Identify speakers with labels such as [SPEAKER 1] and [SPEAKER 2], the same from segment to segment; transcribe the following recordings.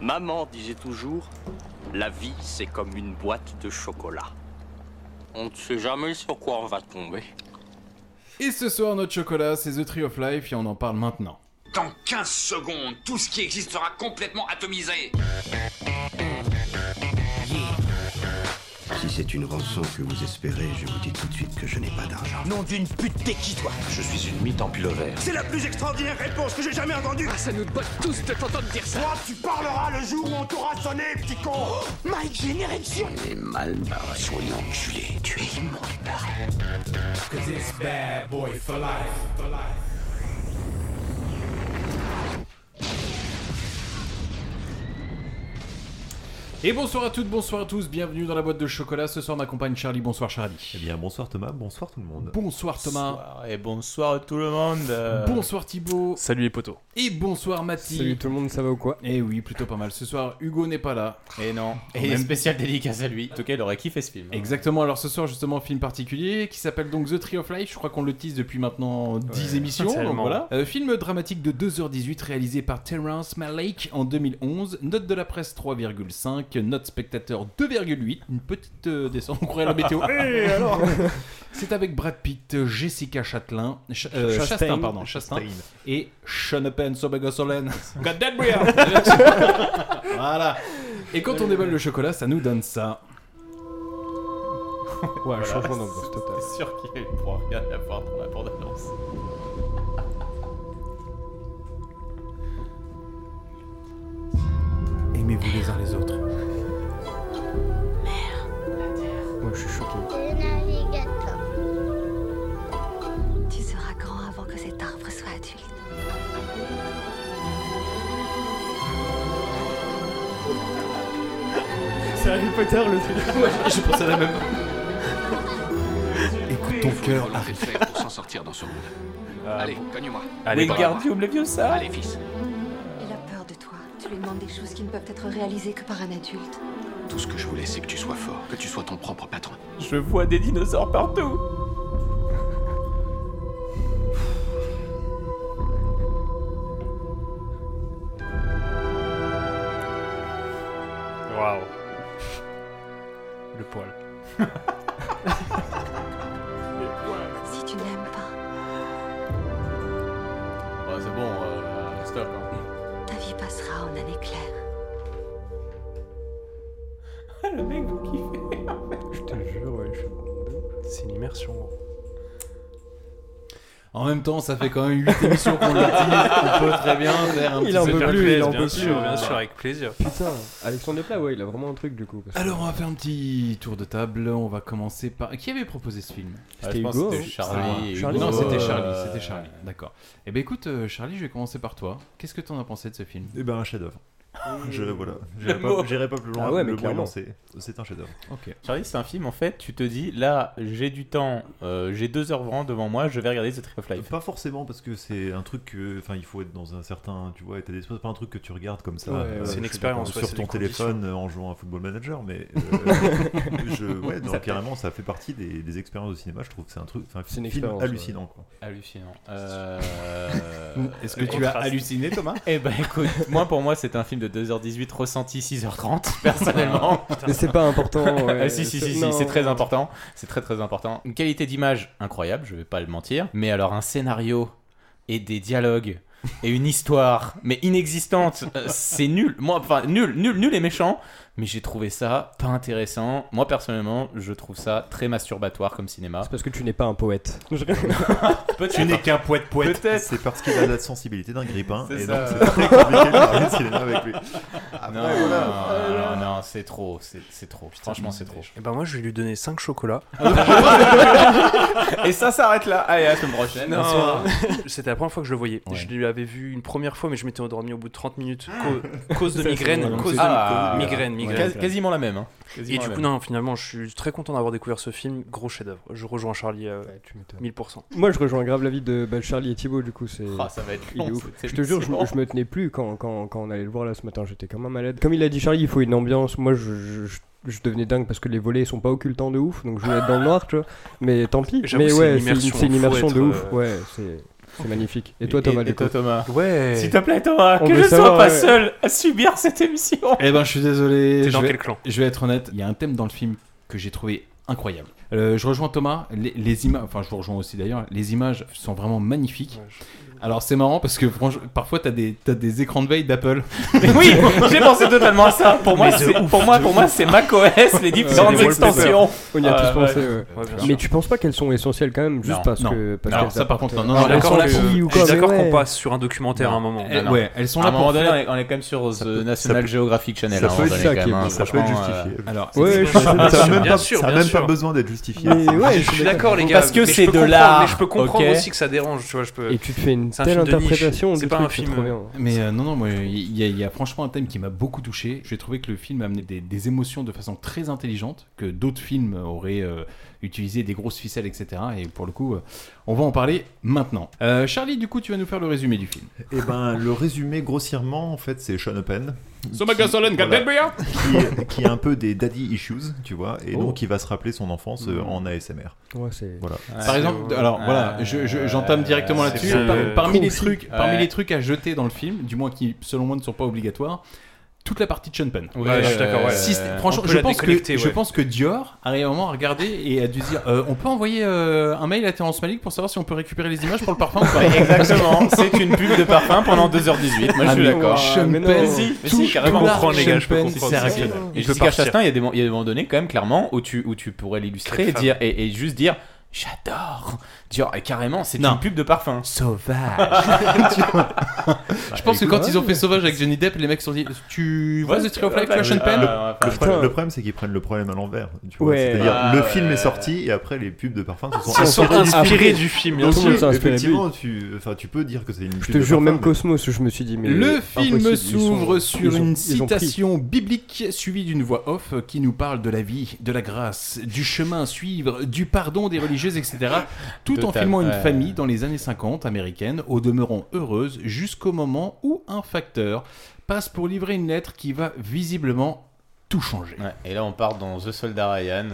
[SPEAKER 1] Maman disait toujours, la vie c'est comme une boîte de chocolat. On ne sait jamais sur quoi on va tomber.
[SPEAKER 2] Et ce soir, notre chocolat, c'est The Tree of Life et on en parle maintenant.
[SPEAKER 3] Dans 15 secondes, tout ce qui existe sera complètement atomisé.
[SPEAKER 4] Si c'est une rançon que vous espérez, je vous dis tout de suite que je n'ai pas d'argent.
[SPEAKER 5] Nom d'une pute, t'es qui toi
[SPEAKER 6] Je suis une mythe en pull vert.
[SPEAKER 7] C'est la plus extraordinaire réponse que j'ai jamais entendue
[SPEAKER 8] ah, Ça nous botte tous de t'entendre dire ça
[SPEAKER 7] Toi, tu parleras le jour où on t'aura sonné, petit con oh,
[SPEAKER 5] Mike, j'ai une érection
[SPEAKER 9] Il est mal barré.
[SPEAKER 5] Soyez enculé, tu es immonde barré.
[SPEAKER 10] Cause it's bad boy for life, for life.
[SPEAKER 2] Et bonsoir à toutes, bonsoir à tous, bienvenue dans la boîte de chocolat. Ce soir, ma compagne Charlie. Bonsoir Charlie.
[SPEAKER 11] Eh bien, bonsoir Thomas, bonsoir tout le monde.
[SPEAKER 2] Bonsoir Thomas.
[SPEAKER 12] Bonsoir et bonsoir tout le monde.
[SPEAKER 2] Bonsoir Thibaut.
[SPEAKER 13] Salut les potos.
[SPEAKER 2] Et bonsoir Mathilde.
[SPEAKER 14] Salut tout le monde, ça va ou quoi
[SPEAKER 2] Eh oui, plutôt pas mal. Ce soir, Hugo n'est pas là.
[SPEAKER 12] Et non. Et même... spécial dédicace à lui. En tout cas, il aurait kiffé ce film. hein.
[SPEAKER 2] Exactement. Alors ce soir, justement, film particulier qui s'appelle donc The Tree of Life. Je crois qu'on le tease depuis maintenant 10 ouais, émissions. Donc voilà. Euh, film dramatique de 2h18 réalisé par Terrence Malick en 2011. Note de la presse 3,5 note spectateur 2,8, une petite euh, descente, on croirait la météo. hey, Eh, alors C'est avec Brad Pitt, Jessica Châtelain, Ch euh, Chastain, Chastain, pardon, Chastain, Chastain. et Sean Penn Sobegosolen. God damn Voilà. Et quand on déballe le chocolat, ça nous donne ça.
[SPEAKER 14] Ouais, voilà, changement d'ambiance totale.
[SPEAKER 12] C'est sûr qu'il pourra rien y avoir dans la bande-annonce.
[SPEAKER 2] aimez-vous les uns les autres.
[SPEAKER 15] Merde.
[SPEAKER 14] Moi, je suis choqué.
[SPEAKER 15] Le navigateur.
[SPEAKER 16] Tu seras grand avant que cet arbre soit adulte.
[SPEAKER 14] C'est Harry Potter le truc.
[SPEAKER 2] Ouais, je pensais à la même.
[SPEAKER 4] Écoute ton
[SPEAKER 13] Ah,
[SPEAKER 4] cœur, Harry.
[SPEAKER 17] faire pour s'en sortir dans ce monde. Euh... Allez, cogne-moi.
[SPEAKER 12] Allez, Wingardium Leviosa.
[SPEAKER 17] Allez, fils
[SPEAKER 16] tu lui demandes des choses qui ne peuvent être réalisées que par un adulte.
[SPEAKER 17] Tout ce que je voulais, c'est que tu sois fort, que tu sois ton propre patron.
[SPEAKER 12] Je vois des dinosaures partout.
[SPEAKER 13] Waouh. Le poil.
[SPEAKER 16] si tu n'aimes pas.
[SPEAKER 12] Ouais, c'est bon, euh, stop. Hein
[SPEAKER 16] passera en un éclair.
[SPEAKER 12] Ah, le mec, vous kiffez
[SPEAKER 14] Je te jure, ouais,
[SPEAKER 13] je... c'est une immersion.
[SPEAKER 2] En même temps, ça fait quand même 8 émissions qu'on l'utilise, on peut très bien faire un
[SPEAKER 14] il petit en veut plus, il en
[SPEAKER 13] bien
[SPEAKER 14] peut
[SPEAKER 13] sûr, bien sûr, avec plaisir.
[SPEAKER 14] Putain, Alexandre Desplat, ouais, il a vraiment un truc du coup.
[SPEAKER 2] Parce que... Alors, on va faire un petit tour de table, on va commencer par... Qui avait proposé ce film
[SPEAKER 12] C'était ah, Hugo Euh, C'était Charlie,
[SPEAKER 2] Hugo. hein. Charlie. Non, c'était Charlie, c'était Charlie, d'accord. Eh ben écoute, euh, Charlie, je vais commencer par toi. Qu'est-ce que t'en as pensé de ce film
[SPEAKER 11] Eh ben, un chef-d'oeuvre. Je, voilà, j'irai pas, j'irai pas plus loin.
[SPEAKER 14] Ah ouais, mais
[SPEAKER 11] le
[SPEAKER 14] clairement.
[SPEAKER 11] c'est, c'est un chef-d'œuvre.
[SPEAKER 12] Okay. Charlie, c'est un film en fait. Tu te dis là, j'ai du temps, euh, j'ai deux heures vraiment devant moi, je vais regarder The Tree of Life.
[SPEAKER 11] Euh, Pas forcément parce que c'est un truc que, enfin, il faut être dans un certain, tu vois, état d'esprit. Pas un truc que tu regardes comme ça.
[SPEAKER 13] Ouais, euh, c'est une expérience
[SPEAKER 11] sur ton téléphone euh, en jouant à Football Manager, mais euh, je, ouais, non, ça carrément, fait. ça fait partie des, des expériences de cinéma. Je trouve c'est un truc, enfin, c'est une film hallucinant, ouais. quoi.
[SPEAKER 12] Hallucinant. Euh,
[SPEAKER 2] Est-ce que tu as halluciné, Thomas
[SPEAKER 12] Eh ben, écoute, moi, pour moi, c'est un film de 2h18 ressenti 6h30 personnellement.
[SPEAKER 14] Mais c'est pas important. Ouais.
[SPEAKER 12] ah, si, si, si, si c'est très important. C'est très très important. Une qualité d'image incroyable, je vais pas le mentir. Mais alors un scénario et des dialogues et une histoire, mais inexistante, euh, c'est nul. Moi, enfin, nul, nul, nul et méchant. Mais j'ai trouvé ça pas intéressant. Moi, personnellement, je trouve ça très masturbatoire comme cinéma.
[SPEAKER 14] C'est parce que tu n'es pas un poète.
[SPEAKER 13] tu n'es qu'un poète-poète.
[SPEAKER 11] Peut-être. C'est parce qu'il a la sensibilité d'un grippin. Et ça. donc, c'est très compliqué de parler de cinéma avec lui.
[SPEAKER 12] Après, non, voilà. Ah non, non, non, c'est trop. C'est trop. Putain, Franchement, c'est trop.
[SPEAKER 13] Et ben, moi, je vais lui donner 5 chocolats. Ah,
[SPEAKER 12] et ça s'arrête là. Allez, à la semaine prochaine.
[SPEAKER 13] C'était la première fois que je le voyais. Ouais. Je lui avais vu une première fois, mais je m'étais endormi au bout de 30 minutes.
[SPEAKER 12] Ah.
[SPEAKER 13] Co cause de migraine. Cause de ah, migraine. migraine.
[SPEAKER 12] Quas quasiment la même. Hein. Quasiment
[SPEAKER 13] et du
[SPEAKER 12] la
[SPEAKER 13] coup,
[SPEAKER 12] même.
[SPEAKER 13] non, finalement, je suis très content d'avoir découvert ce film. Gros chef-d'œuvre. Je rejoins Charlie euh, ouais, tu 1000%.
[SPEAKER 14] Moi, je rejoins grave l'avis de bah, Charlie et Thibaut. Du coup, c'est.
[SPEAKER 12] Ah, ça va être long, ouf.
[SPEAKER 14] Je te jure, je, je, me tenais plus quand, quand, quand, on allait le voir là ce matin. J'étais quand même malade. Comme il a dit Charlie, il faut une ambiance. Moi, je, je je devenais dingue parce que les volets sont pas occultants de ouf, donc je voulais être dans le noir, tu vois. Mais tant pis. Mais ouais, c'est une, une immersion, de ouf. Euh... Ouais, c'est. C'est magnifique. Et toi, Thomas,
[SPEAKER 12] et,
[SPEAKER 14] du coup
[SPEAKER 12] toi, Thomas.
[SPEAKER 13] Ouais.
[SPEAKER 12] S'il te plaît, Thomas, que je ne sois pas seul à subir cette émission.
[SPEAKER 2] Eh ben, je suis désolé.
[SPEAKER 13] T'es
[SPEAKER 2] je
[SPEAKER 13] dans
[SPEAKER 2] vais-
[SPEAKER 13] quel clan
[SPEAKER 2] Je vais être honnête, il y a un thème dans le film que j'ai trouvé incroyable. Euh, je rejoins Thomas, les, les images, enfin je vous rejoins aussi d'ailleurs, les images sont vraiment magnifiques. Alors c'est marrant parce que franchement, parfois t'as des, t'as des écrans de veille d'Apple.
[SPEAKER 12] Oui, j'ai pensé totalement à ça. Pour moi,
[SPEAKER 2] Mais de
[SPEAKER 12] c'est-
[SPEAKER 2] ouf,
[SPEAKER 12] pour moi,
[SPEAKER 2] de
[SPEAKER 12] pour moi,
[SPEAKER 2] ouf.
[SPEAKER 12] c'est macOS, les différentes
[SPEAKER 14] C'est des
[SPEAKER 12] extensions.
[SPEAKER 14] wallpapers. On y a
[SPEAKER 12] Ah,
[SPEAKER 14] tous pensé.
[SPEAKER 12] ouais.
[SPEAKER 14] ouais.
[SPEAKER 12] Ouais, bien
[SPEAKER 14] Mais
[SPEAKER 12] sûr.
[SPEAKER 14] tu penses pas qu'elles sont essentielles quand même, juste
[SPEAKER 12] Non,
[SPEAKER 14] parce
[SPEAKER 12] non.
[SPEAKER 14] que. Parce
[SPEAKER 12] Alors,
[SPEAKER 14] qu'elles
[SPEAKER 12] ça, par contre,
[SPEAKER 14] apportent,
[SPEAKER 12] non,
[SPEAKER 14] euh,
[SPEAKER 2] Ah,
[SPEAKER 12] non,
[SPEAKER 14] elles sont
[SPEAKER 13] que-
[SPEAKER 14] filles ou
[SPEAKER 13] je suis
[SPEAKER 14] quoi, mais
[SPEAKER 13] d'accord
[SPEAKER 14] ouais.
[SPEAKER 13] qu'on passe sur un documentaire à un
[SPEAKER 2] bah,
[SPEAKER 13] moment.
[SPEAKER 12] Eh Non, non. à un moment donné, on est- on est quand même sur euh, National Geographic Channel.
[SPEAKER 11] ça
[SPEAKER 12] à un
[SPEAKER 11] peut
[SPEAKER 12] moment
[SPEAKER 11] être
[SPEAKER 12] donné,
[SPEAKER 11] ça
[SPEAKER 12] quand
[SPEAKER 11] qui est
[SPEAKER 12] même,
[SPEAKER 11] bon,
[SPEAKER 12] hein,
[SPEAKER 11] ça peut être
[SPEAKER 12] franchement,
[SPEAKER 11] justifié.
[SPEAKER 12] euh,
[SPEAKER 11] Alors,
[SPEAKER 12] c'est-
[SPEAKER 11] Ouais, je-
[SPEAKER 12] c'est-
[SPEAKER 11] ça a Ah, même
[SPEAKER 13] Bien
[SPEAKER 11] pas-
[SPEAKER 13] sûr,
[SPEAKER 11] ça a
[SPEAKER 13] bien bah,
[SPEAKER 11] même pas
[SPEAKER 13] sûr.
[SPEAKER 11] besoin d'être justifié.
[SPEAKER 14] Mais ouais,
[SPEAKER 13] je suis d'accord les gars,
[SPEAKER 12] Parce que
[SPEAKER 13] mais je
[SPEAKER 12] c'est
[SPEAKER 13] peux
[SPEAKER 12] de
[SPEAKER 13] comprendre,
[SPEAKER 12] l'art,
[SPEAKER 13] mais je peux comprendre
[SPEAKER 12] ok
[SPEAKER 13] aussi que ça dérange, tu vois, je peux.
[SPEAKER 14] Et tu te fais une
[SPEAKER 13] C'est un
[SPEAKER 14] telle
[SPEAKER 13] film de niche,
[SPEAKER 14] interprétation
[SPEAKER 13] c'est
[SPEAKER 14] du
[SPEAKER 13] pas un
[SPEAKER 14] truc, c'est
[SPEAKER 13] film,
[SPEAKER 14] trop
[SPEAKER 13] euh,
[SPEAKER 14] bien.
[SPEAKER 2] Mais euh, non, non, moi, il y, a- il y a franchement un thème qui m'a beaucoup touché. J'ai trouvé que le film amenait des, des émotions de façon très intelligente, que d'autres films auraient euh, utilisé des grosses ficelles, etc. Et pour le coup, euh, on va en parler maintenant. Euh, Charlie, du coup, tu vas nous faire le résumé du film.
[SPEAKER 11] Et ben, le résumé grossièrement, en fait, c'est Sean Penn.
[SPEAKER 2] Somagasolen, Gadebria
[SPEAKER 11] qui, qui a un peu des daddy issues, tu vois, et
[SPEAKER 2] Oh.
[SPEAKER 11] donc il va se rappeler son enfance euh, en ASMR.
[SPEAKER 14] Ouais, c'est.
[SPEAKER 11] Voilà.
[SPEAKER 2] Par exemple, alors voilà, je- je- j'entame directement
[SPEAKER 12] Euh, c'est
[SPEAKER 2] là-dessus.
[SPEAKER 12] bien,
[SPEAKER 2] Par-
[SPEAKER 12] euh,
[SPEAKER 2] parmi les
[SPEAKER 12] concis.
[SPEAKER 2] trucs, parmi
[SPEAKER 12] Ouais.
[SPEAKER 2] les trucs à jeter dans le film, du moins qui selon moi ne sont pas obligatoires, toute la partie de Sean Penn.
[SPEAKER 12] Ouais, je suis d'accord, ouais.
[SPEAKER 2] Si c'était-
[SPEAKER 12] Euh,
[SPEAKER 2] franchement,
[SPEAKER 12] on peut
[SPEAKER 2] je
[SPEAKER 12] la
[SPEAKER 2] pense que
[SPEAKER 12] déconnecter,
[SPEAKER 2] je
[SPEAKER 12] ouais.
[SPEAKER 2] pense que Dior a réellement regardé et a dû dire, euh, on peut envoyer euh, un mail à Terrence Malick pour savoir si on peut récupérer les images pour le parfum. ou pas
[SPEAKER 12] Exactement, c'est une pub de parfum pendant 2h18. Moi, je
[SPEAKER 2] Ah,
[SPEAKER 12] suis
[SPEAKER 2] mais
[SPEAKER 12] d'accord.
[SPEAKER 2] Sean
[SPEAKER 12] Mais
[SPEAKER 2] Penn,
[SPEAKER 12] si, mais si,
[SPEAKER 2] touche
[SPEAKER 12] carrément.
[SPEAKER 2] tout l'art Comprends, les gars, je peux
[SPEAKER 12] Sean Penn,
[SPEAKER 2] comprendre.
[SPEAKER 12] c'est
[SPEAKER 2] C'est
[SPEAKER 12] raquel.
[SPEAKER 2] raquel.
[SPEAKER 12] Et
[SPEAKER 2] Il
[SPEAKER 12] Jessica
[SPEAKER 2] peut partir.
[SPEAKER 12] Chastain, il y a des mo- il y a des moments donnés, quand même, clairement, où tu, où tu pourrais l'illustrer et,
[SPEAKER 2] Quelle
[SPEAKER 12] dire, et, et juste dire J'adore. Dire, et carrément, c'est
[SPEAKER 2] Non.
[SPEAKER 12] une pub de parfum.
[SPEAKER 2] Sauvage. Tu vois. je pense que
[SPEAKER 11] écoute,
[SPEAKER 2] quand ils ont
[SPEAKER 11] ouais.
[SPEAKER 2] fait Sauvage avec Johnny Depp, les mecs se sont dit Tu vois The Tree of
[SPEAKER 12] euh,
[SPEAKER 2] Life, tu vois
[SPEAKER 12] bah,
[SPEAKER 2] Sean Penn
[SPEAKER 11] Le, le
[SPEAKER 12] Putain.
[SPEAKER 11] problème, le problème, c'est qu'ils prennent le problème à l'envers. tu vois.
[SPEAKER 14] Ouais.
[SPEAKER 11] C'est-à-dire,
[SPEAKER 12] Ah,
[SPEAKER 11] le
[SPEAKER 12] ouais.
[SPEAKER 11] film est sorti et après, les pubs de parfum se sont
[SPEAKER 13] Ils sont
[SPEAKER 11] inspirées du film.
[SPEAKER 13] inspirés du film, bien
[SPEAKER 11] Donc,
[SPEAKER 13] sûr.
[SPEAKER 11] oui,
[SPEAKER 14] Ça a inspiré
[SPEAKER 11] effectivement, tu, enfin, tu peux dire que c'est une
[SPEAKER 14] Je
[SPEAKER 11] pub
[SPEAKER 14] te
[SPEAKER 11] de
[SPEAKER 14] jure,
[SPEAKER 11] parfum,
[SPEAKER 14] même
[SPEAKER 11] mais-
[SPEAKER 14] Cosmos, je me suis dit, mais. euh,
[SPEAKER 2] Le film
[SPEAKER 14] impossible, ils sont-
[SPEAKER 2] s'ouvre
[SPEAKER 14] ils
[SPEAKER 2] sur
[SPEAKER 14] ont-
[SPEAKER 2] une
[SPEAKER 14] ils ont pris.
[SPEAKER 2] citation biblique suivie d'une voix off euh, qui nous parle de la vie, de la grâce, du chemin à suivre, du pardon des religieuses, etc. Tout en
[SPEAKER 12] Total,
[SPEAKER 2] filmant une
[SPEAKER 12] ouais.
[SPEAKER 2] famille dans les années 50 américaines, au demeurant heureuse, jusqu'au moment où un facteur passe pour livrer une lettre qui va visiblement tout changer.
[SPEAKER 12] Ouais, Et là, on part dans The Soldat Ryan.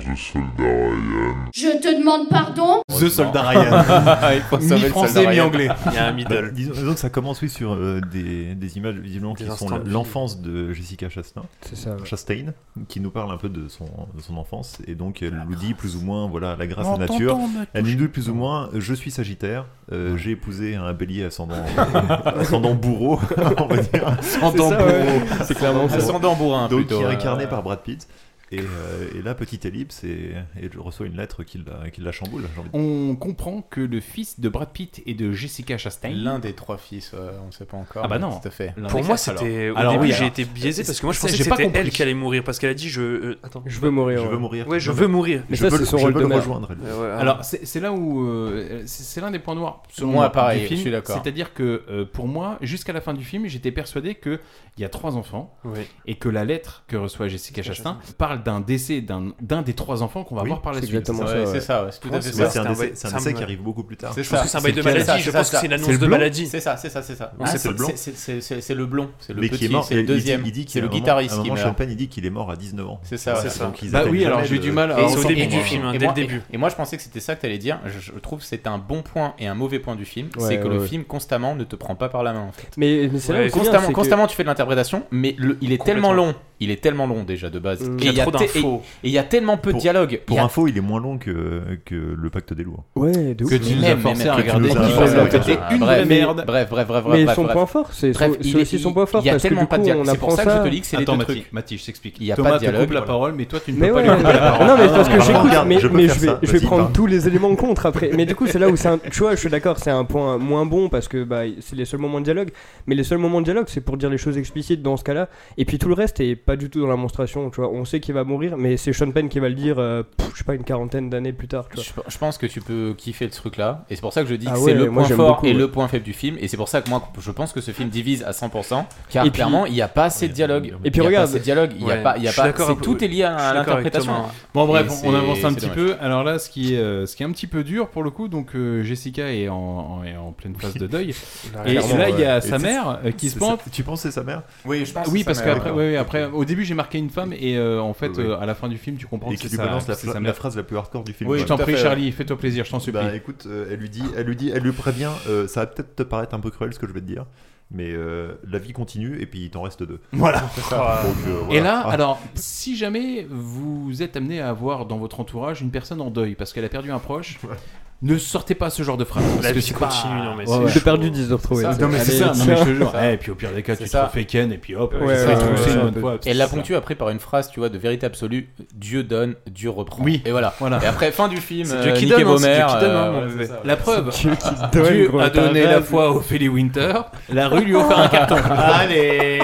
[SPEAKER 15] Je te demande pardon
[SPEAKER 2] The Soldat Ryan.
[SPEAKER 12] Il faut sauver le soldat
[SPEAKER 2] Mi-français,
[SPEAKER 12] Ryan.
[SPEAKER 2] mi-anglais.
[SPEAKER 13] Il y a un
[SPEAKER 11] Bah,
[SPEAKER 13] middle.
[SPEAKER 11] disons, disons que ça commence oui sur euh, des, des images visiblement qui
[SPEAKER 13] Des
[SPEAKER 11] sont
[SPEAKER 13] instants de vie.
[SPEAKER 11] l'enfance de Jessica Chastain,
[SPEAKER 14] C'est ça. ouais.
[SPEAKER 11] Chastain, qui nous parle un peu de son, de son enfance et donc elle nous dit plus ou moins voilà la
[SPEAKER 14] Ah,
[SPEAKER 11] grâce
[SPEAKER 2] Oh,
[SPEAKER 11] à la nature.
[SPEAKER 2] tonton me touche.
[SPEAKER 11] Elle nous dit plus ou moins je suis Sagittaire, euh, j'ai épousé un bélier ascendant, euh, ascendant bourreau, on va dire.
[SPEAKER 2] En
[SPEAKER 14] C'est ça, ouais.
[SPEAKER 2] tambour.
[SPEAKER 14] C'est clairement ça.
[SPEAKER 12] Ascendant bourrin,
[SPEAKER 11] Donc
[SPEAKER 12] plutôt.
[SPEAKER 11] qui est
[SPEAKER 12] euh,
[SPEAKER 11] incarné par Brad Pitt. Et, euh, et là, petite ellipse, et, et je reçois une lettre qui la, qui la chamboule. j'ai envie de dire.
[SPEAKER 2] On comprend que le fils de Brad Pitt et de Jessica Chastain
[SPEAKER 12] L'un des trois fils, ouais, on ne sait pas encore.
[SPEAKER 2] Ah bah
[SPEAKER 12] mais
[SPEAKER 2] non.
[SPEAKER 12] Tout à fait.
[SPEAKER 2] L'un
[SPEAKER 13] Pour
[SPEAKER 2] des
[SPEAKER 13] moi,
[SPEAKER 2] quatre,
[SPEAKER 13] c'était. Au
[SPEAKER 2] alors. Alors,
[SPEAKER 13] début,
[SPEAKER 2] oui,
[SPEAKER 13] j'ai
[SPEAKER 2] alors.
[SPEAKER 13] été biaisé parce que moi, je
[SPEAKER 2] Ça,
[SPEAKER 13] pensais
[SPEAKER 2] j'ai
[SPEAKER 13] que
[SPEAKER 2] pas
[SPEAKER 13] c'était
[SPEAKER 2] compris.
[SPEAKER 13] elle qui allait mourir parce qu'elle a dit je. euh, attends.
[SPEAKER 14] Je veux mourir.
[SPEAKER 11] Je
[SPEAKER 14] ouais.
[SPEAKER 11] veux mourir.
[SPEAKER 13] Ouais, je veux mourir.
[SPEAKER 14] Mais
[SPEAKER 11] je
[SPEAKER 14] ça,
[SPEAKER 11] peux,
[SPEAKER 14] c'est
[SPEAKER 11] le-
[SPEAKER 14] son
[SPEAKER 11] je
[SPEAKER 14] rôle
[SPEAKER 11] peux
[SPEAKER 14] de
[SPEAKER 11] le
[SPEAKER 14] mère.
[SPEAKER 11] rejoindre. elle.
[SPEAKER 13] Euh, ouais,
[SPEAKER 2] Alors, c'est c'est là où. euh, c'est c'est l'un des points noirs, selon
[SPEAKER 12] Moi,
[SPEAKER 2] moi,
[SPEAKER 12] pareil,
[SPEAKER 2] du film.
[SPEAKER 12] je suis d'accord.
[SPEAKER 2] C'est-à-dire que, euh, pour moi, jusqu'à la fin du film, j'étais persuadé qu'il y a trois enfants
[SPEAKER 13] Oui.
[SPEAKER 2] et que la lettre que reçoit Jessica Chastain parle d'un décès d'un d'un des trois enfants qu'on va
[SPEAKER 11] Oui,
[SPEAKER 2] voir par la
[SPEAKER 14] c'est
[SPEAKER 2] suite.
[SPEAKER 14] exactement
[SPEAKER 12] Ouais,
[SPEAKER 14] ça, ouais.
[SPEAKER 12] c'est ça, ouais, c'est tout à
[SPEAKER 13] Ouais,
[SPEAKER 12] fait
[SPEAKER 11] Mais
[SPEAKER 13] ça,
[SPEAKER 12] ça.
[SPEAKER 11] c'est
[SPEAKER 13] c'est
[SPEAKER 11] un
[SPEAKER 13] un
[SPEAKER 11] décès,
[SPEAKER 13] bail-
[SPEAKER 11] c'est un
[SPEAKER 13] c'est un-
[SPEAKER 11] décès qui arrive beaucoup plus tard.
[SPEAKER 12] C'est
[SPEAKER 13] Je pense
[SPEAKER 12] ça.
[SPEAKER 13] que c'est un bail de
[SPEAKER 12] C'est le
[SPEAKER 13] maladie.
[SPEAKER 12] cas,
[SPEAKER 13] Je
[SPEAKER 12] c'est
[SPEAKER 13] pense
[SPEAKER 12] ça.
[SPEAKER 13] que c'est une
[SPEAKER 11] C'est
[SPEAKER 13] annonce
[SPEAKER 11] le
[SPEAKER 13] de
[SPEAKER 11] blanc.
[SPEAKER 13] maladie.
[SPEAKER 12] C'est ça, c'est ça, c'est ça.
[SPEAKER 11] Non, c'est
[SPEAKER 12] c'est
[SPEAKER 11] le blanc.
[SPEAKER 12] c'est- c'est- c'est- c'est le blond, c'est le
[SPEAKER 11] mais qui
[SPEAKER 12] petit,
[SPEAKER 11] est mort.
[SPEAKER 12] c'est le
[SPEAKER 11] il dit-
[SPEAKER 12] deuxième.
[SPEAKER 11] Il dit qu'il
[SPEAKER 12] c'est
[SPEAKER 11] est
[SPEAKER 12] le
[SPEAKER 11] un moment-
[SPEAKER 12] guitariste
[SPEAKER 11] à un
[SPEAKER 12] qui
[SPEAKER 11] moment,
[SPEAKER 12] meurt.
[SPEAKER 11] Champagne, il dit qu'il est mort à 19 ans.
[SPEAKER 12] C'est ça,
[SPEAKER 11] Donc,
[SPEAKER 12] ouais.
[SPEAKER 11] ils atteignent
[SPEAKER 2] Bah oui,
[SPEAKER 11] jamais
[SPEAKER 2] alors
[SPEAKER 11] le-
[SPEAKER 2] j'ai eu du mal à.
[SPEAKER 13] Et c'est au
[SPEAKER 2] entendre-
[SPEAKER 13] début du
[SPEAKER 12] moi-
[SPEAKER 13] film, hein,
[SPEAKER 12] et
[SPEAKER 13] dès
[SPEAKER 12] moi-
[SPEAKER 13] le début.
[SPEAKER 12] Et, et moi, je pensais que c'était ça que t'allais dire. Je, je trouve que c'est un bon point et un mauvais point du film.
[SPEAKER 14] Ouais,
[SPEAKER 12] c'est que
[SPEAKER 14] ouais,
[SPEAKER 12] le
[SPEAKER 14] ouais.
[SPEAKER 12] film constamment ne te prend pas par la main. En fait.
[SPEAKER 14] Mais, mais c'est là
[SPEAKER 13] Ouais,
[SPEAKER 14] où c'est bien,
[SPEAKER 12] constamment,
[SPEAKER 14] c'est que-
[SPEAKER 12] constamment, tu fais de l'interprétation, mais le- il est tellement
[SPEAKER 13] Complètement.
[SPEAKER 12] long. Il est tellement long déjà de base.
[SPEAKER 14] Mm.
[SPEAKER 12] Et
[SPEAKER 13] Il y a
[SPEAKER 12] il y a
[SPEAKER 13] trop
[SPEAKER 12] te- et-
[SPEAKER 13] d'infos.
[SPEAKER 12] Et il y a tellement peu de
[SPEAKER 11] Pour-
[SPEAKER 12] dialogue. Il
[SPEAKER 11] Pour
[SPEAKER 12] y a
[SPEAKER 11] info, il est moins long que, que le pacte des loups. hein.
[SPEAKER 14] Ouais, de ouf.
[SPEAKER 2] Que tu nous as
[SPEAKER 12] Même,
[SPEAKER 2] forcé
[SPEAKER 12] même,
[SPEAKER 2] à
[SPEAKER 12] que tu
[SPEAKER 2] regarder.
[SPEAKER 11] nous as
[SPEAKER 2] qui
[SPEAKER 11] forcé
[SPEAKER 2] faisait
[SPEAKER 11] à regarder.
[SPEAKER 2] côté
[SPEAKER 12] Ah,
[SPEAKER 2] une
[SPEAKER 12] bref,
[SPEAKER 2] vraie merde.
[SPEAKER 12] Bref, bref, bref, bref.
[SPEAKER 14] Mais
[SPEAKER 12] bref,
[SPEAKER 14] son
[SPEAKER 12] bref.
[SPEAKER 14] point fort, c'est
[SPEAKER 12] Bref,
[SPEAKER 14] c'est
[SPEAKER 12] il est-
[SPEAKER 14] aussi son point fort.
[SPEAKER 12] Il y a
[SPEAKER 14] parce que
[SPEAKER 12] tellement
[SPEAKER 14] du
[SPEAKER 12] pas de
[SPEAKER 14] coup,
[SPEAKER 12] dialogue.
[SPEAKER 14] on
[SPEAKER 12] C'est pour
[SPEAKER 14] apprend
[SPEAKER 12] ça que je te dis que c'est les
[SPEAKER 2] Attends,
[SPEAKER 12] deux
[SPEAKER 2] Mathis,
[SPEAKER 12] trucs.
[SPEAKER 2] Mathis, je t'explique.
[SPEAKER 12] Il y a
[SPEAKER 2] Thomas
[SPEAKER 12] pas de
[SPEAKER 2] te
[SPEAKER 12] dialogue,
[SPEAKER 2] coupe la
[SPEAKER 12] voilà.
[SPEAKER 2] parole, mais toi, tu ne
[SPEAKER 14] Mais
[SPEAKER 2] peux pas
[SPEAKER 14] ouais,
[SPEAKER 2] lui couper la
[SPEAKER 14] ouais.
[SPEAKER 2] parole.
[SPEAKER 14] non, mais c'est parce que
[SPEAKER 11] Pardon,
[SPEAKER 14] j'écoute,
[SPEAKER 11] regarde,
[SPEAKER 14] mais,
[SPEAKER 11] je peux
[SPEAKER 14] mais
[SPEAKER 11] faire
[SPEAKER 14] je vais,
[SPEAKER 11] ça,
[SPEAKER 14] je vais
[SPEAKER 11] vas-y,
[SPEAKER 14] prendre
[SPEAKER 11] pardon.
[SPEAKER 14] tous les éléments contre après. Mais du coup, c'est là où c'est un. Tu vois, je suis d'accord, c'est un point moins bon parce que bah, c'est les seuls moments de dialogue. Mais les seuls moments de dialogue, c'est pour dire les choses explicites dans ce cas-là. Et puis tout le reste est pas du tout dans la monstration. Tu vois, on sait qu'il va mourir, mais c'est Sean Penn qui va le dire, euh, pff, je sais pas, une quarantaine d'années plus tard. Tu vois.
[SPEAKER 12] Je, je pense que tu peux kiffer ce truc là et c'est pour ça que je dis
[SPEAKER 14] Ah
[SPEAKER 12] que
[SPEAKER 14] ouais,
[SPEAKER 12] c'est le
[SPEAKER 14] moi,
[SPEAKER 12] point
[SPEAKER 14] j'aime
[SPEAKER 12] fort
[SPEAKER 14] beaucoup,
[SPEAKER 12] et
[SPEAKER 14] ouais.
[SPEAKER 12] le point faible du film et c'est pour ça que moi je pense que ce film divise à 100% car
[SPEAKER 14] Et puis-
[SPEAKER 12] clairement il n'y a pas assez de dialogue
[SPEAKER 14] Et puis
[SPEAKER 12] il y a
[SPEAKER 14] regarde-
[SPEAKER 12] pas assez de dialogue il y a
[SPEAKER 13] Ouais,
[SPEAKER 12] pas, il y a
[SPEAKER 13] je suis
[SPEAKER 12] pas
[SPEAKER 13] d'accord
[SPEAKER 12] c'est-
[SPEAKER 13] avec-
[SPEAKER 12] tout est lié à,
[SPEAKER 13] je suis d'accord avec
[SPEAKER 12] l'interprétation
[SPEAKER 13] Thomas.
[SPEAKER 2] Bon
[SPEAKER 12] Et
[SPEAKER 2] bref, on- on
[SPEAKER 12] c'est-
[SPEAKER 2] avance un
[SPEAKER 12] c'est
[SPEAKER 2] petit peu.
[SPEAKER 12] dommage.
[SPEAKER 2] Alors là, ce qui est, euh, ce qui est un petit peu dur pour le coup, donc euh, Jessica est en, en- est en pleine phase de deuil. hein. Et
[SPEAKER 11] Clairement,
[SPEAKER 2] là, il y a
[SPEAKER 11] ouais.
[SPEAKER 2] sa
[SPEAKER 11] Et
[SPEAKER 2] mère euh, qui
[SPEAKER 11] C'est
[SPEAKER 2] se
[SPEAKER 11] ça-
[SPEAKER 2] pente.
[SPEAKER 11] Tu penses que c'est sa mère
[SPEAKER 12] oui je pense
[SPEAKER 2] Oui, parce qu'après,
[SPEAKER 11] d'accord.
[SPEAKER 2] ouais, ouais, après, au au début, j'ai marqué une femme et euh, en fait, euh, à la fin du film, tu comprends
[SPEAKER 11] Et
[SPEAKER 2] que
[SPEAKER 11] qui
[SPEAKER 2] c'est
[SPEAKER 11] lui
[SPEAKER 2] sa-
[SPEAKER 11] balance la,
[SPEAKER 2] que c'est sa
[SPEAKER 11] fra-
[SPEAKER 2] mère.
[SPEAKER 11] la phrase la plus hardcore du film.
[SPEAKER 2] Oui, je
[SPEAKER 11] quoi.
[SPEAKER 2] t'en prie, Charlie, fais-toi plaisir, je t'en supplie.
[SPEAKER 11] Bah écoute, euh, elle lui dit, elle lui dit, elle lui prévient, euh, ça va peut-être te paraître un peu cruel ce que je vais te dire, mais euh, la vie continue et puis il t'en reste deux.
[SPEAKER 2] Voilà.
[SPEAKER 11] C'est ça. Donc, euh, voilà.
[SPEAKER 2] Bah, Et là,
[SPEAKER 11] Ah.
[SPEAKER 2] alors, si jamais vous êtes amené à avoir dans votre entourage une personne en deuil parce qu'elle a perdu un proche, ne sortez pas ce genre de phrase. Parce
[SPEAKER 13] La
[SPEAKER 2] que
[SPEAKER 13] vie
[SPEAKER 2] c'est
[SPEAKER 13] continue,
[SPEAKER 2] pas...
[SPEAKER 13] non, mais
[SPEAKER 2] Ouais,
[SPEAKER 13] c'est
[SPEAKER 2] ouais.
[SPEAKER 13] chaud. De perdu, disent de retrouver.
[SPEAKER 2] C'est ça. Non, mais c'est
[SPEAKER 13] Allez,
[SPEAKER 2] ça, non, mais je te
[SPEAKER 13] tiens.
[SPEAKER 2] jure. Eh, Et puis au pire des cas, tu
[SPEAKER 12] C'est
[SPEAKER 2] te
[SPEAKER 12] ça.
[SPEAKER 2] refais Ken et puis hop,
[SPEAKER 12] Ouais,
[SPEAKER 2] tu
[SPEAKER 12] ouais,
[SPEAKER 2] te fais
[SPEAKER 12] ouais,
[SPEAKER 2] trousser
[SPEAKER 12] ouais,
[SPEAKER 2] une
[SPEAKER 12] ouais,
[SPEAKER 2] bonne fois.
[SPEAKER 12] Elle la ponctue après par une phrase, tu vois, de vérité absolue Dieu donne, Dieu reprend.
[SPEAKER 2] Oui,
[SPEAKER 12] et voilà.
[SPEAKER 2] voilà.
[SPEAKER 12] Et après, fin du film,
[SPEAKER 2] C'est
[SPEAKER 12] euh,
[SPEAKER 2] Dieu qui
[SPEAKER 12] Nick et
[SPEAKER 2] donne, hein, c'est
[SPEAKER 12] Beaumère,
[SPEAKER 2] Dieu qui donne, hein,
[SPEAKER 12] euh,
[SPEAKER 2] mon
[SPEAKER 12] ouais,
[SPEAKER 13] oh,
[SPEAKER 2] bébé.
[SPEAKER 12] c'est ça,
[SPEAKER 2] La
[SPEAKER 12] ouais.
[SPEAKER 2] preuve. Dieu qui donne, Dieu gros, a t'as donné un la base. foi à Ophélie Winter, la rue lui a offert un carton. Allez.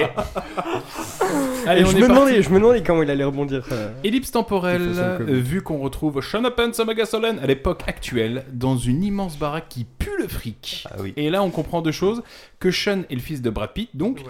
[SPEAKER 2] Allez, on
[SPEAKER 14] je,
[SPEAKER 2] est parti.
[SPEAKER 14] me demandais, je me demandais comment il allait rebondir. euh.
[SPEAKER 2] Ellipse temporelle,
[SPEAKER 14] De façon comique.
[SPEAKER 2] euh, vu qu'on retrouve Sean Penn, Samaga Solen à l'époque actuelle, dans une immense baraque qui pue le fric.
[SPEAKER 11] Ah
[SPEAKER 2] Et là, on comprend deux choses que Sean est le fils de Brad Pitt, donc,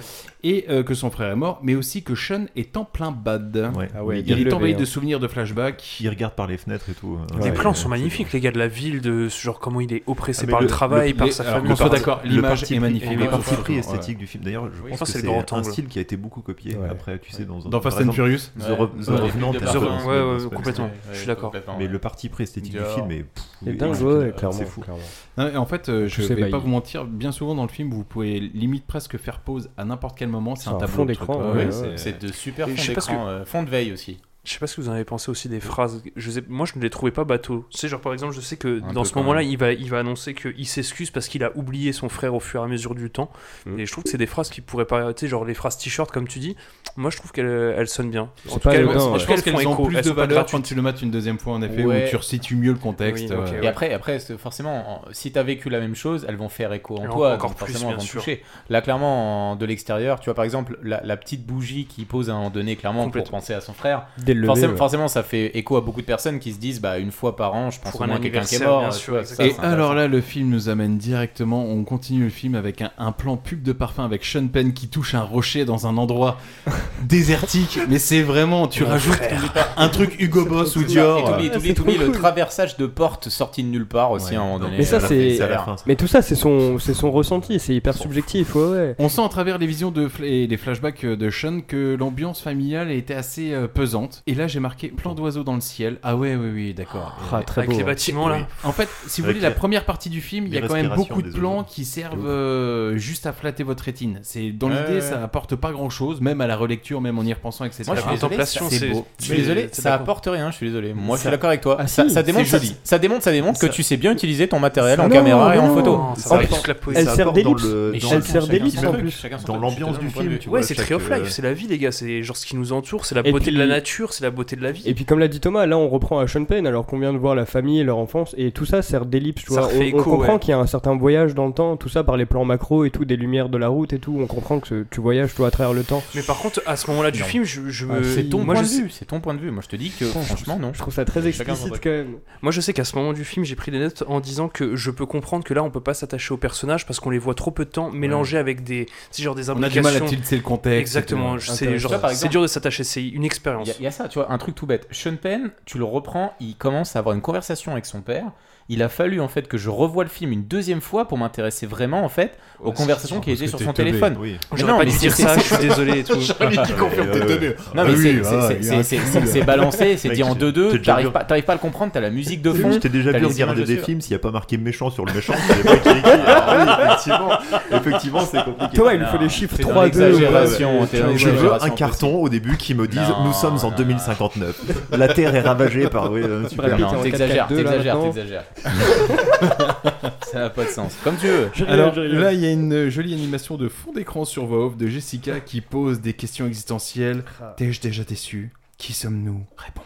[SPEAKER 2] et euh, que son frère est mort, mais aussi que Sean est en plein bad.
[SPEAKER 11] Ah ouais, bien
[SPEAKER 2] il est
[SPEAKER 11] levé,
[SPEAKER 2] envahi
[SPEAKER 11] hein.
[SPEAKER 2] de souvenirs de flashbacks.
[SPEAKER 11] Il regarde par les fenêtres et tout.
[SPEAKER 13] Les plans sont magnifiques, les gars de la ville, de ce genre comment il est oppressé par le, travail, par sa famille.
[SPEAKER 11] On
[SPEAKER 13] par-
[SPEAKER 11] Le
[SPEAKER 13] Ouais,
[SPEAKER 11] parti
[SPEAKER 13] ouais,
[SPEAKER 11] pris
[SPEAKER 13] ouais.
[SPEAKER 11] esthétique du film. D'ailleurs, je
[SPEAKER 13] Oui.
[SPEAKER 11] pense
[SPEAKER 13] Ça,
[SPEAKER 11] que
[SPEAKER 13] c'est le
[SPEAKER 11] c'est
[SPEAKER 13] grand
[SPEAKER 11] un
[SPEAKER 13] angle.
[SPEAKER 11] style qui a été beaucoup copié. Après, tu sais, dans un-
[SPEAKER 2] Dans Fast
[SPEAKER 11] par
[SPEAKER 2] and
[SPEAKER 11] exemple,
[SPEAKER 2] Furious
[SPEAKER 11] The,
[SPEAKER 2] Ouais.
[SPEAKER 11] Re- The
[SPEAKER 2] Ouais.
[SPEAKER 11] Revenant,
[SPEAKER 2] Ouais,
[SPEAKER 11] t'as Spencer,
[SPEAKER 2] ouais, ouais,
[SPEAKER 11] Spencer.
[SPEAKER 2] complètement, je suis d'accord. complètement,
[SPEAKER 11] Mais
[SPEAKER 2] ouais.
[SPEAKER 11] le parti pris esthétique du
[SPEAKER 2] Dior.
[SPEAKER 11] film est.
[SPEAKER 14] C'est
[SPEAKER 11] est
[SPEAKER 14] dingue,
[SPEAKER 11] inquiétant.
[SPEAKER 14] ouais, clairement,
[SPEAKER 11] C'est fou.
[SPEAKER 14] clairement.
[SPEAKER 2] Non, et en fait, euh, je
[SPEAKER 14] Tous
[SPEAKER 2] vais
[SPEAKER 14] ébahis.
[SPEAKER 2] pas vous mentir, bien souvent dans le film, vous pouvez limite presque faire pause à n'importe quel moment. C'est
[SPEAKER 14] C'est
[SPEAKER 2] un
[SPEAKER 14] un
[SPEAKER 2] tableau
[SPEAKER 14] fond
[SPEAKER 2] le
[SPEAKER 14] d'écran,
[SPEAKER 2] truc.
[SPEAKER 14] ouais,
[SPEAKER 2] Ouais,
[SPEAKER 14] ouais.
[SPEAKER 2] c'est-
[SPEAKER 12] C'est de super
[SPEAKER 13] Et je
[SPEAKER 12] fonds
[SPEAKER 13] sais pas ce
[SPEAKER 12] d'écran,
[SPEAKER 13] que-
[SPEAKER 12] euh, fond de veille aussi.
[SPEAKER 13] Je sais pas ce que vous en avez pensé aussi des phrases. Je sais, moi, je ne les trouvais pas bateaux. Tu sais, genre par exemple, je sais que
[SPEAKER 12] Un
[SPEAKER 13] dans
[SPEAKER 12] peu
[SPEAKER 13] ce
[SPEAKER 12] quand
[SPEAKER 13] moment-là, il va, il va annoncer qu'il s'excuse parce qu'il a oublié son frère au fur et à mesure du temps. Et je trouve que c'est des phrases qui pourraient pas. Tu sais, genre les phrases t-shirt, comme tu dis. Moi, je trouve qu'elles elles sonnent bien. En tout cas, elles-
[SPEAKER 2] je
[SPEAKER 13] je
[SPEAKER 2] pense
[SPEAKER 13] qu'elles font
[SPEAKER 2] qu'elles ont
[SPEAKER 13] écho.
[SPEAKER 2] plus
[SPEAKER 13] Elles
[SPEAKER 2] de
[SPEAKER 13] sont pas
[SPEAKER 2] valeur
[SPEAKER 13] gratuites.
[SPEAKER 2] quand tu le mates une deuxième fois en effet,
[SPEAKER 12] Ouais.
[SPEAKER 2] où tu resitues mieux le contexte. euh,
[SPEAKER 12] Et après, après c'est- forcément, en- si t'as vécu la même chose, elles vont faire écho en
[SPEAKER 13] Elles
[SPEAKER 12] toi,
[SPEAKER 13] vont encore
[SPEAKER 12] donc
[SPEAKER 13] plus,
[SPEAKER 12] forcément,
[SPEAKER 13] bien
[SPEAKER 12] elles vont te
[SPEAKER 13] sûr.
[SPEAKER 12] toucher. Là, clairement, en- de l'extérieur, tu vois, par exemple, la, la petite bougie qui pose à un moment donné, clairement, pour
[SPEAKER 13] Complètement.
[SPEAKER 12] penser à son frère,
[SPEAKER 14] Dès le lever,
[SPEAKER 12] forcément,
[SPEAKER 14] ouais.
[SPEAKER 12] forcément, ça fait écho à beaucoup de personnes qui se disent, bah, une fois par an, je pense
[SPEAKER 13] Pour
[SPEAKER 12] au
[SPEAKER 13] un
[SPEAKER 12] moins à quelqu'un qui est
[SPEAKER 13] anniversaire,
[SPEAKER 12] mort.
[SPEAKER 13] bien
[SPEAKER 12] tu
[SPEAKER 13] sûr,
[SPEAKER 12] vois,
[SPEAKER 13] exactement.
[SPEAKER 12] ça,
[SPEAKER 2] Et
[SPEAKER 12] c'est
[SPEAKER 2] alors là, le film nous amène directement, on continue le film avec un, un plan pub de parfum avec Sean Penn qui touche un rocher dans un endroit désertique. Mais c'est vraiment, tu
[SPEAKER 12] Mon
[SPEAKER 2] rajoutes
[SPEAKER 12] frère.
[SPEAKER 2] un truc Hugo Boss ou Dior.
[SPEAKER 12] Et t'oublies- t'oublies- t'oublies le traversage de porte sorti de nulle part aussi à un moment donné.
[SPEAKER 14] Mais ça,
[SPEAKER 12] Euh,
[SPEAKER 14] c'est.
[SPEAKER 12] à la fin,
[SPEAKER 14] Mais tout ça, c'est son, c'est son ressenti, c'est hyper subjectif, ouais, ouais.
[SPEAKER 2] On sent à travers les visions de fl- et les flashbacks euh, de Sean que l'ambiance familiale était assez euh, pesante. Et là, j'ai marqué plan d'oiseau dans le ciel. Ah ouais, oui, oui, d'accord.
[SPEAKER 14] Ah, très Avec beau, les hein. bâtiments, là.
[SPEAKER 2] En fait, si vous
[SPEAKER 14] Avec
[SPEAKER 2] voulez, la
[SPEAKER 14] les-
[SPEAKER 2] première partie du film, il y a
[SPEAKER 14] les
[SPEAKER 2] quand même
[SPEAKER 14] respirations
[SPEAKER 2] beaucoup de
[SPEAKER 14] des
[SPEAKER 2] plans
[SPEAKER 14] oiseaux.
[SPEAKER 2] qui servent euh, juste à flatter votre rétine. C'est dans l'idée,
[SPEAKER 12] Ouais.
[SPEAKER 2] ça apporte pas grand chose, même à la relecture, même en y repensant, etc.
[SPEAKER 12] Moi, je suis désolé, ça-
[SPEAKER 2] c'est beau.
[SPEAKER 12] Je suis désolé, ça apporte rien. Je suis désolé. Moi, je suis d'accord avec toi.
[SPEAKER 2] Ah,
[SPEAKER 12] ça,
[SPEAKER 2] si,
[SPEAKER 12] ça démontre,
[SPEAKER 2] c'est
[SPEAKER 12] ça,
[SPEAKER 2] joli.
[SPEAKER 12] ça démontre, ça démontre que tu sais bien utiliser ton matériel en
[SPEAKER 14] Non,
[SPEAKER 12] caméra
[SPEAKER 14] mais
[SPEAKER 12] et en
[SPEAKER 14] non.
[SPEAKER 12] photo.
[SPEAKER 14] Ça En apporte plus, la poésie. elle
[SPEAKER 12] Ça
[SPEAKER 14] sert
[SPEAKER 12] apporte dans
[SPEAKER 14] d'ellipse.
[SPEAKER 12] le-
[SPEAKER 14] Mais
[SPEAKER 12] dans
[SPEAKER 14] elle
[SPEAKER 12] le-
[SPEAKER 14] sert
[SPEAKER 12] chacun
[SPEAKER 14] d'ellipse,
[SPEAKER 12] son
[SPEAKER 14] en
[SPEAKER 12] truc,
[SPEAKER 14] plus.
[SPEAKER 12] chacun son
[SPEAKER 11] Dans
[SPEAKER 12] truc,
[SPEAKER 11] l'ambiance
[SPEAKER 12] je te
[SPEAKER 11] du
[SPEAKER 12] donne
[SPEAKER 11] film,
[SPEAKER 12] mon point de
[SPEAKER 11] tu
[SPEAKER 12] vue.
[SPEAKER 13] Ouais,
[SPEAKER 11] vois,
[SPEAKER 13] c'est
[SPEAKER 11] chaque,
[SPEAKER 13] Tree of Life,
[SPEAKER 11] euh,
[SPEAKER 13] c'est la vie, les gars, c'est genre ce qui nous entoure, c'est la
[SPEAKER 14] Et
[SPEAKER 13] beauté de la
[SPEAKER 14] puis-
[SPEAKER 13] nature, c'est la beauté de la vie.
[SPEAKER 14] Et puis comme l'a dit Thomas, là on reprend à Sean Penn alors qu'on vient de voir la famille et leur enfance et tout ça sert d'ellipse, tu
[SPEAKER 13] Ça
[SPEAKER 14] vois.
[SPEAKER 13] refait
[SPEAKER 14] On, on
[SPEAKER 13] écho,
[SPEAKER 14] comprend
[SPEAKER 13] ouais.
[SPEAKER 14] qu'il y a un certain voyage dans le temps, tout ça par les plans macro et tout, des lumières de la route et tout. On comprend que ce- tu voyages toi à travers le temps.
[SPEAKER 13] Mais par contre, à ce moment-là du
[SPEAKER 14] Non.
[SPEAKER 13] film, je, je
[SPEAKER 14] Ah,
[SPEAKER 13] me.
[SPEAKER 14] c'est ton
[SPEAKER 13] moi,
[SPEAKER 14] point
[SPEAKER 13] je
[SPEAKER 14] de
[SPEAKER 13] sais-
[SPEAKER 14] vue,
[SPEAKER 12] C'est ton point de vue. Moi, je te dis que
[SPEAKER 14] Putain, je
[SPEAKER 12] franchement, non.
[SPEAKER 14] Je trouve ça très
[SPEAKER 12] Chacun son
[SPEAKER 14] explicite
[SPEAKER 12] truc.
[SPEAKER 14] quand même.
[SPEAKER 13] Moi, je sais qu'à ce moment du film, j'ai pris des notes en disant que je peux comprendre que là, on peut pas s'attacher aux personnages parce qu'on les voit trop peu de temps mélangés avec des, c'est genre des
[SPEAKER 2] On a du
[SPEAKER 13] implications.
[SPEAKER 2] mal à tilter le contexte,
[SPEAKER 13] Exactement.
[SPEAKER 2] etc.
[SPEAKER 13] C'est
[SPEAKER 2] Intéressant.
[SPEAKER 13] genre,
[SPEAKER 2] Toi, par
[SPEAKER 13] c'est
[SPEAKER 2] exemple-
[SPEAKER 13] dur de s'attacher. C'est une expérience.
[SPEAKER 12] Il y, a- il y a ça, tu vois, un truc tout bête. Sean Penn, tu le reprends, il commence à avoir une conversation avec son père. Il a fallu en fait que je revoie le film une deuxième fois pour m'intéresser vraiment en fait aux conversations qui
[SPEAKER 11] parce
[SPEAKER 12] étaient
[SPEAKER 11] que
[SPEAKER 12] sur
[SPEAKER 11] t'es
[SPEAKER 12] son
[SPEAKER 11] teubé,
[SPEAKER 12] téléphone.
[SPEAKER 11] oui.
[SPEAKER 12] Mais
[SPEAKER 13] J'aurais pas dû
[SPEAKER 12] mais
[SPEAKER 13] dire
[SPEAKER 12] c'est-
[SPEAKER 13] ça,
[SPEAKER 12] c'est-
[SPEAKER 13] je suis désolé et tout. J'aurais
[SPEAKER 11] Ah,
[SPEAKER 13] dit confirme
[SPEAKER 12] Ouais,
[SPEAKER 13] tes
[SPEAKER 12] ouais,
[SPEAKER 13] teubés.
[SPEAKER 12] ouais.
[SPEAKER 13] Ah
[SPEAKER 12] Non mais
[SPEAKER 13] oui,
[SPEAKER 12] c'est-
[SPEAKER 13] ah,
[SPEAKER 12] c'est-
[SPEAKER 13] il y a un
[SPEAKER 12] c'est- c'est-
[SPEAKER 13] cul,
[SPEAKER 12] c'est-
[SPEAKER 13] là.
[SPEAKER 12] c'est balancé, c'est
[SPEAKER 13] Mec,
[SPEAKER 12] dit en
[SPEAKER 13] j'ai-
[SPEAKER 12] 2-2,
[SPEAKER 13] j'ai déjà
[SPEAKER 12] t'arrives
[SPEAKER 13] vu-
[SPEAKER 12] pas, t'arrives pas à le comprendre, t'as la musique de fond.
[SPEAKER 11] Je t'ai déjà
[SPEAKER 12] t'as
[SPEAKER 11] vu
[SPEAKER 12] les
[SPEAKER 11] regarder
[SPEAKER 12] images
[SPEAKER 11] des
[SPEAKER 12] dessus.
[SPEAKER 11] films, s'il n'y a pas marqué méchant sur le méchant, c'est les mecs qui écrivent. Ah oui, effectivement, effectivement c'est compliqué.
[SPEAKER 14] Thomas, il nous faut les chiffres euh, 3, 2, ouais, ouais.
[SPEAKER 11] Je veux un carton au début qui me dise
[SPEAKER 12] Non,
[SPEAKER 11] Nous sommes en 2059. La Terre est ravagée par. Oui, euh, super.
[SPEAKER 12] Non,
[SPEAKER 11] Non.
[SPEAKER 12] t'exagères,
[SPEAKER 14] 4-4-2, là,
[SPEAKER 12] t'exagères,
[SPEAKER 14] maintenant.
[SPEAKER 12] t'exagères. Ça n'a pas de sens. Comme tu veux.
[SPEAKER 2] Alors là, il y a une euh, jolie animation de fond d'écran sur voix off de Jessica qui pose des questions existentielles. T'es-je déjà déçu Qui sommes-nous Réponds-moi.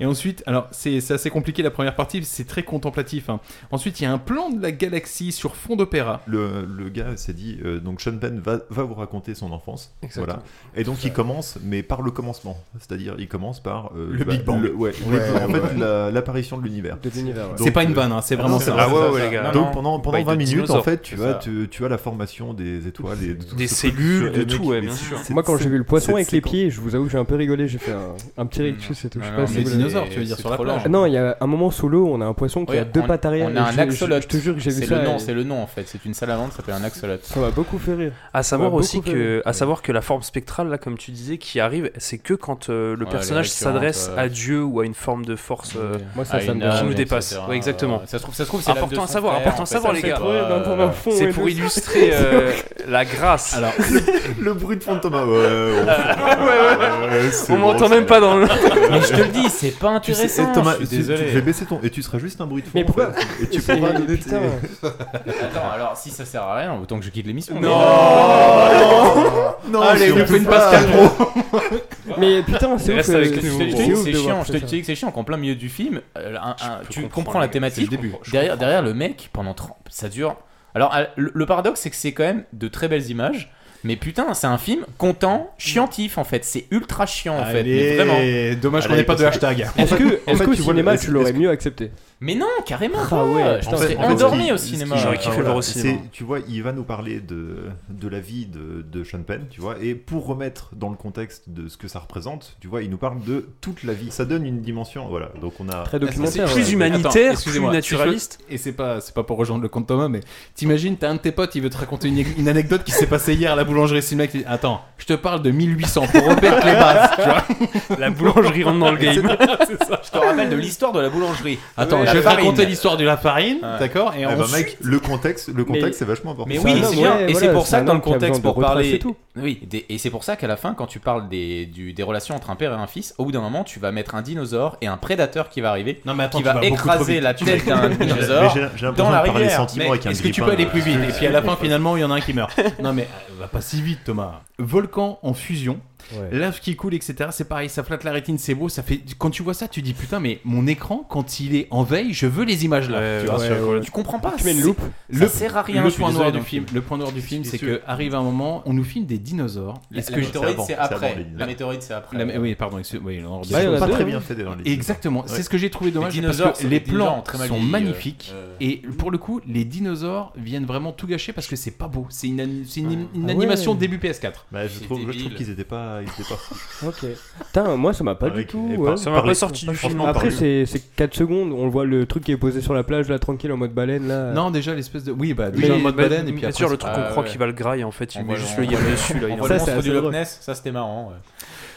[SPEAKER 2] Et ensuite, alors c'est c'est assez compliqué la première partie, c'est très contemplatif. hein. Ensuite, il y a un plan de la galaxie sur fond d'opéra.
[SPEAKER 11] Le, le gars s'est dit euh, donc Sean Penn va, va vous raconter son enfance.
[SPEAKER 2] Exactement.
[SPEAKER 11] Voilà. Et donc il commence, mais par le commencement. C'est-à-dire, il commence par. euh,
[SPEAKER 2] Le Big Bang.
[SPEAKER 11] ouais,
[SPEAKER 2] Ouais,
[SPEAKER 11] en
[SPEAKER 2] ouais.
[SPEAKER 11] fait, la- l'apparition de l'univers.
[SPEAKER 14] De l'univers, ouais.
[SPEAKER 11] Donc,
[SPEAKER 2] C'est pas une
[SPEAKER 11] euh,
[SPEAKER 2] vanne, hein, c'est
[SPEAKER 11] ah
[SPEAKER 2] vraiment
[SPEAKER 11] non,
[SPEAKER 2] ça.
[SPEAKER 11] c'est
[SPEAKER 2] Ah ouais,
[SPEAKER 11] ça,
[SPEAKER 2] ouais,
[SPEAKER 11] ça.
[SPEAKER 2] les gars.
[SPEAKER 11] Donc
[SPEAKER 2] Non,
[SPEAKER 11] pendant,
[SPEAKER 2] non.
[SPEAKER 11] pendant
[SPEAKER 2] By
[SPEAKER 11] 20
[SPEAKER 2] the
[SPEAKER 11] minutes, en
[SPEAKER 2] dinosaure.
[SPEAKER 11] fait, tu,
[SPEAKER 2] C'est
[SPEAKER 11] vois,
[SPEAKER 2] ça.
[SPEAKER 11] tu, tu as la formation des étoiles, et de tout
[SPEAKER 13] Des
[SPEAKER 11] ce
[SPEAKER 13] cellules,
[SPEAKER 11] truc.
[SPEAKER 13] de
[SPEAKER 11] Et mec,
[SPEAKER 13] tout, ouais,
[SPEAKER 11] mais
[SPEAKER 13] bien
[SPEAKER 11] c'est-
[SPEAKER 13] sûr.
[SPEAKER 11] c'est-
[SPEAKER 14] Moi quand j'ai vu le poisson
[SPEAKER 11] cette
[SPEAKER 14] avec les
[SPEAKER 11] séquence-
[SPEAKER 14] pieds, je vous avoue, j'ai un peu rigolé, j'ai fait un, un petit rictus et tout. Je sais pas si vous l'avez
[SPEAKER 2] dinosaures, tu veux dire, sur la plage.
[SPEAKER 14] Ah Non, il y a un moment sous l'eau, on a un poisson qui
[SPEAKER 12] Ouais,
[SPEAKER 14] a deux
[SPEAKER 12] on-
[SPEAKER 14] pattes arrière.
[SPEAKER 12] On
[SPEAKER 14] et
[SPEAKER 12] a un
[SPEAKER 14] je- je-
[SPEAKER 12] axolote.
[SPEAKER 14] Je te jure que j'ai vu
[SPEAKER 12] C'est
[SPEAKER 14] ça.
[SPEAKER 12] le nom,
[SPEAKER 14] et-
[SPEAKER 12] c'est le nom en fait. C'est une salamandre qui s'appelle un axolote.
[SPEAKER 14] Ça m'a beaucoup fait rire.
[SPEAKER 13] À savoir
[SPEAKER 14] Ça m'a
[SPEAKER 13] aussi
[SPEAKER 14] beaucoup fait
[SPEAKER 13] que,
[SPEAKER 14] rire.
[SPEAKER 13] à savoir que la forme spectrale, là, comme tu disais, qui arrive, c'est que quand euh, le
[SPEAKER 12] Ouais,
[SPEAKER 13] personnage
[SPEAKER 12] elle est récurrente,
[SPEAKER 13] s'adresse
[SPEAKER 12] euh.
[SPEAKER 13] à Dieu ou à une forme de force euh,
[SPEAKER 12] Moi, ça,
[SPEAKER 13] à
[SPEAKER 12] ça me
[SPEAKER 13] une-
[SPEAKER 12] dérange,
[SPEAKER 13] qui nous
[SPEAKER 12] etc.
[SPEAKER 13] dépasse. Ouais, exactement.
[SPEAKER 12] Ça se trouve- ça se trouve, c'est l'âme de
[SPEAKER 13] important à
[SPEAKER 12] son
[SPEAKER 13] savoir,
[SPEAKER 12] frère,
[SPEAKER 13] important
[SPEAKER 12] en
[SPEAKER 13] à
[SPEAKER 12] fait,
[SPEAKER 13] savoir,
[SPEAKER 12] ça
[SPEAKER 13] les
[SPEAKER 12] fait
[SPEAKER 13] gars.
[SPEAKER 12] trop, euh, dans ton enfant,
[SPEAKER 13] C'est
[SPEAKER 12] ouais,
[SPEAKER 13] pour
[SPEAKER 12] de-
[SPEAKER 13] illustrer euh, la grâce.
[SPEAKER 2] Alors,
[SPEAKER 11] Le bruit de fantôme. Ouais,
[SPEAKER 13] on m'entend même pas dans le.
[SPEAKER 12] Mais je te le dis, c'est pas
[SPEAKER 11] Tu sais,
[SPEAKER 12] intéressant.
[SPEAKER 11] eh, Thomas,
[SPEAKER 12] je
[SPEAKER 11] tu,
[SPEAKER 12] suis
[SPEAKER 11] tu
[SPEAKER 12] désolé.
[SPEAKER 11] fais baisser ton. Et tu seras juste un bruit de fond.
[SPEAKER 14] Mais
[SPEAKER 11] en
[SPEAKER 14] pourquoi
[SPEAKER 11] fait. Et tu
[SPEAKER 14] C'est-
[SPEAKER 11] pourras donner
[SPEAKER 14] putain.
[SPEAKER 11] tes-
[SPEAKER 12] Attends, alors si ça sert à rien, autant que je quitte l'émission.
[SPEAKER 11] Non
[SPEAKER 12] Non Allez,
[SPEAKER 11] surtout
[SPEAKER 12] on fait une
[SPEAKER 11] pas.
[SPEAKER 12] Pascal Pro
[SPEAKER 14] Mais putain, c'est ouf,
[SPEAKER 12] Reste
[SPEAKER 14] euh,
[SPEAKER 12] avec
[SPEAKER 14] c'est
[SPEAKER 12] nous.
[SPEAKER 14] ouf
[SPEAKER 12] Je te
[SPEAKER 14] de
[SPEAKER 12] dis que c'est
[SPEAKER 14] voir
[SPEAKER 12] chiant, je
[SPEAKER 14] tout
[SPEAKER 12] te
[SPEAKER 14] ça.
[SPEAKER 12] dis que c'est chiant qu'en plein milieu du film, euh, un- un-
[SPEAKER 13] peux
[SPEAKER 12] tu
[SPEAKER 13] comprendre,
[SPEAKER 12] comprends la
[SPEAKER 13] mais
[SPEAKER 12] thématique.
[SPEAKER 13] c'est le début. Je
[SPEAKER 12] Derrière, derrière le mec, pendant 30, ça dure. Alors, euh, le le paradoxe, c'est que c'est quand même de très belles images. Mais putain, c'est un film content, chiantif en fait. C'est ultra chiant en
[SPEAKER 2] Allez,
[SPEAKER 12] fait. Mais vraiment.
[SPEAKER 2] dommage qu'on n'ait pas de hashtag.
[SPEAKER 14] Est-ce que,
[SPEAKER 12] En
[SPEAKER 14] est-ce
[SPEAKER 12] fait,
[SPEAKER 14] qu'au
[SPEAKER 12] tu vois,
[SPEAKER 14] cinéma,
[SPEAKER 12] est-ce-
[SPEAKER 14] tu l'aurais mieux accepté
[SPEAKER 12] Mais non, carrément.
[SPEAKER 14] Ah
[SPEAKER 12] pas.
[SPEAKER 14] ouais,
[SPEAKER 12] je
[SPEAKER 14] putain,
[SPEAKER 11] En fait-
[SPEAKER 12] serais
[SPEAKER 11] en fait,
[SPEAKER 12] endormi
[SPEAKER 11] ce
[SPEAKER 12] au
[SPEAKER 11] qui- ce
[SPEAKER 12] cinéma. Ah,
[SPEAKER 11] qui-
[SPEAKER 13] J'aurais kiffé
[SPEAKER 11] enfin,
[SPEAKER 13] le voir au
[SPEAKER 11] c'est-
[SPEAKER 13] cinéma.
[SPEAKER 11] Tu vois, il va nous parler de, de la vie de, de Sean Penn, tu vois, et pour remettre dans le contexte de ce que ça représente, tu vois, il nous parle de toute la vie. Ça donne une dimension, voilà. Donc on a.
[SPEAKER 14] Très
[SPEAKER 2] C'est
[SPEAKER 14] documentaire.
[SPEAKER 13] Ah, plus
[SPEAKER 14] ouais.
[SPEAKER 13] humanitaire,
[SPEAKER 2] Attends,
[SPEAKER 13] plus
[SPEAKER 2] excusez-moi,
[SPEAKER 13] naturaliste.
[SPEAKER 2] si je peux- Et c'est pas, c'est pas pour rejoindre le compte Thomas, mais t'imagines, t'as un de tes potes, il veut te raconter une, une anecdote qui s'est passée hier à la boulangerie. C'est le mec qui dit Attends, je te parle de 1800 pour Robert
[SPEAKER 12] Ah
[SPEAKER 2] Clébas. tu vois.
[SPEAKER 13] La boulangerie rentre dans le game.
[SPEAKER 2] C'est ça.
[SPEAKER 12] Je te rappelle de l'histoire de la boulangerie.
[SPEAKER 2] Attends,
[SPEAKER 12] La
[SPEAKER 2] je vais te
[SPEAKER 12] farine.
[SPEAKER 2] raconter l'histoire de la farine,
[SPEAKER 12] Ouais.
[SPEAKER 2] d'accord Et
[SPEAKER 11] Eh ben,
[SPEAKER 2] ensuite-
[SPEAKER 11] mec, le contexte, le
[SPEAKER 14] Mais-
[SPEAKER 11] contexte, c'est vachement important.
[SPEAKER 12] Mais
[SPEAKER 14] C'est
[SPEAKER 12] oui,
[SPEAKER 14] un
[SPEAKER 12] c'est
[SPEAKER 14] homme,
[SPEAKER 12] bien.
[SPEAKER 14] ouais,
[SPEAKER 12] et
[SPEAKER 14] voilà,
[SPEAKER 12] c'est pour
[SPEAKER 14] c'est
[SPEAKER 12] ça
[SPEAKER 14] un
[SPEAKER 12] que dans le
[SPEAKER 14] homme qui a
[SPEAKER 12] contexte,
[SPEAKER 14] besoin
[SPEAKER 12] pour
[SPEAKER 14] de
[SPEAKER 12] parler.
[SPEAKER 14] retracer tout.
[SPEAKER 12] Oui, des- et c'est pour ça qu'à la fin, quand tu parles des, du- des relations entre un père et un fils, au bout d'un moment, tu vas mettre un dinosaure et un prédateur qui va arriver,
[SPEAKER 2] Non, mais attends,
[SPEAKER 12] qui
[SPEAKER 2] tu vas
[SPEAKER 12] va
[SPEAKER 2] beaucoup trop
[SPEAKER 12] écraser
[SPEAKER 2] vite.
[SPEAKER 12] la tête d'un
[SPEAKER 11] Mais j'ai-
[SPEAKER 12] dinosaure
[SPEAKER 11] mais j'ai- j'ai l'impression
[SPEAKER 12] dans la
[SPEAKER 11] de parler
[SPEAKER 12] rivière.
[SPEAKER 11] sentiment
[SPEAKER 2] Mais
[SPEAKER 11] avec un hein.
[SPEAKER 2] Est-ce que tu
[SPEAKER 11] grippin,
[SPEAKER 2] peux aller
[SPEAKER 11] là.
[SPEAKER 2] plus vite Et puis à la fin,
[SPEAKER 11] Ouais.
[SPEAKER 2] finalement, il y en a un qui meurt. Non, mais euh, va pas si vite, Thomas. Volcan en fusion,
[SPEAKER 14] Ouais.
[SPEAKER 2] lave qui coule, etc. C'est pareil, ça flatte la rétine, c'est beau. Ça fait... Quand tu vois ça, tu dis putain, mais mon écran, quand il est en veille, je veux les images là. tu vois,
[SPEAKER 14] ouais,
[SPEAKER 2] sur-
[SPEAKER 14] ouais.
[SPEAKER 12] Tu comprends pas.
[SPEAKER 14] Tu mets une
[SPEAKER 12] c'est-
[SPEAKER 14] loupe.
[SPEAKER 12] Ça sert à rien,
[SPEAKER 2] Le
[SPEAKER 12] je suis
[SPEAKER 2] point,
[SPEAKER 12] désolé,
[SPEAKER 2] noir du
[SPEAKER 12] donc.
[SPEAKER 2] film, le point noir du film, c'est
[SPEAKER 11] Excuse-
[SPEAKER 2] que arrive un moment, on nous filme des dinosaures.
[SPEAKER 12] La,
[SPEAKER 2] Est-ce
[SPEAKER 12] la
[SPEAKER 2] que je-
[SPEAKER 12] météorite,
[SPEAKER 11] avant,
[SPEAKER 12] c'est
[SPEAKER 11] c'est
[SPEAKER 12] après.
[SPEAKER 11] avant les
[SPEAKER 12] La météorite, c'est après.
[SPEAKER 2] La- Oui, pardon, excuse- oui, on en
[SPEAKER 11] Qui sont
[SPEAKER 14] Ouais, il y en a
[SPEAKER 11] pas
[SPEAKER 14] deux,
[SPEAKER 11] très
[SPEAKER 14] hein.
[SPEAKER 11] bien fait dans les
[SPEAKER 2] Exactement,
[SPEAKER 11] Ouais.
[SPEAKER 2] c'est ce que j'ai trouvé dommage
[SPEAKER 12] Les
[SPEAKER 2] parce
[SPEAKER 12] dinosaures,
[SPEAKER 2] que
[SPEAKER 12] c'est
[SPEAKER 2] les
[SPEAKER 12] des dinosaures
[SPEAKER 2] plans
[SPEAKER 12] très mal
[SPEAKER 2] sont
[SPEAKER 12] vieillis,
[SPEAKER 2] magnifiques
[SPEAKER 12] euh,
[SPEAKER 2] et pour le coup, les dinosaures viennent vraiment tout gâcher parce que c'est pas beau. C'est une, an- c'est une- une
[SPEAKER 14] Ah ouais.
[SPEAKER 2] animation début PS4.
[SPEAKER 11] Bah, je
[SPEAKER 12] C'est
[SPEAKER 11] trouve, je
[SPEAKER 12] débile.
[SPEAKER 11] trouve qu'ils étaient pas, ils étaient pas.
[SPEAKER 14] Ok. Putain, moi, ça m'a pas du
[SPEAKER 11] Avec-
[SPEAKER 14] tout.
[SPEAKER 11] et
[SPEAKER 14] ouais.
[SPEAKER 11] par-
[SPEAKER 13] Ça m'a
[SPEAKER 11] parler-
[SPEAKER 13] pas sorti du film.
[SPEAKER 11] franchement,
[SPEAKER 14] Après,
[SPEAKER 11] parler-
[SPEAKER 14] c'est 4 secondes, on le voit le truc qui est posé sur la plage, là, tranquille, en mode baleine, là.
[SPEAKER 2] Non, déjà l'espèce de oui, bah
[SPEAKER 13] Mais-
[SPEAKER 2] déjà en mode
[SPEAKER 13] bah,
[SPEAKER 2] baleine et puis
[SPEAKER 13] bien
[SPEAKER 2] après
[SPEAKER 13] sûr, le
[SPEAKER 2] c'est-
[SPEAKER 13] truc
[SPEAKER 12] Ah,
[SPEAKER 13] qu'on croit
[SPEAKER 12] ouais.
[SPEAKER 13] qu'il va le grailler, en fait, il
[SPEAKER 12] On
[SPEAKER 13] met
[SPEAKER 12] voit
[SPEAKER 13] juste
[SPEAKER 12] le-
[SPEAKER 13] le yam dessus. là.
[SPEAKER 12] On
[SPEAKER 13] il
[SPEAKER 12] voit
[SPEAKER 13] est-
[SPEAKER 12] le
[SPEAKER 14] Ça, c'est
[SPEAKER 12] monstre
[SPEAKER 14] assez
[SPEAKER 12] du Loch
[SPEAKER 14] drôle.
[SPEAKER 12] Ness, ça c'était marrant. ouais.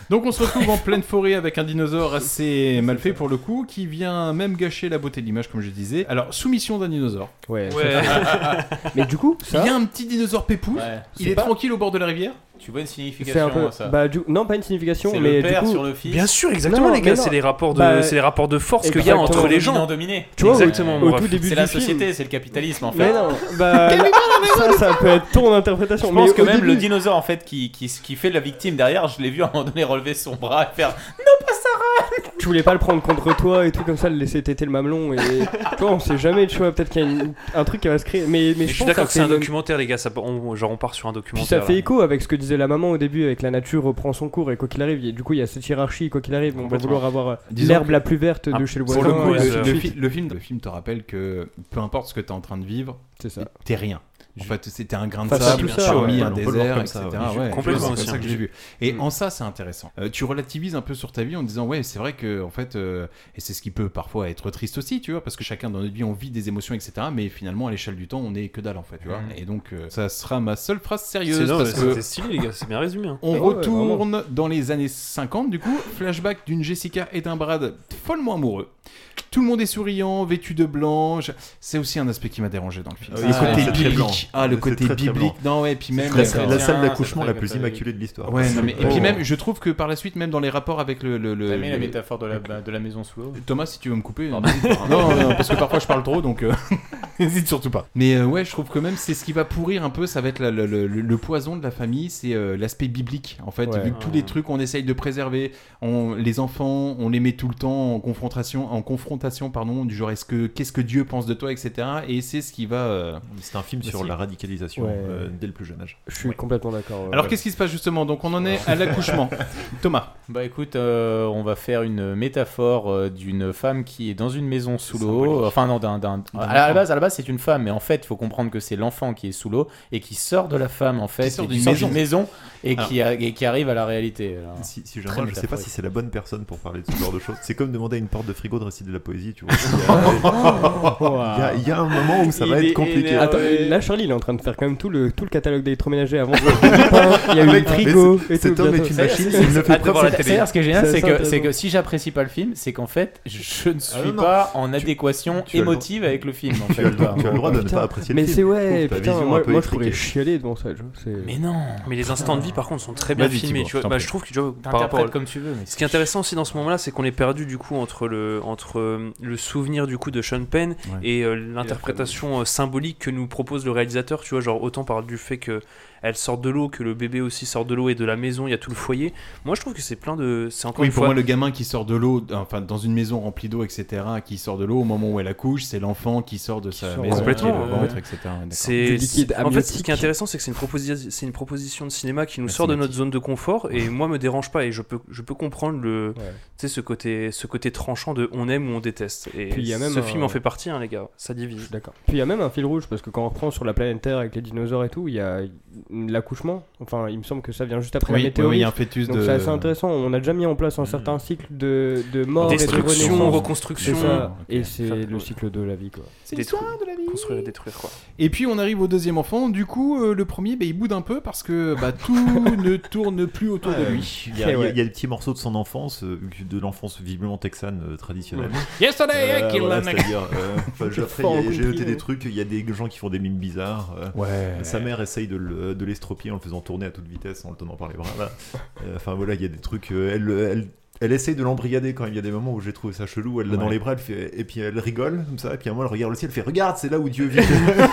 [SPEAKER 2] Donc on se retrouve en pleine forêt avec un dinosaure assez mal fait pour le coup qui vient même gâcher la beauté de l'image comme je disais. Alors soumission d'un dinosaure.
[SPEAKER 14] Ouais. ça,
[SPEAKER 13] Ouais.
[SPEAKER 14] c'est- Mais du coup,
[SPEAKER 2] Il
[SPEAKER 14] ça.
[SPEAKER 2] y a un petit dinosaure pépouze.
[SPEAKER 12] Ouais.
[SPEAKER 2] Il
[SPEAKER 14] C'est
[SPEAKER 2] est
[SPEAKER 14] pas-
[SPEAKER 2] tranquille au bord de la rivière.
[SPEAKER 12] Tu vois une
[SPEAKER 14] C'est
[SPEAKER 12] signification
[SPEAKER 14] un peu.
[SPEAKER 12] à ça.
[SPEAKER 14] Bah, du... Non, pas une signification,
[SPEAKER 12] C'est
[SPEAKER 14] mais
[SPEAKER 12] le
[SPEAKER 14] du
[SPEAKER 12] père
[SPEAKER 14] coup,
[SPEAKER 12] sur le fils.
[SPEAKER 13] Bien sûr, exactement,
[SPEAKER 14] Non,
[SPEAKER 13] les gars,
[SPEAKER 14] mais non.
[SPEAKER 13] c'est les rapports de,
[SPEAKER 14] Bah,
[SPEAKER 13] c'est les rapports de force qu'il y a entre
[SPEAKER 14] exactement.
[SPEAKER 13] les gens.
[SPEAKER 12] dominés.
[SPEAKER 14] Tu vois, au-
[SPEAKER 13] Exactement,
[SPEAKER 14] au,
[SPEAKER 13] bref.
[SPEAKER 14] tout début
[SPEAKER 12] C'est
[SPEAKER 14] du
[SPEAKER 12] la
[SPEAKER 14] film-
[SPEAKER 12] société, c'est le capitalisme en fait.
[SPEAKER 14] Mais non, bah, là, ça, ça peut être ton interprétation.
[SPEAKER 12] Je pense
[SPEAKER 14] mais
[SPEAKER 12] que
[SPEAKER 14] au
[SPEAKER 12] même
[SPEAKER 14] début-
[SPEAKER 12] le dinosaure en fait qui, qui, qui fait la victime derrière, je l'ai vu à un moment donné relever son bras et faire
[SPEAKER 14] tu voulais pas le prendre contre toi et tout comme ça, le laisser têter le mamelon et tu vois, on sait jamais, tu vois, peut-être qu'il y a une- un truc qui va se créer. Mais, mais
[SPEAKER 13] Mais je suis
[SPEAKER 14] pense
[SPEAKER 13] d'accord que c'est
[SPEAKER 14] ça
[SPEAKER 13] un
[SPEAKER 14] fait une-
[SPEAKER 13] documentaire, les gars. ça- on- Genre, on part sur un
[SPEAKER 14] Puis
[SPEAKER 13] documentaire.
[SPEAKER 14] ça fait
[SPEAKER 13] là.
[SPEAKER 14] écho avec ce que disait la maman au début, avec la nature reprend son cours et quoi qu'il arrive, il y a- du coup il y a cette hiérarchie, quoi qu'il arrive, on va
[SPEAKER 13] Complètement.
[SPEAKER 14] vouloir avoir euh,
[SPEAKER 2] Disons
[SPEAKER 14] l'herbe
[SPEAKER 2] que-
[SPEAKER 14] la plus verte
[SPEAKER 2] Ah,
[SPEAKER 14] de chez le
[SPEAKER 2] Pour
[SPEAKER 14] voisin. euh,
[SPEAKER 2] le coup,
[SPEAKER 13] ouais,
[SPEAKER 14] et
[SPEAKER 2] le-
[SPEAKER 13] c'est-
[SPEAKER 14] tout de
[SPEAKER 2] le,
[SPEAKER 14] suite.
[SPEAKER 2] fi- le film, le film te rappelle que peu importe ce que tu es en train de vivre,
[SPEAKER 14] C'est ça.
[SPEAKER 2] t'es rien. En fait, c'était un grain de
[SPEAKER 14] Face à
[SPEAKER 2] sable
[SPEAKER 14] tout ça,
[SPEAKER 2] parmi
[SPEAKER 11] ouais.
[SPEAKER 2] un
[SPEAKER 11] On peut le voir
[SPEAKER 2] désert,
[SPEAKER 11] comme
[SPEAKER 2] etc.
[SPEAKER 11] ça, ouais.
[SPEAKER 2] Ouais,
[SPEAKER 13] Complètement
[SPEAKER 2] tu vois, c'est comme
[SPEAKER 13] aussi,
[SPEAKER 2] ça
[SPEAKER 13] hein.
[SPEAKER 2] que je l'ai vu. Et
[SPEAKER 13] Mm.
[SPEAKER 2] en ça, c'est intéressant. Euh, tu relativises un peu sur ta vie en disant ouais, c'est vrai que en fait, euh, et c'est ce qui peut parfois être triste aussi, tu vois, parce que chacun dans notre vie on vit des émotions, etc. Mais finalement, à l'échelle du temps, on est que dalle en fait, tu vois.
[SPEAKER 12] Mm.
[SPEAKER 2] Et donc, euh, ça sera ma seule phrase
[SPEAKER 13] C'est
[SPEAKER 2] sérieuse
[SPEAKER 13] non, mais
[SPEAKER 2] parce que
[SPEAKER 13] C'était stylé, les gars, c'est bien résumé. hein.
[SPEAKER 11] Ah
[SPEAKER 2] on
[SPEAKER 14] Ouais,
[SPEAKER 2] retourne dans les années 50, du coup, flashback d'une Jessica et d'un Brad follement amoureux. Tout le monde est souriant, vêtu de blanc. Je- C'est aussi un aspect qui m'a dérangé dans le film.
[SPEAKER 11] Ah
[SPEAKER 2] C'est
[SPEAKER 11] oui,
[SPEAKER 2] le
[SPEAKER 12] c'est
[SPEAKER 2] côté
[SPEAKER 12] très,
[SPEAKER 11] très blanc.
[SPEAKER 2] biblique. Ah, le
[SPEAKER 11] C'est
[SPEAKER 2] côté
[SPEAKER 11] très, très
[SPEAKER 2] biblique. Non, ouais, puis même. euh,
[SPEAKER 11] La,
[SPEAKER 12] très,
[SPEAKER 11] la
[SPEAKER 12] très
[SPEAKER 11] salle
[SPEAKER 12] bien,
[SPEAKER 11] d'accouchement
[SPEAKER 12] c'est
[SPEAKER 11] la
[SPEAKER 12] très
[SPEAKER 11] plus
[SPEAKER 12] catholique.
[SPEAKER 11] immaculée de l'histoire.
[SPEAKER 2] Ouais, non, mais- et puis
[SPEAKER 11] Oh.
[SPEAKER 2] même, je trouve que par la suite, même dans les rapports avec le. le,
[SPEAKER 11] Euh,
[SPEAKER 2] le-
[SPEAKER 12] T'as aimé la
[SPEAKER 2] le-
[SPEAKER 12] métaphore de la, bah, de la maison sous l'eau
[SPEAKER 2] Thomas, si tu veux me couper.
[SPEAKER 12] Non,
[SPEAKER 2] n'hésite pas. Non, non, non, parce que parfois je parle trop, donc euh, n'hésite surtout pas. Mais euh, ouais, je trouve que même c'est ce qui va pourrir un peu, ça va être la- le, le- le poison de la famille, c'est euh, l'aspect biblique. En fait,
[SPEAKER 14] Ouais.
[SPEAKER 2] vu que tous les trucs qu'on essaye de préserver, on, les enfants, on les met tout le temps en confrontation, en confrontation pardon, du genre est-ce que qu'est-ce que Dieu pense de toi, etc. Et c'est ce qui va. euh,
[SPEAKER 11] C'est un film sur
[SPEAKER 2] Aussi.
[SPEAKER 11] la radicalisation
[SPEAKER 14] Ouais.
[SPEAKER 11] euh, dès le plus jeune âge.
[SPEAKER 14] Je suis complètement d'accord. ouais.
[SPEAKER 2] Alors qu'est-ce qui se passe justement Donc on en est à l'accouchement. Thomas,
[SPEAKER 12] Bah écoute, euh, on va faire une métaphore euh, d'une femme qui est dans une maison sous l'eau. Enfin non, d'un, d'un- à, la- à la base, à la base c'est une femme, mais en fait, il faut comprendre que c'est l'enfant qui est sous l'eau et qui sort de la femme en fait,
[SPEAKER 11] Qui sort
[SPEAKER 12] et
[SPEAKER 11] d'une maison. Ah.
[SPEAKER 12] maison et
[SPEAKER 11] Alors.
[SPEAKER 12] qui, a- et qui arrive à la réalité. Alors,
[SPEAKER 11] Si, si
[SPEAKER 12] Ah,
[SPEAKER 11] j'aimerais,
[SPEAKER 12] très
[SPEAKER 11] je sais pas
[SPEAKER 12] métaphorique.
[SPEAKER 11] si c'est la bonne personne pour parler de ce genre de choses. C'est comme demander à une porte de frigo de réciter de la poésie, tu vois. Il y a, il y a un moment où ça va être compliqué.
[SPEAKER 14] Attends, là, Charlie, il est en train de faire quand même tout le, tout le catalogue d'électroménager avant. il y a eu le frigo. et tout, bientôt.
[SPEAKER 12] C'est- c'est-à-dire, ce qui est génial, c'est que, c'est que si j'apprécie pas le film, c'est qu'en fait, je, je ne suis
[SPEAKER 14] Ah non, non.
[SPEAKER 12] pas en adéquation
[SPEAKER 14] tu as le droit-
[SPEAKER 12] émotive avec le film. En
[SPEAKER 11] Tu
[SPEAKER 12] fait.
[SPEAKER 11] as le droit- tu as le droit de ne
[SPEAKER 12] Putain.
[SPEAKER 11] pas apprécier
[SPEAKER 14] Mais
[SPEAKER 11] le
[SPEAKER 14] c'est
[SPEAKER 11] film. Je
[SPEAKER 14] ouais,
[SPEAKER 11] trouve ta
[SPEAKER 14] putain,
[SPEAKER 11] vision un
[SPEAKER 14] moi,
[SPEAKER 11] peu
[SPEAKER 14] moi, je pourrais
[SPEAKER 11] étriquée.
[SPEAKER 14] chialer devant ça. tu vois, c'est-
[SPEAKER 12] Mais non
[SPEAKER 13] Mais les instants de vie, par contre, sont très bien
[SPEAKER 12] Vas-y,
[SPEAKER 13] filmés.
[SPEAKER 12] Thibaut,
[SPEAKER 13] Tu vois,
[SPEAKER 12] je t'en
[SPEAKER 13] bah,
[SPEAKER 12] prie.
[SPEAKER 13] je trouve que tu vois, par
[SPEAKER 12] T'interprètes
[SPEAKER 13] rapport à-
[SPEAKER 12] comme tu veux, mais
[SPEAKER 13] Ce qui est intéressant aussi dans ce moment-là, c'est qu'on est perdu du coup entre le entre euh, le souvenir du coup de Sean Penn et euh, l'interprétation euh, symbolique que nous propose le réalisateur. Tu vois, genre autant parle du fait que elle sort de l'eau, que le bébé aussi sort de l'eau et de la maison. Il y a tout le foyer. Moi, je trouve que c'est plein de. C'est encore
[SPEAKER 2] Oui,
[SPEAKER 13] une
[SPEAKER 2] pour
[SPEAKER 13] fois.
[SPEAKER 2] moi, le gamin qui sort de l'eau, enfin, dans une maison remplie d'eau, etc., qui sort de l'eau au moment où elle accouche, c'est l'enfant qui sort de sa
[SPEAKER 13] sort,
[SPEAKER 2] maison, qui
[SPEAKER 13] complètement,
[SPEAKER 2] est le
[SPEAKER 13] ouais.
[SPEAKER 2] ventre, etc. Ouais, d'accord.
[SPEAKER 13] C'est c'est- en fait ce qui est intéressant c'est que c'est une proposition c'est une proposition de cinéma qui nous sort de notre zone de confort et moi me dérange pas et je peux je peux comprendre le tu sais ce côté ce côté tranchant de on aime ou on déteste et
[SPEAKER 14] Puis il y a même
[SPEAKER 13] ce
[SPEAKER 14] un-
[SPEAKER 13] film en fait partie hein, les gars ça divise
[SPEAKER 14] d'accord Puis il y a même un fil rouge parce que quand on reprend sur la planète Terre avec les dinosaures et tout, il y a l'accouchement. Enfin, il me semble que ça vient juste après
[SPEAKER 2] Oui,
[SPEAKER 14] la météorite.
[SPEAKER 2] oui, il y a un fœtus
[SPEAKER 14] Donc
[SPEAKER 2] de-
[SPEAKER 14] c'est assez intéressant. On a déjà mis en place un certain cycle de, de mort et de
[SPEAKER 13] Destruction,
[SPEAKER 14] renaissance.
[SPEAKER 13] reconstruction.
[SPEAKER 14] C'est ça.
[SPEAKER 13] Ok.
[SPEAKER 14] Et c'est le cycle de la vie quoi.
[SPEAKER 13] l'histoire de la vie construire et détruire quoi
[SPEAKER 2] Et puis on arrive au deuxième enfant. Du coup, euh, le premier, bah, il boude un peu parce que bah, tout ne tourne plus autour de
[SPEAKER 11] Ouais,
[SPEAKER 2] lui.
[SPEAKER 11] Il y, a, il y a- il y a des petits morceaux de son enfance, euh, de l'enfance visiblement texane euh, traditionnelle.
[SPEAKER 2] Mm. Yesterday, I killed
[SPEAKER 11] voilà,
[SPEAKER 2] a nigga.
[SPEAKER 11] c'est-à-dire, euh, enfin, je- après,
[SPEAKER 2] Fort
[SPEAKER 11] il y a- j'ai
[SPEAKER 2] country,
[SPEAKER 11] noté
[SPEAKER 2] ouais.
[SPEAKER 11] des trucs, il y a des gens qui font des mimes bizarres. euh,
[SPEAKER 2] Ouais.
[SPEAKER 11] Sa mère essaye de le- de l'estropier en le faisant tourner à toute vitesse, en le tenant par les bras. là. Euh, Enfin voilà, il y a des trucs. euh, elle, elle, elle essaye de l'embrigader quand même. Il y a des moments où j'ai trouvé ça chelou. Elle l'a dans
[SPEAKER 2] Ouais.
[SPEAKER 11] les bras, elle fait- et puis elle rigole comme ça. Et puis à un moment, elle regarde le ciel, elle fait Regarde, c'est là où Dieu vit.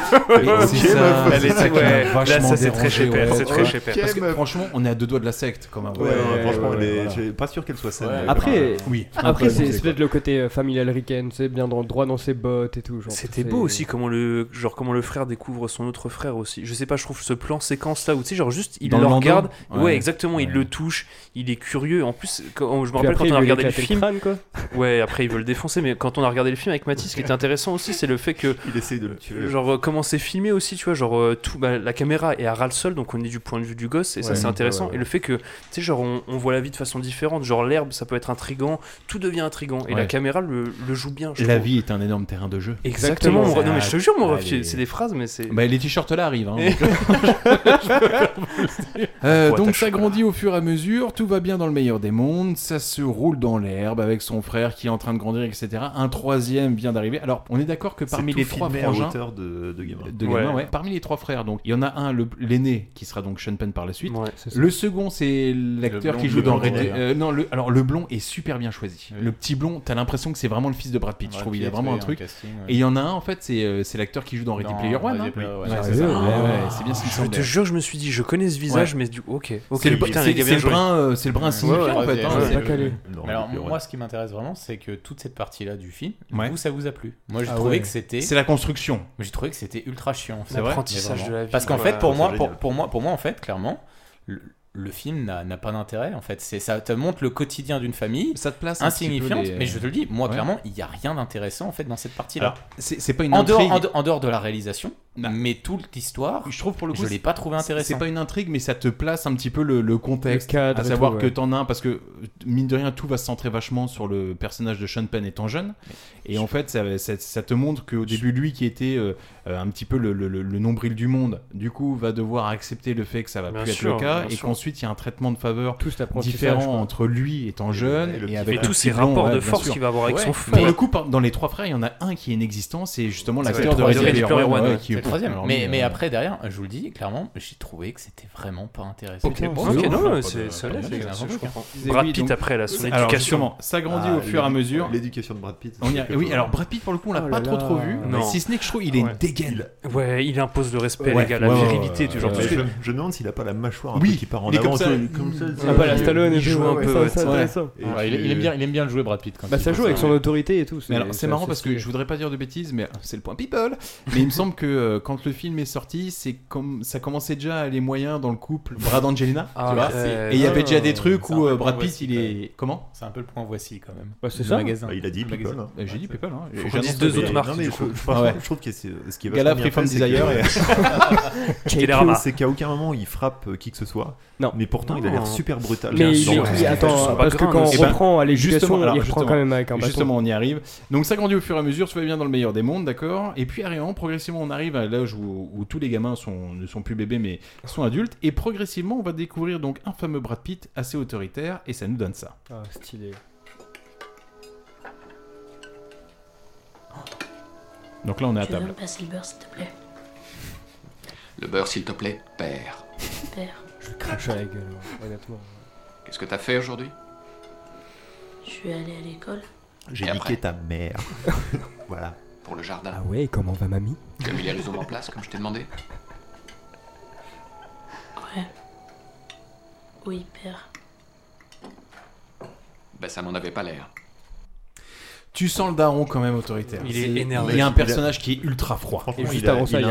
[SPEAKER 2] C'est ça,
[SPEAKER 13] Elle
[SPEAKER 2] c'est
[SPEAKER 13] est-
[SPEAKER 2] ça qui
[SPEAKER 13] ouais,
[SPEAKER 2] m'a
[SPEAKER 13] là,
[SPEAKER 2] vachement
[SPEAKER 13] ça, c'est très
[SPEAKER 2] dérangé,
[SPEAKER 13] chez Père,
[SPEAKER 2] ouais, tu
[SPEAKER 13] c'est très
[SPEAKER 2] vois.
[SPEAKER 13] chez Père.
[SPEAKER 2] Parce que franchement, on est à deux doigts de la secte quand même.
[SPEAKER 11] Ouais, ouais, franchement, elle est- j'ai pas sûr qu'elle soit saine. Euh,
[SPEAKER 2] Ouais.
[SPEAKER 14] Après,
[SPEAKER 2] oui.
[SPEAKER 14] après
[SPEAKER 2] Ouais,
[SPEAKER 14] c'est
[SPEAKER 2] c'est
[SPEAKER 14] c'est peut-être le côté euh, familial ricain, c'est bien dans- droit dans ses bottes et tout. genre,
[SPEAKER 13] C'était
[SPEAKER 14] c'est-
[SPEAKER 13] beau aussi comment le genre comment le frère découvre son autre frère aussi. Je sais pas, je trouve ce plan séquence là où tu sais genre juste il
[SPEAKER 14] Dans
[SPEAKER 13] le
[SPEAKER 14] le landau.
[SPEAKER 13] regarde, ouais,
[SPEAKER 14] Ouais.
[SPEAKER 13] exactement, il le touche, il est curieux. En plus, quand, je me
[SPEAKER 14] Puis
[SPEAKER 13] rappelle
[SPEAKER 14] après,
[SPEAKER 13] quand on a
[SPEAKER 14] il veut lui
[SPEAKER 13] regardé le
[SPEAKER 14] éclater le
[SPEAKER 13] film,
[SPEAKER 14] crâne, quoi.
[SPEAKER 13] ouais, après il veut le défoncer, mais quand on a regardé le film avec Mathis, ce qui était intéressant aussi, c'est le fait que
[SPEAKER 11] il essaye de le tuer.
[SPEAKER 13] Genre euh, comment c'est filmé aussi, tu vois, genre euh, tout, bah, la caméra est à ras le sol, donc on est du point de vue du gosse et ça
[SPEAKER 11] Ouais.
[SPEAKER 13] c'est intéressant.
[SPEAKER 11] Ouais, ouais,
[SPEAKER 13] Et le fait que tu sais genre on, on voit la vie de façon différente, genre l'herbe ça peut être intrigant, tout devient intrigant et la
[SPEAKER 2] Ouais.
[SPEAKER 13] caméra le, le joue bien. je
[SPEAKER 2] La
[SPEAKER 13] trouve.
[SPEAKER 2] vie est un énorme terrain de jeu.
[SPEAKER 13] Exactement, mon ref. Non, mais je te jure, mon
[SPEAKER 2] Ah,
[SPEAKER 13] ref,
[SPEAKER 2] elle est-
[SPEAKER 13] c'est des phrases, mais c'est.
[SPEAKER 2] Bah, les t-shirts là arrivent. hein,
[SPEAKER 13] Et-
[SPEAKER 2] donc- euh, Je préfère vous le dire. Euh,
[SPEAKER 13] Faut
[SPEAKER 2] donc
[SPEAKER 13] attacher.
[SPEAKER 2] ça grandit au fur et à mesure, tout va bien dans le meilleur des mondes, ça se roule dans l'herbe avec son frère qui est en train de grandir, etc. Un troisième vient d'arriver. Alors on est d'accord que
[SPEAKER 11] C'est
[SPEAKER 2] parmi
[SPEAKER 11] tout
[SPEAKER 2] les trois
[SPEAKER 11] filmé
[SPEAKER 2] frangins,
[SPEAKER 11] à hauteur de, de gamin.
[SPEAKER 2] de gamin, ouais. Parmi les trois frères, donc il y en a un, le- l'aîné, qui sera donc Sean Penn par la suite.
[SPEAKER 14] c'est ça.
[SPEAKER 2] le second, c'est l'acteur
[SPEAKER 14] blond,
[SPEAKER 2] qui
[SPEAKER 14] le
[SPEAKER 2] joue dans
[SPEAKER 14] blond,
[SPEAKER 2] Red-
[SPEAKER 14] ouais.
[SPEAKER 2] euh, non, le, alors le blond est super bien choisi. Le petit blond, t'as l'impression que c'est vraiment le fils de Brad Pitt. je
[SPEAKER 12] Brad
[SPEAKER 2] trouve il y a
[SPEAKER 12] Pitt,
[SPEAKER 2] vraiment
[SPEAKER 12] oui,
[SPEAKER 2] un
[SPEAKER 12] un
[SPEAKER 2] truc.
[SPEAKER 12] casting, ouais.
[SPEAKER 2] Et il y en a un en fait, c'est euh, c'est l'acteur qui joue dans Ready
[SPEAKER 12] Dans
[SPEAKER 2] Player One.
[SPEAKER 12] Ready
[SPEAKER 2] hein.
[SPEAKER 12] Player One,
[SPEAKER 2] Ouais,
[SPEAKER 12] Ah ouais,
[SPEAKER 2] c'est
[SPEAKER 12] c'est
[SPEAKER 2] ça.
[SPEAKER 12] ça.
[SPEAKER 2] Ouais, ouais, C'est bien ce qui me
[SPEAKER 13] Je
[SPEAKER 2] semblait.
[SPEAKER 13] te jure, je me suis dit, je connais ce visage,
[SPEAKER 2] Ouais.
[SPEAKER 13] mais du ok. ok bah,
[SPEAKER 2] C'est le-
[SPEAKER 13] putain,
[SPEAKER 2] c'est-
[SPEAKER 13] les gars,
[SPEAKER 2] c'est
[SPEAKER 13] bien
[SPEAKER 2] le
[SPEAKER 13] joué.
[SPEAKER 2] brun, euh, c'est le brun signifiant, en fait, hein, c'est-
[SPEAKER 12] Mais alors, moi, ce qui m'intéresse vraiment, c'est que toute cette partie-là du film,
[SPEAKER 2] Ouais.
[SPEAKER 12] vous, ça vous a plu. Moi, j'ai
[SPEAKER 2] Ah
[SPEAKER 12] trouvé
[SPEAKER 2] ouais.
[SPEAKER 12] que c'était.
[SPEAKER 2] C'est la construction.
[SPEAKER 12] J'ai trouvé que c'était ultra chiant.
[SPEAKER 2] C'est vrai
[SPEAKER 13] L'apprentissage
[SPEAKER 12] Mais
[SPEAKER 13] de la vie,
[SPEAKER 12] Parce qu'en
[SPEAKER 13] quoi.
[SPEAKER 12] fait, pour
[SPEAKER 13] Ouais,
[SPEAKER 12] moi,
[SPEAKER 13] c'est
[SPEAKER 12] pour,
[SPEAKER 13] génial.
[SPEAKER 12] pour moi, pour moi, en fait, clairement, le, le film n'a n'a pas d'intérêt. En fait, c'est ça te montre le quotidien d'une famille.
[SPEAKER 2] Ça te place un petit peu
[SPEAKER 12] insignifiante.
[SPEAKER 2] les-
[SPEAKER 12] Mais je te le dis, moi,
[SPEAKER 2] Ouais.
[SPEAKER 12] clairement, il n'y a rien d'intéressant en fait dans cette partie-là.
[SPEAKER 2] Alors, c'est- c'est pas une
[SPEAKER 12] en dehors,
[SPEAKER 2] intrigue. Bah.
[SPEAKER 12] en de- en dehors de la réalisation, mais toute l'histoire.
[SPEAKER 2] Je trouve pour
[SPEAKER 12] Je l'ai pas trouvé intéressant.
[SPEAKER 2] C'est pas une intrigue, mais ça te place un petit peu le, le contexte.
[SPEAKER 14] Le cadre
[SPEAKER 2] à
[SPEAKER 14] et
[SPEAKER 2] savoir
[SPEAKER 14] tout, ouais.
[SPEAKER 2] que t'en as un, parce que mine de rien, tout va se centrer vachement sur le personnage de Sean Penn étant jeune. Et en fait, ça, ça- ça te montre qu'au début, lui qui était euh, euh, un petit peu le, le- le- le nombril du monde, du coup, va devoir accepter le fait que ça va
[SPEAKER 14] Bien
[SPEAKER 2] plus
[SPEAKER 14] sûr,
[SPEAKER 2] être le cas
[SPEAKER 14] bien
[SPEAKER 2] et
[SPEAKER 14] sûr.
[SPEAKER 2] qu'ensuite, il y a un traitement de faveur
[SPEAKER 14] Tout cet apprentissage,
[SPEAKER 2] différent
[SPEAKER 14] quoi.
[SPEAKER 2] entre lui étant jeune
[SPEAKER 14] le
[SPEAKER 2] et,
[SPEAKER 14] petit
[SPEAKER 2] avec
[SPEAKER 13] frère.
[SPEAKER 2] le
[SPEAKER 13] Tous
[SPEAKER 2] petit
[SPEAKER 13] ces
[SPEAKER 2] blond,
[SPEAKER 13] rapports
[SPEAKER 2] ouais,
[SPEAKER 13] de
[SPEAKER 2] bien
[SPEAKER 13] force
[SPEAKER 2] sûr.
[SPEAKER 13] qu'il va avoir avec son
[SPEAKER 2] Pour
[SPEAKER 13] frère.
[SPEAKER 2] le coup, par- dans les trois frères, il y en a un qui est inexistant, c'est justement
[SPEAKER 12] C'est
[SPEAKER 2] l'acteur
[SPEAKER 12] le
[SPEAKER 2] de Ready
[SPEAKER 12] troisième.
[SPEAKER 2] Player One, ouais, qui
[SPEAKER 12] C'est
[SPEAKER 2] est
[SPEAKER 12] le troisième.
[SPEAKER 2] Alors, lui,
[SPEAKER 12] Mais,
[SPEAKER 2] euh,
[SPEAKER 12] mais après, derrière, je vous le dis, clairement, j'ai trouvé que c'était vraiment pas intéressant.
[SPEAKER 13] Ok, bon, ok, non, mais c'est- ça l'est, c'est- c'est- je comprends. Brad Pitt après, là, son
[SPEAKER 2] Alors,
[SPEAKER 13] éducation.
[SPEAKER 2] justement, ça grandit
[SPEAKER 11] Ah,
[SPEAKER 2] au fur et à
[SPEAKER 11] l'édu-
[SPEAKER 2] mesure.
[SPEAKER 11] L'éducation de Brad Pitt.
[SPEAKER 2] On y
[SPEAKER 11] c'est
[SPEAKER 2] a-
[SPEAKER 11] quelque
[SPEAKER 2] Oui,
[SPEAKER 11] chose.
[SPEAKER 2] alors Brad Pitt, pour le coup, on l'a
[SPEAKER 11] Oh
[SPEAKER 2] pas
[SPEAKER 11] là
[SPEAKER 2] trop
[SPEAKER 11] là.
[SPEAKER 2] trop vu.
[SPEAKER 11] Non.
[SPEAKER 2] Si ce n'est que je trouve, il est
[SPEAKER 11] Ouais.
[SPEAKER 2] dégaine.
[SPEAKER 13] Ouais, il impose le respect,
[SPEAKER 11] Ouais.
[SPEAKER 13] les gars, la
[SPEAKER 11] Ouais, ouais,
[SPEAKER 13] virilité,
[SPEAKER 11] ouais,
[SPEAKER 13] du genre.
[SPEAKER 11] ouais.
[SPEAKER 13] parce
[SPEAKER 11] Je,
[SPEAKER 13] que-
[SPEAKER 11] je me demande s'il a pas la mâchoire un
[SPEAKER 12] Oui,
[SPEAKER 11] peu qui part en
[SPEAKER 12] il est
[SPEAKER 11] avant.
[SPEAKER 12] comme ça.
[SPEAKER 11] tu vois, comme ça,
[SPEAKER 12] Ah, pas la
[SPEAKER 11] il-
[SPEAKER 12] Stallone et
[SPEAKER 11] il
[SPEAKER 12] tout,
[SPEAKER 11] joue
[SPEAKER 12] ouais,
[SPEAKER 11] un peu.
[SPEAKER 12] ça,
[SPEAKER 11] ouais,
[SPEAKER 12] ça,
[SPEAKER 11] tu
[SPEAKER 12] ouais.
[SPEAKER 11] vois.
[SPEAKER 12] ça.
[SPEAKER 11] Et
[SPEAKER 12] Ouais, Ah, il-
[SPEAKER 11] puis-
[SPEAKER 12] il aime bien- il aime bien le jouer, Brad Pitt, quand
[SPEAKER 14] Bah,
[SPEAKER 12] il
[SPEAKER 14] ça
[SPEAKER 12] fait
[SPEAKER 14] joue
[SPEAKER 12] ça,
[SPEAKER 14] avec son
[SPEAKER 12] ouais.
[SPEAKER 14] autorité et tout.
[SPEAKER 2] Mais alors, c'est marrant
[SPEAKER 14] assez
[SPEAKER 2] parce que
[SPEAKER 14] stylé.
[SPEAKER 2] je voudrais pas dire de bêtises, mais c'est le point people. Mais il me semble que euh, quand le film est sorti, c'est comme ça commençait déjà à les moyens dans le couple Brad Angelina,
[SPEAKER 12] Ah,
[SPEAKER 2] tu vois.
[SPEAKER 12] euh,
[SPEAKER 2] et il y avait
[SPEAKER 12] non,
[SPEAKER 2] déjà des trucs
[SPEAKER 12] c'est un peu
[SPEAKER 2] où euh,
[SPEAKER 12] le point
[SPEAKER 2] Brad Pitt,
[SPEAKER 12] voici,
[SPEAKER 2] il
[SPEAKER 12] quand
[SPEAKER 2] est comment
[SPEAKER 12] C'est un peu le point voici quand même.
[SPEAKER 2] Bah, c'est
[SPEAKER 12] Du
[SPEAKER 2] ça.
[SPEAKER 12] magasin.
[SPEAKER 11] Ah, il a dit
[SPEAKER 12] Le
[SPEAKER 11] People,
[SPEAKER 12] magasin.
[SPEAKER 11] hein.
[SPEAKER 2] Eh, J'ai dit People. Hein.
[SPEAKER 11] Faut
[SPEAKER 2] J'ai
[SPEAKER 11] qu'on
[SPEAKER 2] jamais
[SPEAKER 11] dise deux
[SPEAKER 2] entendu.
[SPEAKER 11] autres marques, Non, mais du je- coup. je- franchement,
[SPEAKER 2] Ouais.
[SPEAKER 11] je trouve que c'est- ce qui est
[SPEAKER 2] Gala
[SPEAKER 11] vachement
[SPEAKER 2] Free
[SPEAKER 11] bien
[SPEAKER 2] From
[SPEAKER 11] fait, c'est
[SPEAKER 2] Desire.
[SPEAKER 11] que-
[SPEAKER 2] et-
[SPEAKER 11] c'est que- c'est qu'à aucun moment il frappe euh, qui que ce soit.
[SPEAKER 14] Non.
[SPEAKER 11] Mais pourtant il a l'air super brutal.
[SPEAKER 14] Mais il
[SPEAKER 11] Dans
[SPEAKER 14] est-
[SPEAKER 11] le-
[SPEAKER 14] il- attends,
[SPEAKER 11] Son
[SPEAKER 14] parce que
[SPEAKER 11] background
[SPEAKER 14] quand on
[SPEAKER 11] aussi.
[SPEAKER 14] reprend à l'éducation,
[SPEAKER 2] Justement, alors,
[SPEAKER 14] il reprend
[SPEAKER 2] justement.
[SPEAKER 14] quand même avec un bâton.
[SPEAKER 2] Justement, on y arrive. Donc ça grandit au fur et à mesure, tu vas bien dans le meilleur des mondes, d'accord Et puis arrivant, progressivement, on arrive à l'âge où, où tous les gamins sont, ne sont plus bébés mais sont adultes. Et progressivement, on va découvrir donc un fameux Brad Pitt assez autoritaire et ça nous donne ça.
[SPEAKER 14] Ah, stylé.
[SPEAKER 2] Donc là, on est à
[SPEAKER 9] Tu veux
[SPEAKER 2] table.
[SPEAKER 9] me passer le beurre, s'il te plaît
[SPEAKER 17] Le beurre, s'il te plaît, père.
[SPEAKER 9] Père,
[SPEAKER 14] Je crache à la gueule, honnêtement.
[SPEAKER 17] Qu'est-ce que t'as fait aujourd'hui
[SPEAKER 9] je suis allé à l'école.
[SPEAKER 11] J'ai
[SPEAKER 17] Et après
[SPEAKER 11] niqué ta mère. voilà.
[SPEAKER 17] Pour le jardin.
[SPEAKER 14] Ah ouais, comment va mamie
[SPEAKER 17] T'as mis les rhizomes en place, comme je t'ai demandé
[SPEAKER 9] Ouais. Oui, père.
[SPEAKER 17] Bah, ça m'en avait pas l'air.
[SPEAKER 2] Tu sens le daron quand même autoritaire.
[SPEAKER 13] Il est
[SPEAKER 2] C'est-
[SPEAKER 13] énervé.
[SPEAKER 2] Il y a un
[SPEAKER 11] Il a-
[SPEAKER 2] personnage qui est ultra froid.
[SPEAKER 11] Franchement, il il un niveau- Il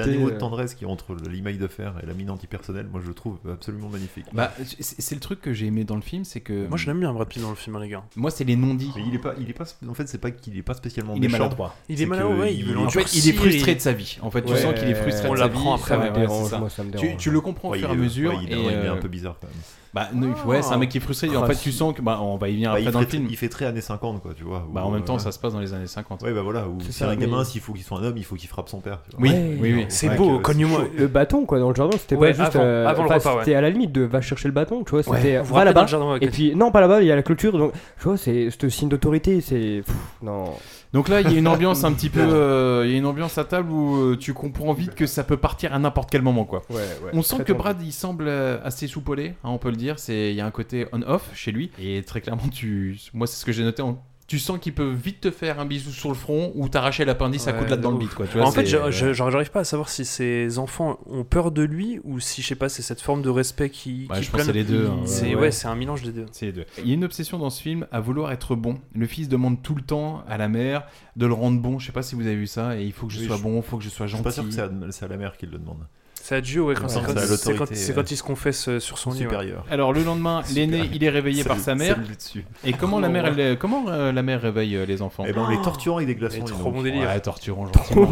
[SPEAKER 11] a un niveau de tendresse qui est entre le- l'imail de fer et la mine antipersonnelle. Moi, je le trouve absolument magnifique.
[SPEAKER 2] Bah, c'est- c'est le truc que j'ai aimé dans le film, c'est que.
[SPEAKER 13] Moi, je l'aime bien, Brad Pitt, dans le film, hein, les gars.
[SPEAKER 2] Moi, c'est les non-dits.
[SPEAKER 11] Mais il est pas, il est pas, en fait, c'est pas qu'il est pas spécialement
[SPEAKER 2] Il est
[SPEAKER 11] méchant.
[SPEAKER 2] maladroit.
[SPEAKER 13] Il est
[SPEAKER 11] C'est
[SPEAKER 13] maladroit,
[SPEAKER 11] que
[SPEAKER 13] ouais, il veut
[SPEAKER 2] En fait, il est frustré de sa vie. En fait, tu sens qu'il est frustré de sa vie.
[SPEAKER 11] après,
[SPEAKER 2] Ouais,
[SPEAKER 11] ouais,
[SPEAKER 2] ouais,
[SPEAKER 11] dérange,
[SPEAKER 2] c'est ça.
[SPEAKER 11] moi, ça me
[SPEAKER 2] Tu-
[SPEAKER 11] dérange.
[SPEAKER 2] Tu le comprends au
[SPEAKER 11] Ouais,
[SPEAKER 2] fur et à
[SPEAKER 11] il est-
[SPEAKER 2] mesure.
[SPEAKER 11] ouais, il est-
[SPEAKER 2] et,
[SPEAKER 11] il est un
[SPEAKER 2] euh,
[SPEAKER 11] peu bizarre, quand même.
[SPEAKER 2] hein. Bah, non, ouais, c'est un mec qui est frustré. et En fait, tu sens que. Bah, on va y venir
[SPEAKER 11] Bah,
[SPEAKER 2] après
[SPEAKER 11] il
[SPEAKER 2] dans le
[SPEAKER 11] fait-
[SPEAKER 2] film.
[SPEAKER 11] Il fait très années 50, quoi, tu vois. euh,
[SPEAKER 2] Bah, en même temps, ça se passe dans les années 50.
[SPEAKER 11] Ouais, bah voilà, où
[SPEAKER 2] C'est
[SPEAKER 11] si
[SPEAKER 2] ça,
[SPEAKER 11] un gamin,
[SPEAKER 2] mais-
[SPEAKER 11] s'il faut qu'il soit un homme, il faut qu'il frappe son père. tu vois.
[SPEAKER 2] Oui,
[SPEAKER 11] Ouais.
[SPEAKER 2] oui, oui.
[SPEAKER 11] C'est beau, cogne-moi.
[SPEAKER 14] Le bâton, quoi, dans le jardin, c'était
[SPEAKER 13] Ouais,
[SPEAKER 14] pas juste.
[SPEAKER 13] avant-
[SPEAKER 14] euh,
[SPEAKER 13] avant le
[SPEAKER 14] enfin,
[SPEAKER 13] repas, ouais.
[SPEAKER 14] C'était à la limite de va chercher le bâton, tu vois.
[SPEAKER 13] Ouais.
[SPEAKER 14] C'était
[SPEAKER 13] Vous rappelez
[SPEAKER 14] va
[SPEAKER 13] dans
[SPEAKER 14] là-bas.
[SPEAKER 13] le jardin, ouais,
[SPEAKER 14] et puis, non, pas là-bas, il y a la clôture. Donc, tu vois, c'est ce signe d'autorité, c'est. pff, Non.
[SPEAKER 2] Donc là, il y a une ambiance un petit peu. euh, Il y a une ambiance à table où euh, tu comprends vite que ça peut partir à n'importe quel moment, quoi.
[SPEAKER 14] Ouais, ouais.
[SPEAKER 2] on sent
[SPEAKER 14] Très
[SPEAKER 2] que
[SPEAKER 14] tendu.
[SPEAKER 2] Brad, il semble euh, assez soupolé, hein, on peut le dire. C'est il y a un côté on/off chez lui et très clairement, tu. Moi, c'est ce que j'ai noté. on- Tu sens qu'il peut vite te faire un bisou sur le front ou t'arracher l'appendice à
[SPEAKER 13] Ouais,
[SPEAKER 2] coups de latte dans le
[SPEAKER 13] ouf.
[SPEAKER 2] bide, quoi. Tu vois,
[SPEAKER 13] en fait,
[SPEAKER 2] c'est- euh,
[SPEAKER 13] j'a- j'a- j'a- j'arrive pas à savoir si ses enfants ont peur de lui ou si, je sais pas, c'est cette forme de respect qui.
[SPEAKER 2] Ouais,
[SPEAKER 13] qui
[SPEAKER 2] je pense que
[SPEAKER 13] plane.
[SPEAKER 2] c'est les deux. hein,
[SPEAKER 13] C'est ouais, c'est un mélange des deux.
[SPEAKER 2] C'est les deux. Il y a une obsession dans ce film à vouloir être bon. Le fils demande tout le temps à la mère de le rendre bon. Je sais pas si vous avez vu ça. Et il faut que je
[SPEAKER 11] Oui,
[SPEAKER 2] sois
[SPEAKER 11] je-
[SPEAKER 2] bon, il faut que je sois
[SPEAKER 11] Je
[SPEAKER 2] gentil.
[SPEAKER 11] suis pas sûr que c'est à, c'est à la mère qui le demande.
[SPEAKER 13] C'est à Dieu, ouais,
[SPEAKER 11] Ouais,
[SPEAKER 13] quand c'est
[SPEAKER 11] c'est
[SPEAKER 13] quand-
[SPEAKER 11] à
[SPEAKER 13] c'est quand,
[SPEAKER 11] l'autorité,
[SPEAKER 13] c'est
[SPEAKER 11] euh,
[SPEAKER 13] quand il se confesse euh, sur son lit, ouais.
[SPEAKER 11] supérieure.
[SPEAKER 2] Alors le lendemain, l'aîné, il est réveillé
[SPEAKER 11] C'est
[SPEAKER 2] par
[SPEAKER 11] le-
[SPEAKER 2] sa
[SPEAKER 11] c'est
[SPEAKER 2] mère.
[SPEAKER 11] le dessus.
[SPEAKER 2] Et comment la mère, elle- comment euh, la mère réveille euh, les enfants
[SPEAKER 11] Eh ben, on les torturant avec des glaçons.
[SPEAKER 13] Mais
[SPEAKER 11] dis
[SPEAKER 13] trop
[SPEAKER 11] donc.
[SPEAKER 13] bon délire.
[SPEAKER 2] Ouais, torturant gentiment.
[SPEAKER 13] Trop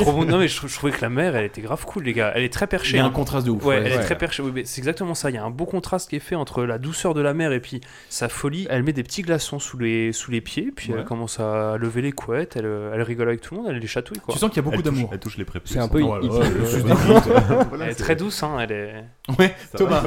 [SPEAKER 13] bon- Non, mais je, je trouvais que la mère, elle était grave cool, les gars. Elle est très perchée.
[SPEAKER 2] Il y a un
[SPEAKER 13] hein.
[SPEAKER 2] contraste de ouf,
[SPEAKER 13] Ouais,
[SPEAKER 2] ouais.
[SPEAKER 13] elle est
[SPEAKER 2] Ouais.
[SPEAKER 13] très perchée. Oui, mais c'est exactement ça. Il y a un beau contraste qui est fait entre la douceur de la mère et puis sa folie. Elle met des petits glaçons sous les, sous les pieds, puis
[SPEAKER 2] Ouais.
[SPEAKER 13] elle commence à lever les couettes. Elle, euh, elle rigole avec tout le monde, elle les chatouille. Quoi.
[SPEAKER 2] Tu sens qu'il y a beaucoup
[SPEAKER 11] Elle touche-
[SPEAKER 2] d'amour.
[SPEAKER 11] Elle touche les prépuces.
[SPEAKER 14] C'est un peu
[SPEAKER 11] Oh là là,
[SPEAKER 14] hippie. Ouais,
[SPEAKER 11] elle touche
[SPEAKER 14] ouais,
[SPEAKER 11] des
[SPEAKER 14] ouais.
[SPEAKER 11] prépuces. Voilà,
[SPEAKER 13] elle est
[SPEAKER 11] c'est-
[SPEAKER 13] très douce, hein. Elle est.
[SPEAKER 2] Ouais,
[SPEAKER 11] Ça
[SPEAKER 2] Thomas.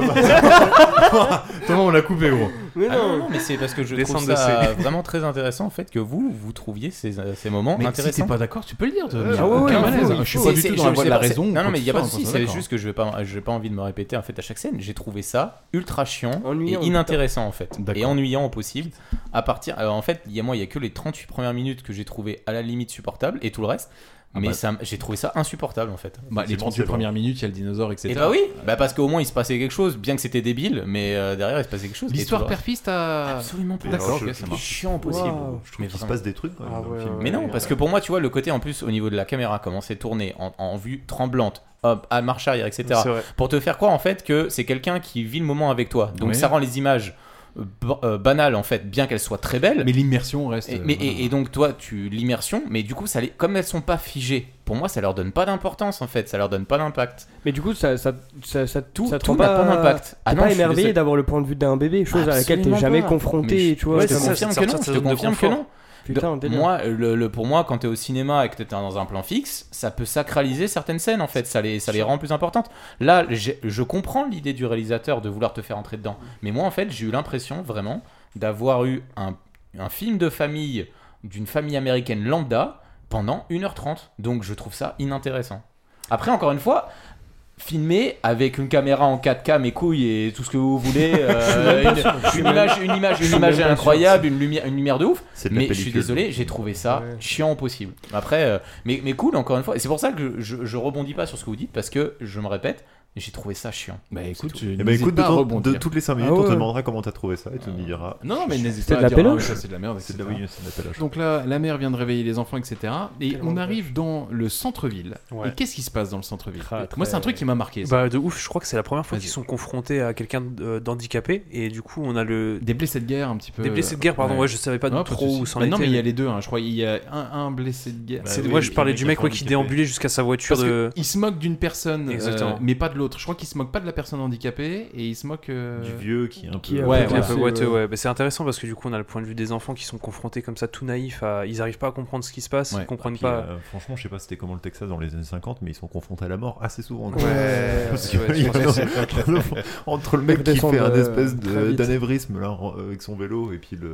[SPEAKER 12] va.
[SPEAKER 2] Thomas, on l'a coupé, gros.
[SPEAKER 14] Mais
[SPEAKER 12] Ah non, non, mais c'est parce que je
[SPEAKER 13] Descendre
[SPEAKER 12] trouve ça
[SPEAKER 13] de ses-
[SPEAKER 12] vraiment très intéressant en fait que vous vous trouviez ces, euh, ces moments
[SPEAKER 2] Mais si
[SPEAKER 12] intéressants.
[SPEAKER 2] t'es pas d'accord, tu peux le dire, toi.
[SPEAKER 12] Euh,
[SPEAKER 2] Il y a aucun
[SPEAKER 12] il faut,
[SPEAKER 2] malaise,
[SPEAKER 12] il
[SPEAKER 2] hein. Je suis
[SPEAKER 12] faut.
[SPEAKER 2] pas du
[SPEAKER 12] C'est-
[SPEAKER 2] tout dans la
[SPEAKER 12] je
[SPEAKER 2] voie de
[SPEAKER 12] sais
[SPEAKER 2] la
[SPEAKER 12] pas, c'est-
[SPEAKER 2] raison,
[SPEAKER 12] Non, non, mais
[SPEAKER 2] quoi
[SPEAKER 12] il y a
[SPEAKER 2] que
[SPEAKER 12] pas de
[SPEAKER 2] ce soit,
[SPEAKER 12] souci.
[SPEAKER 2] on est
[SPEAKER 12] C'est
[SPEAKER 2] d'accord.
[SPEAKER 12] juste que je vais pas, j'ai pas envie de me répéter en fait à chaque scène. J'ai trouvé ça ultra chiant
[SPEAKER 14] Ennuyant,
[SPEAKER 12] et inintéressant en fait, et
[SPEAKER 2] D'accord.
[SPEAKER 12] ennuyant au possible. À partir, alors en fait, il y a moi, il y a que les 38 premières minutes que j'ai trouvé à la limite supportable et tout le reste.
[SPEAKER 2] Ah
[SPEAKER 12] Mais
[SPEAKER 2] bah.
[SPEAKER 12] ça m- j'ai trouvé ça insupportable en fait.
[SPEAKER 2] Bah, les
[SPEAKER 12] C'est
[SPEAKER 2] 38
[SPEAKER 12] bon, c'est bon.
[SPEAKER 2] premières minutes, il y a le dinosaure, etc.
[SPEAKER 12] Et bah oui, bah parce qu'au moins il se passait quelque chose, bien que c'était débile, mais euh, derrière il se passait quelque chose.
[SPEAKER 2] L'histoire
[SPEAKER 12] perfide
[SPEAKER 2] perfiste a.
[SPEAKER 12] Absolument pas.
[SPEAKER 2] D'accord,
[SPEAKER 11] Je-
[SPEAKER 2] ok,
[SPEAKER 11] je-
[SPEAKER 2] ça marche.
[SPEAKER 12] chiant possible.
[SPEAKER 11] Waouh. Je trouve qu'il se passe des trucs quand même, dans le film.
[SPEAKER 12] Mais non, parce que pour moi, tu vois, le côté en plus au niveau de la caméra, comment c'est tourné en, en vue tremblante, hop, à marche arrière, etc.
[SPEAKER 13] C'est vrai.
[SPEAKER 12] Pour te faire croire en fait que c'est quelqu'un qui vit le moment avec toi. Donc
[SPEAKER 2] Ouais.
[SPEAKER 12] ça rend les images euh, ba- euh, banales en fait, bien qu'elles soient très belles.
[SPEAKER 2] Mais l'immersion reste.
[SPEAKER 12] Et,
[SPEAKER 2] euh,
[SPEAKER 12] mais-
[SPEAKER 2] voilà.
[SPEAKER 12] et- et donc toi, tu l'immersion, mais du coup, ça les, comme elles sont pas figées, pour moi, ça leur donne pas d'importance en fait, ça leur donne pas d'impact.
[SPEAKER 14] Mais du coup, ça, ça, ça, ça, tout, ça te
[SPEAKER 12] tout
[SPEAKER 14] rend
[SPEAKER 12] n'a pas d'impact.
[SPEAKER 14] T'es
[SPEAKER 12] Ah non,
[SPEAKER 14] pas
[SPEAKER 12] je suis
[SPEAKER 14] émerveillé
[SPEAKER 12] désolé.
[SPEAKER 14] d'avoir le point de vue d'un bébé, chose à laquelle t'es
[SPEAKER 12] Absolument
[SPEAKER 14] jamais
[SPEAKER 12] pas.
[SPEAKER 14] confronté,
[SPEAKER 12] Mais
[SPEAKER 14] tu vois.
[SPEAKER 12] je te
[SPEAKER 14] c'est-
[SPEAKER 12] confirme
[SPEAKER 13] ça,
[SPEAKER 12] que
[SPEAKER 13] ça
[SPEAKER 12] non, je te
[SPEAKER 13] donne de
[SPEAKER 12] confirme que
[SPEAKER 13] confort.
[SPEAKER 12] non.
[SPEAKER 14] Putain,
[SPEAKER 12] De-
[SPEAKER 14] délire.
[SPEAKER 12] moi, le, le- pour moi, quand t'es au cinéma et que t'es dans un plan fixe, ça peut sacraliser certaines scènes en fait, ça les, ça les rend plus importantes. Là, j'ai- je comprends l'idée du réalisateur de vouloir te faire entrer dedans, mais moi en fait, j'ai eu l'impression vraiment d'avoir eu un, un film de famille d'une famille américaine lambda pendant 1h30, donc je trouve ça inintéressant. Après, encore une fois, filmé avec une caméra en 4K, mes couilles et tout ce que vous voulez, euh,
[SPEAKER 14] même pas sûr. Je suis
[SPEAKER 12] une, une
[SPEAKER 14] même-
[SPEAKER 12] image, une image,
[SPEAKER 14] je suis
[SPEAKER 12] une image
[SPEAKER 14] même pas
[SPEAKER 12] incroyable, une lumière, une lumière de ouf.
[SPEAKER 11] C'est de la
[SPEAKER 12] Mais je suis
[SPEAKER 11] pellicule.
[SPEAKER 12] désolé, j'ai trouvé ça
[SPEAKER 14] Ouais.
[SPEAKER 12] chiant au possible. Après, euh, mais, mais cool encore une fois, et c'est pour ça que je, je rebondis pas sur ce que vous dites parce que je me répète, Et j'ai trouvé ça chiant.
[SPEAKER 2] Bah écoute,
[SPEAKER 11] Eh ben, écoute, de, ton- de toutes les 5 minutes, on te demandera comment t'as trouvé ça et tu me diras.
[SPEAKER 2] Non, non, mais
[SPEAKER 11] je-
[SPEAKER 2] n'hésite
[SPEAKER 11] je-
[SPEAKER 2] pas à dire, ah, oui, ça, c'est de la merde.
[SPEAKER 11] C'est de la
[SPEAKER 2] etc.
[SPEAKER 11] oui, c'est de la péloche.
[SPEAKER 2] Donc là, la mère vient de réveiller les enfants, etc. Et
[SPEAKER 13] Quel
[SPEAKER 2] on
[SPEAKER 13] endroit.
[SPEAKER 2] arrive dans le centre-ville.
[SPEAKER 13] Ouais.
[SPEAKER 2] Et qu'est-ce qui se passe dans le centre-ville
[SPEAKER 13] Ah,
[SPEAKER 2] Moi, c'est un
[SPEAKER 13] très-
[SPEAKER 2] truc qui m'a marqué. ça.
[SPEAKER 13] Bah de ouf, je crois que c'est la première fois qu'ils sont confrontés à quelqu'un euh, d'handicapé et du coup on a le
[SPEAKER 2] des blessés de guerre un petit peu. euh,
[SPEAKER 13] Des blessés de guerre pardon, ouais, je savais pas
[SPEAKER 2] Non, de
[SPEAKER 13] trop
[SPEAKER 2] souci.
[SPEAKER 13] où s'en
[SPEAKER 2] Bah Non,
[SPEAKER 13] était,
[SPEAKER 2] mais il y
[SPEAKER 13] mais-
[SPEAKER 2] a les deux. hein. Je crois qu'il y a un, un blessé de guerre.
[SPEAKER 13] C'est- Bah ouais, oui, je parlais et du mec, ouais, qui handicapé. déambulait jusqu'à sa voiture
[SPEAKER 2] Parce que
[SPEAKER 13] de-
[SPEAKER 2] Il se moque d'une personne, euh,
[SPEAKER 13] Exactement.
[SPEAKER 2] mais pas de l'autre. Je crois qu'il se moque pas de la personne handicapée et il se moque euh,
[SPEAKER 11] Du vieux qui est un peu-
[SPEAKER 2] Ouais,
[SPEAKER 13] un
[SPEAKER 2] voilà.
[SPEAKER 13] peu boiteux, ouais. Bah, c'est intéressant parce que du coup on a le point de vue des enfants qui sont confrontés comme ça tout naïfs à ils arrivent pas à comprendre ce qui se passe,
[SPEAKER 11] Ouais.
[SPEAKER 13] ils comprennent
[SPEAKER 11] Puis,
[SPEAKER 13] pas
[SPEAKER 11] euh, franchement, je sais pas c'était comment le Texas dans les années 50, mais ils sont confrontés à la mort assez souvent.
[SPEAKER 13] Ouais,
[SPEAKER 11] euh,
[SPEAKER 13] ouais,
[SPEAKER 11] Parce que-
[SPEAKER 13] ouais, je pense que c'est ça.
[SPEAKER 11] entre le mec
[SPEAKER 13] Ils
[SPEAKER 11] qui fait un
[SPEAKER 13] redescendent,
[SPEAKER 11] espèce
[SPEAKER 13] euh,
[SPEAKER 11] de-
[SPEAKER 13] très vite.
[SPEAKER 11] d'anévrisme là, en- avec son vélo et puis le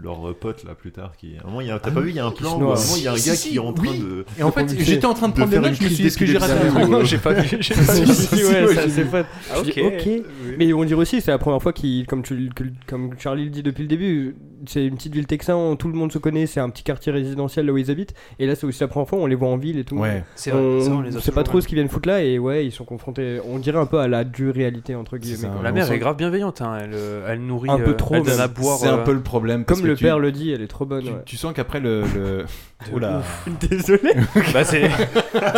[SPEAKER 11] leur euh, pote là plus tard qui à un moment il y a t'as
[SPEAKER 2] Ah
[SPEAKER 11] pas
[SPEAKER 2] oui,
[SPEAKER 11] vu il y a un
[SPEAKER 2] qui
[SPEAKER 11] plan
[SPEAKER 2] se
[SPEAKER 11] où à un
[SPEAKER 2] noie.
[SPEAKER 11] moment il y a un
[SPEAKER 2] Si,
[SPEAKER 11] gars
[SPEAKER 2] si,
[SPEAKER 11] qui est en train
[SPEAKER 2] oui.
[SPEAKER 11] de
[SPEAKER 2] Et en fait,
[SPEAKER 11] de-
[SPEAKER 2] j'étais en train de prendre des
[SPEAKER 11] faire
[SPEAKER 2] notes,
[SPEAKER 11] une
[SPEAKER 2] je me suis
[SPEAKER 11] crise
[SPEAKER 2] dit, est-ce que j'ai raté un
[SPEAKER 11] d'épilepsie
[SPEAKER 2] truc
[SPEAKER 11] ou-
[SPEAKER 2] Non,
[SPEAKER 14] j'ai pas vu- j'ai pas vu.
[SPEAKER 11] Si, si, si,
[SPEAKER 14] Ouais,
[SPEAKER 11] ouais,
[SPEAKER 14] ça,
[SPEAKER 11] j'ai
[SPEAKER 14] c'est
[SPEAKER 11] vu.
[SPEAKER 14] pas-
[SPEAKER 11] Ah,
[SPEAKER 14] Je dis,
[SPEAKER 11] ok.
[SPEAKER 14] Mais on dirait aussi, c'est la première fois qu'il, comme, tu- que- comme Charlie le dit depuis le début, c'est une petite ville texan, tout le monde se connaît, c'est un petit quartier résidentiel là où ils habitent. Et là, c'est aussi la première fois, on les voit en ville et tout.
[SPEAKER 2] Ouais.
[SPEAKER 13] C'est vrai,
[SPEAKER 14] On-
[SPEAKER 13] c'est vrai, on les a
[SPEAKER 14] sait
[SPEAKER 13] toujours,
[SPEAKER 14] pas trop
[SPEAKER 13] ouais.
[SPEAKER 14] ce qu'ils viennent foutre là, et ouais, ils sont confrontés, on dirait un peu à la dure réalité, entre guillemets. quoi.
[SPEAKER 13] la mère est grave bienveillante, hein. elle, euh, elle nourrit,
[SPEAKER 14] Un peu
[SPEAKER 13] euh,
[SPEAKER 14] trop,
[SPEAKER 13] elle donne
[SPEAKER 14] même.
[SPEAKER 13] à boire.
[SPEAKER 2] C'est un
[SPEAKER 13] euh,
[SPEAKER 2] peu le problème.
[SPEAKER 14] Comme le père le
[SPEAKER 2] dit.
[SPEAKER 14] dit, elle est trop bonne.
[SPEAKER 2] Tu,
[SPEAKER 14] ouais.
[SPEAKER 2] tu sens qu'après le. le... Oula.
[SPEAKER 14] Désolé.
[SPEAKER 13] Bah, c'est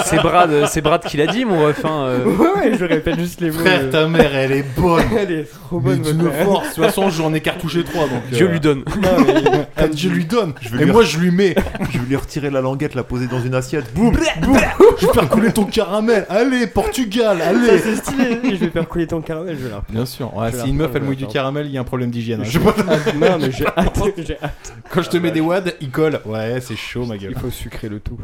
[SPEAKER 13] c'est Brad, euh, c'est Brad qui l'a dit, mon ref. hein, euh.
[SPEAKER 14] Ouais, je répète juste les mots.
[SPEAKER 13] Frère,
[SPEAKER 14] euh.
[SPEAKER 13] ta mère, elle est bonne.
[SPEAKER 14] elle est trop bonne.
[SPEAKER 2] Mais tu
[SPEAKER 14] votre
[SPEAKER 2] me
[SPEAKER 14] mère.
[SPEAKER 2] forces, de toute façon j'en ai cartouché 3 donc. euh,
[SPEAKER 13] Dieu lui donne.
[SPEAKER 14] Non, mais-
[SPEAKER 2] Ah, Dieu lui donne.
[SPEAKER 11] Je vais
[SPEAKER 2] Et
[SPEAKER 11] lui-
[SPEAKER 2] moi je lui mets.
[SPEAKER 11] je vais lui retirer la languette la poser dans une assiette boum boum je vais faire couler ton caramel allez Portugal
[SPEAKER 14] Ça,
[SPEAKER 11] allez
[SPEAKER 14] c'est stylé. Je vais faire couler ton caramel, je vais leur-
[SPEAKER 2] Bien sûr,
[SPEAKER 14] Je
[SPEAKER 2] ouais,
[SPEAKER 14] vais
[SPEAKER 2] si
[SPEAKER 14] leur
[SPEAKER 2] une meuf
[SPEAKER 14] prendre,
[SPEAKER 2] elle
[SPEAKER 14] je
[SPEAKER 2] mouille
[SPEAKER 14] vais
[SPEAKER 2] du
[SPEAKER 14] leur
[SPEAKER 2] caramel, il y a un problème d'hygiène. hein. Je
[SPEAKER 14] Je-
[SPEAKER 2] sais pas.
[SPEAKER 14] Ah, non, mais j'ai hâte, j'ai hâte.
[SPEAKER 2] Quand je te mets des wads, ils collent. Ouais, Eh, c'est chaud ma gueule.
[SPEAKER 14] Il faut sucrer le tout.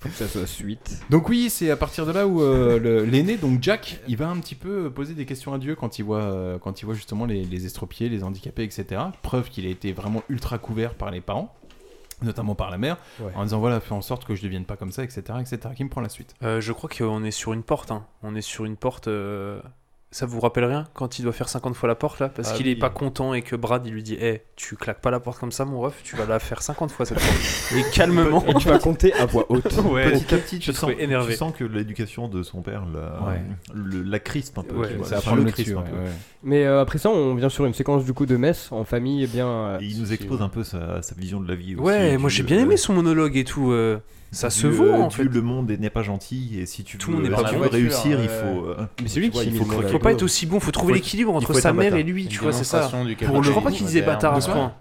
[SPEAKER 14] Faut que ça soit suite.
[SPEAKER 2] Donc oui, c'est à partir de là où euh, le- l'aîné, donc Jack, il va un petit peu poser des questions à Dieu quand il voit, euh, quand il voit justement les, les estropiés, les handicapés, etc. Preuve qu'il a été vraiment ultra couvert par les parents, notamment par la mère,
[SPEAKER 13] Ouais.
[SPEAKER 2] en disant voilà, fais en sorte que je devienne pas comme ça, etc., etc. Qui me prend la suite
[SPEAKER 13] Euh, je crois qu'on est sur une porte. hein. On est sur une porte. euh, Ça vous rappelle rien quand il doit faire 50 fois la porte là Parce
[SPEAKER 12] Ah
[SPEAKER 13] qu'il
[SPEAKER 12] oui.
[SPEAKER 13] est pas content et que Brad il lui dit Eh, tu claques pas la porte comme ça, mon ref, tu vas la faire 50 fois cette porte. Et calmement.
[SPEAKER 14] Et tu vas compter à voix haute.
[SPEAKER 13] Ouais.
[SPEAKER 11] petit à petit
[SPEAKER 13] je te
[SPEAKER 11] tu sens,
[SPEAKER 13] trouvais énervé.
[SPEAKER 11] tu sens que l'éducation de son père la,
[SPEAKER 13] Ouais.
[SPEAKER 11] le- la crispe un peu
[SPEAKER 13] Ouais,
[SPEAKER 11] tu vois,
[SPEAKER 2] ça
[SPEAKER 11] enfin,
[SPEAKER 2] prend
[SPEAKER 11] le
[SPEAKER 2] le
[SPEAKER 11] crispe
[SPEAKER 2] dessus,
[SPEAKER 11] un
[SPEAKER 2] ouais,
[SPEAKER 11] peu.
[SPEAKER 2] ouais.
[SPEAKER 14] Mais euh, après ça, on vient sur une séquence du coup de messe en famille, et bien. euh,
[SPEAKER 11] Et il nous expose un peu sa, sa vision de la vie aussi.
[SPEAKER 13] Ouais,
[SPEAKER 11] du-
[SPEAKER 13] moi j'ai bien aimé son monologue et tout. euh, Ça
[SPEAKER 11] du,
[SPEAKER 13] se vaut
[SPEAKER 11] euh,
[SPEAKER 13] en
[SPEAKER 11] du
[SPEAKER 13] fait.
[SPEAKER 11] le monde est- n'est pas gentil et si tu
[SPEAKER 13] Tout le
[SPEAKER 11] veux,
[SPEAKER 13] monde n'est
[SPEAKER 11] si
[SPEAKER 13] pas
[SPEAKER 11] tu
[SPEAKER 13] bon.
[SPEAKER 11] veux
[SPEAKER 13] La voiture,
[SPEAKER 11] réussir, il
[SPEAKER 13] euh,
[SPEAKER 11] faut. euh,
[SPEAKER 14] Mais c'est lui
[SPEAKER 11] tu vois,
[SPEAKER 14] qui
[SPEAKER 11] il
[SPEAKER 14] est
[SPEAKER 11] faut
[SPEAKER 14] mignon,
[SPEAKER 11] crever.
[SPEAKER 14] là.
[SPEAKER 13] Faut pas être aussi bon, faut trouver
[SPEAKER 11] Il faut-
[SPEAKER 13] l'équilibre
[SPEAKER 11] il
[SPEAKER 13] entre
[SPEAKER 11] faut être
[SPEAKER 13] sa
[SPEAKER 11] un
[SPEAKER 13] mère
[SPEAKER 11] bâtard.
[SPEAKER 13] et lui,
[SPEAKER 12] Une
[SPEAKER 13] tu vois, c'est ça.
[SPEAKER 12] démonstration du
[SPEAKER 13] Pour- Je crois pas
[SPEAKER 12] capitalisme
[SPEAKER 13] qu'il disait
[SPEAKER 12] moderne,
[SPEAKER 13] bâtard hein. à
[SPEAKER 12] ouais.
[SPEAKER 13] ce point.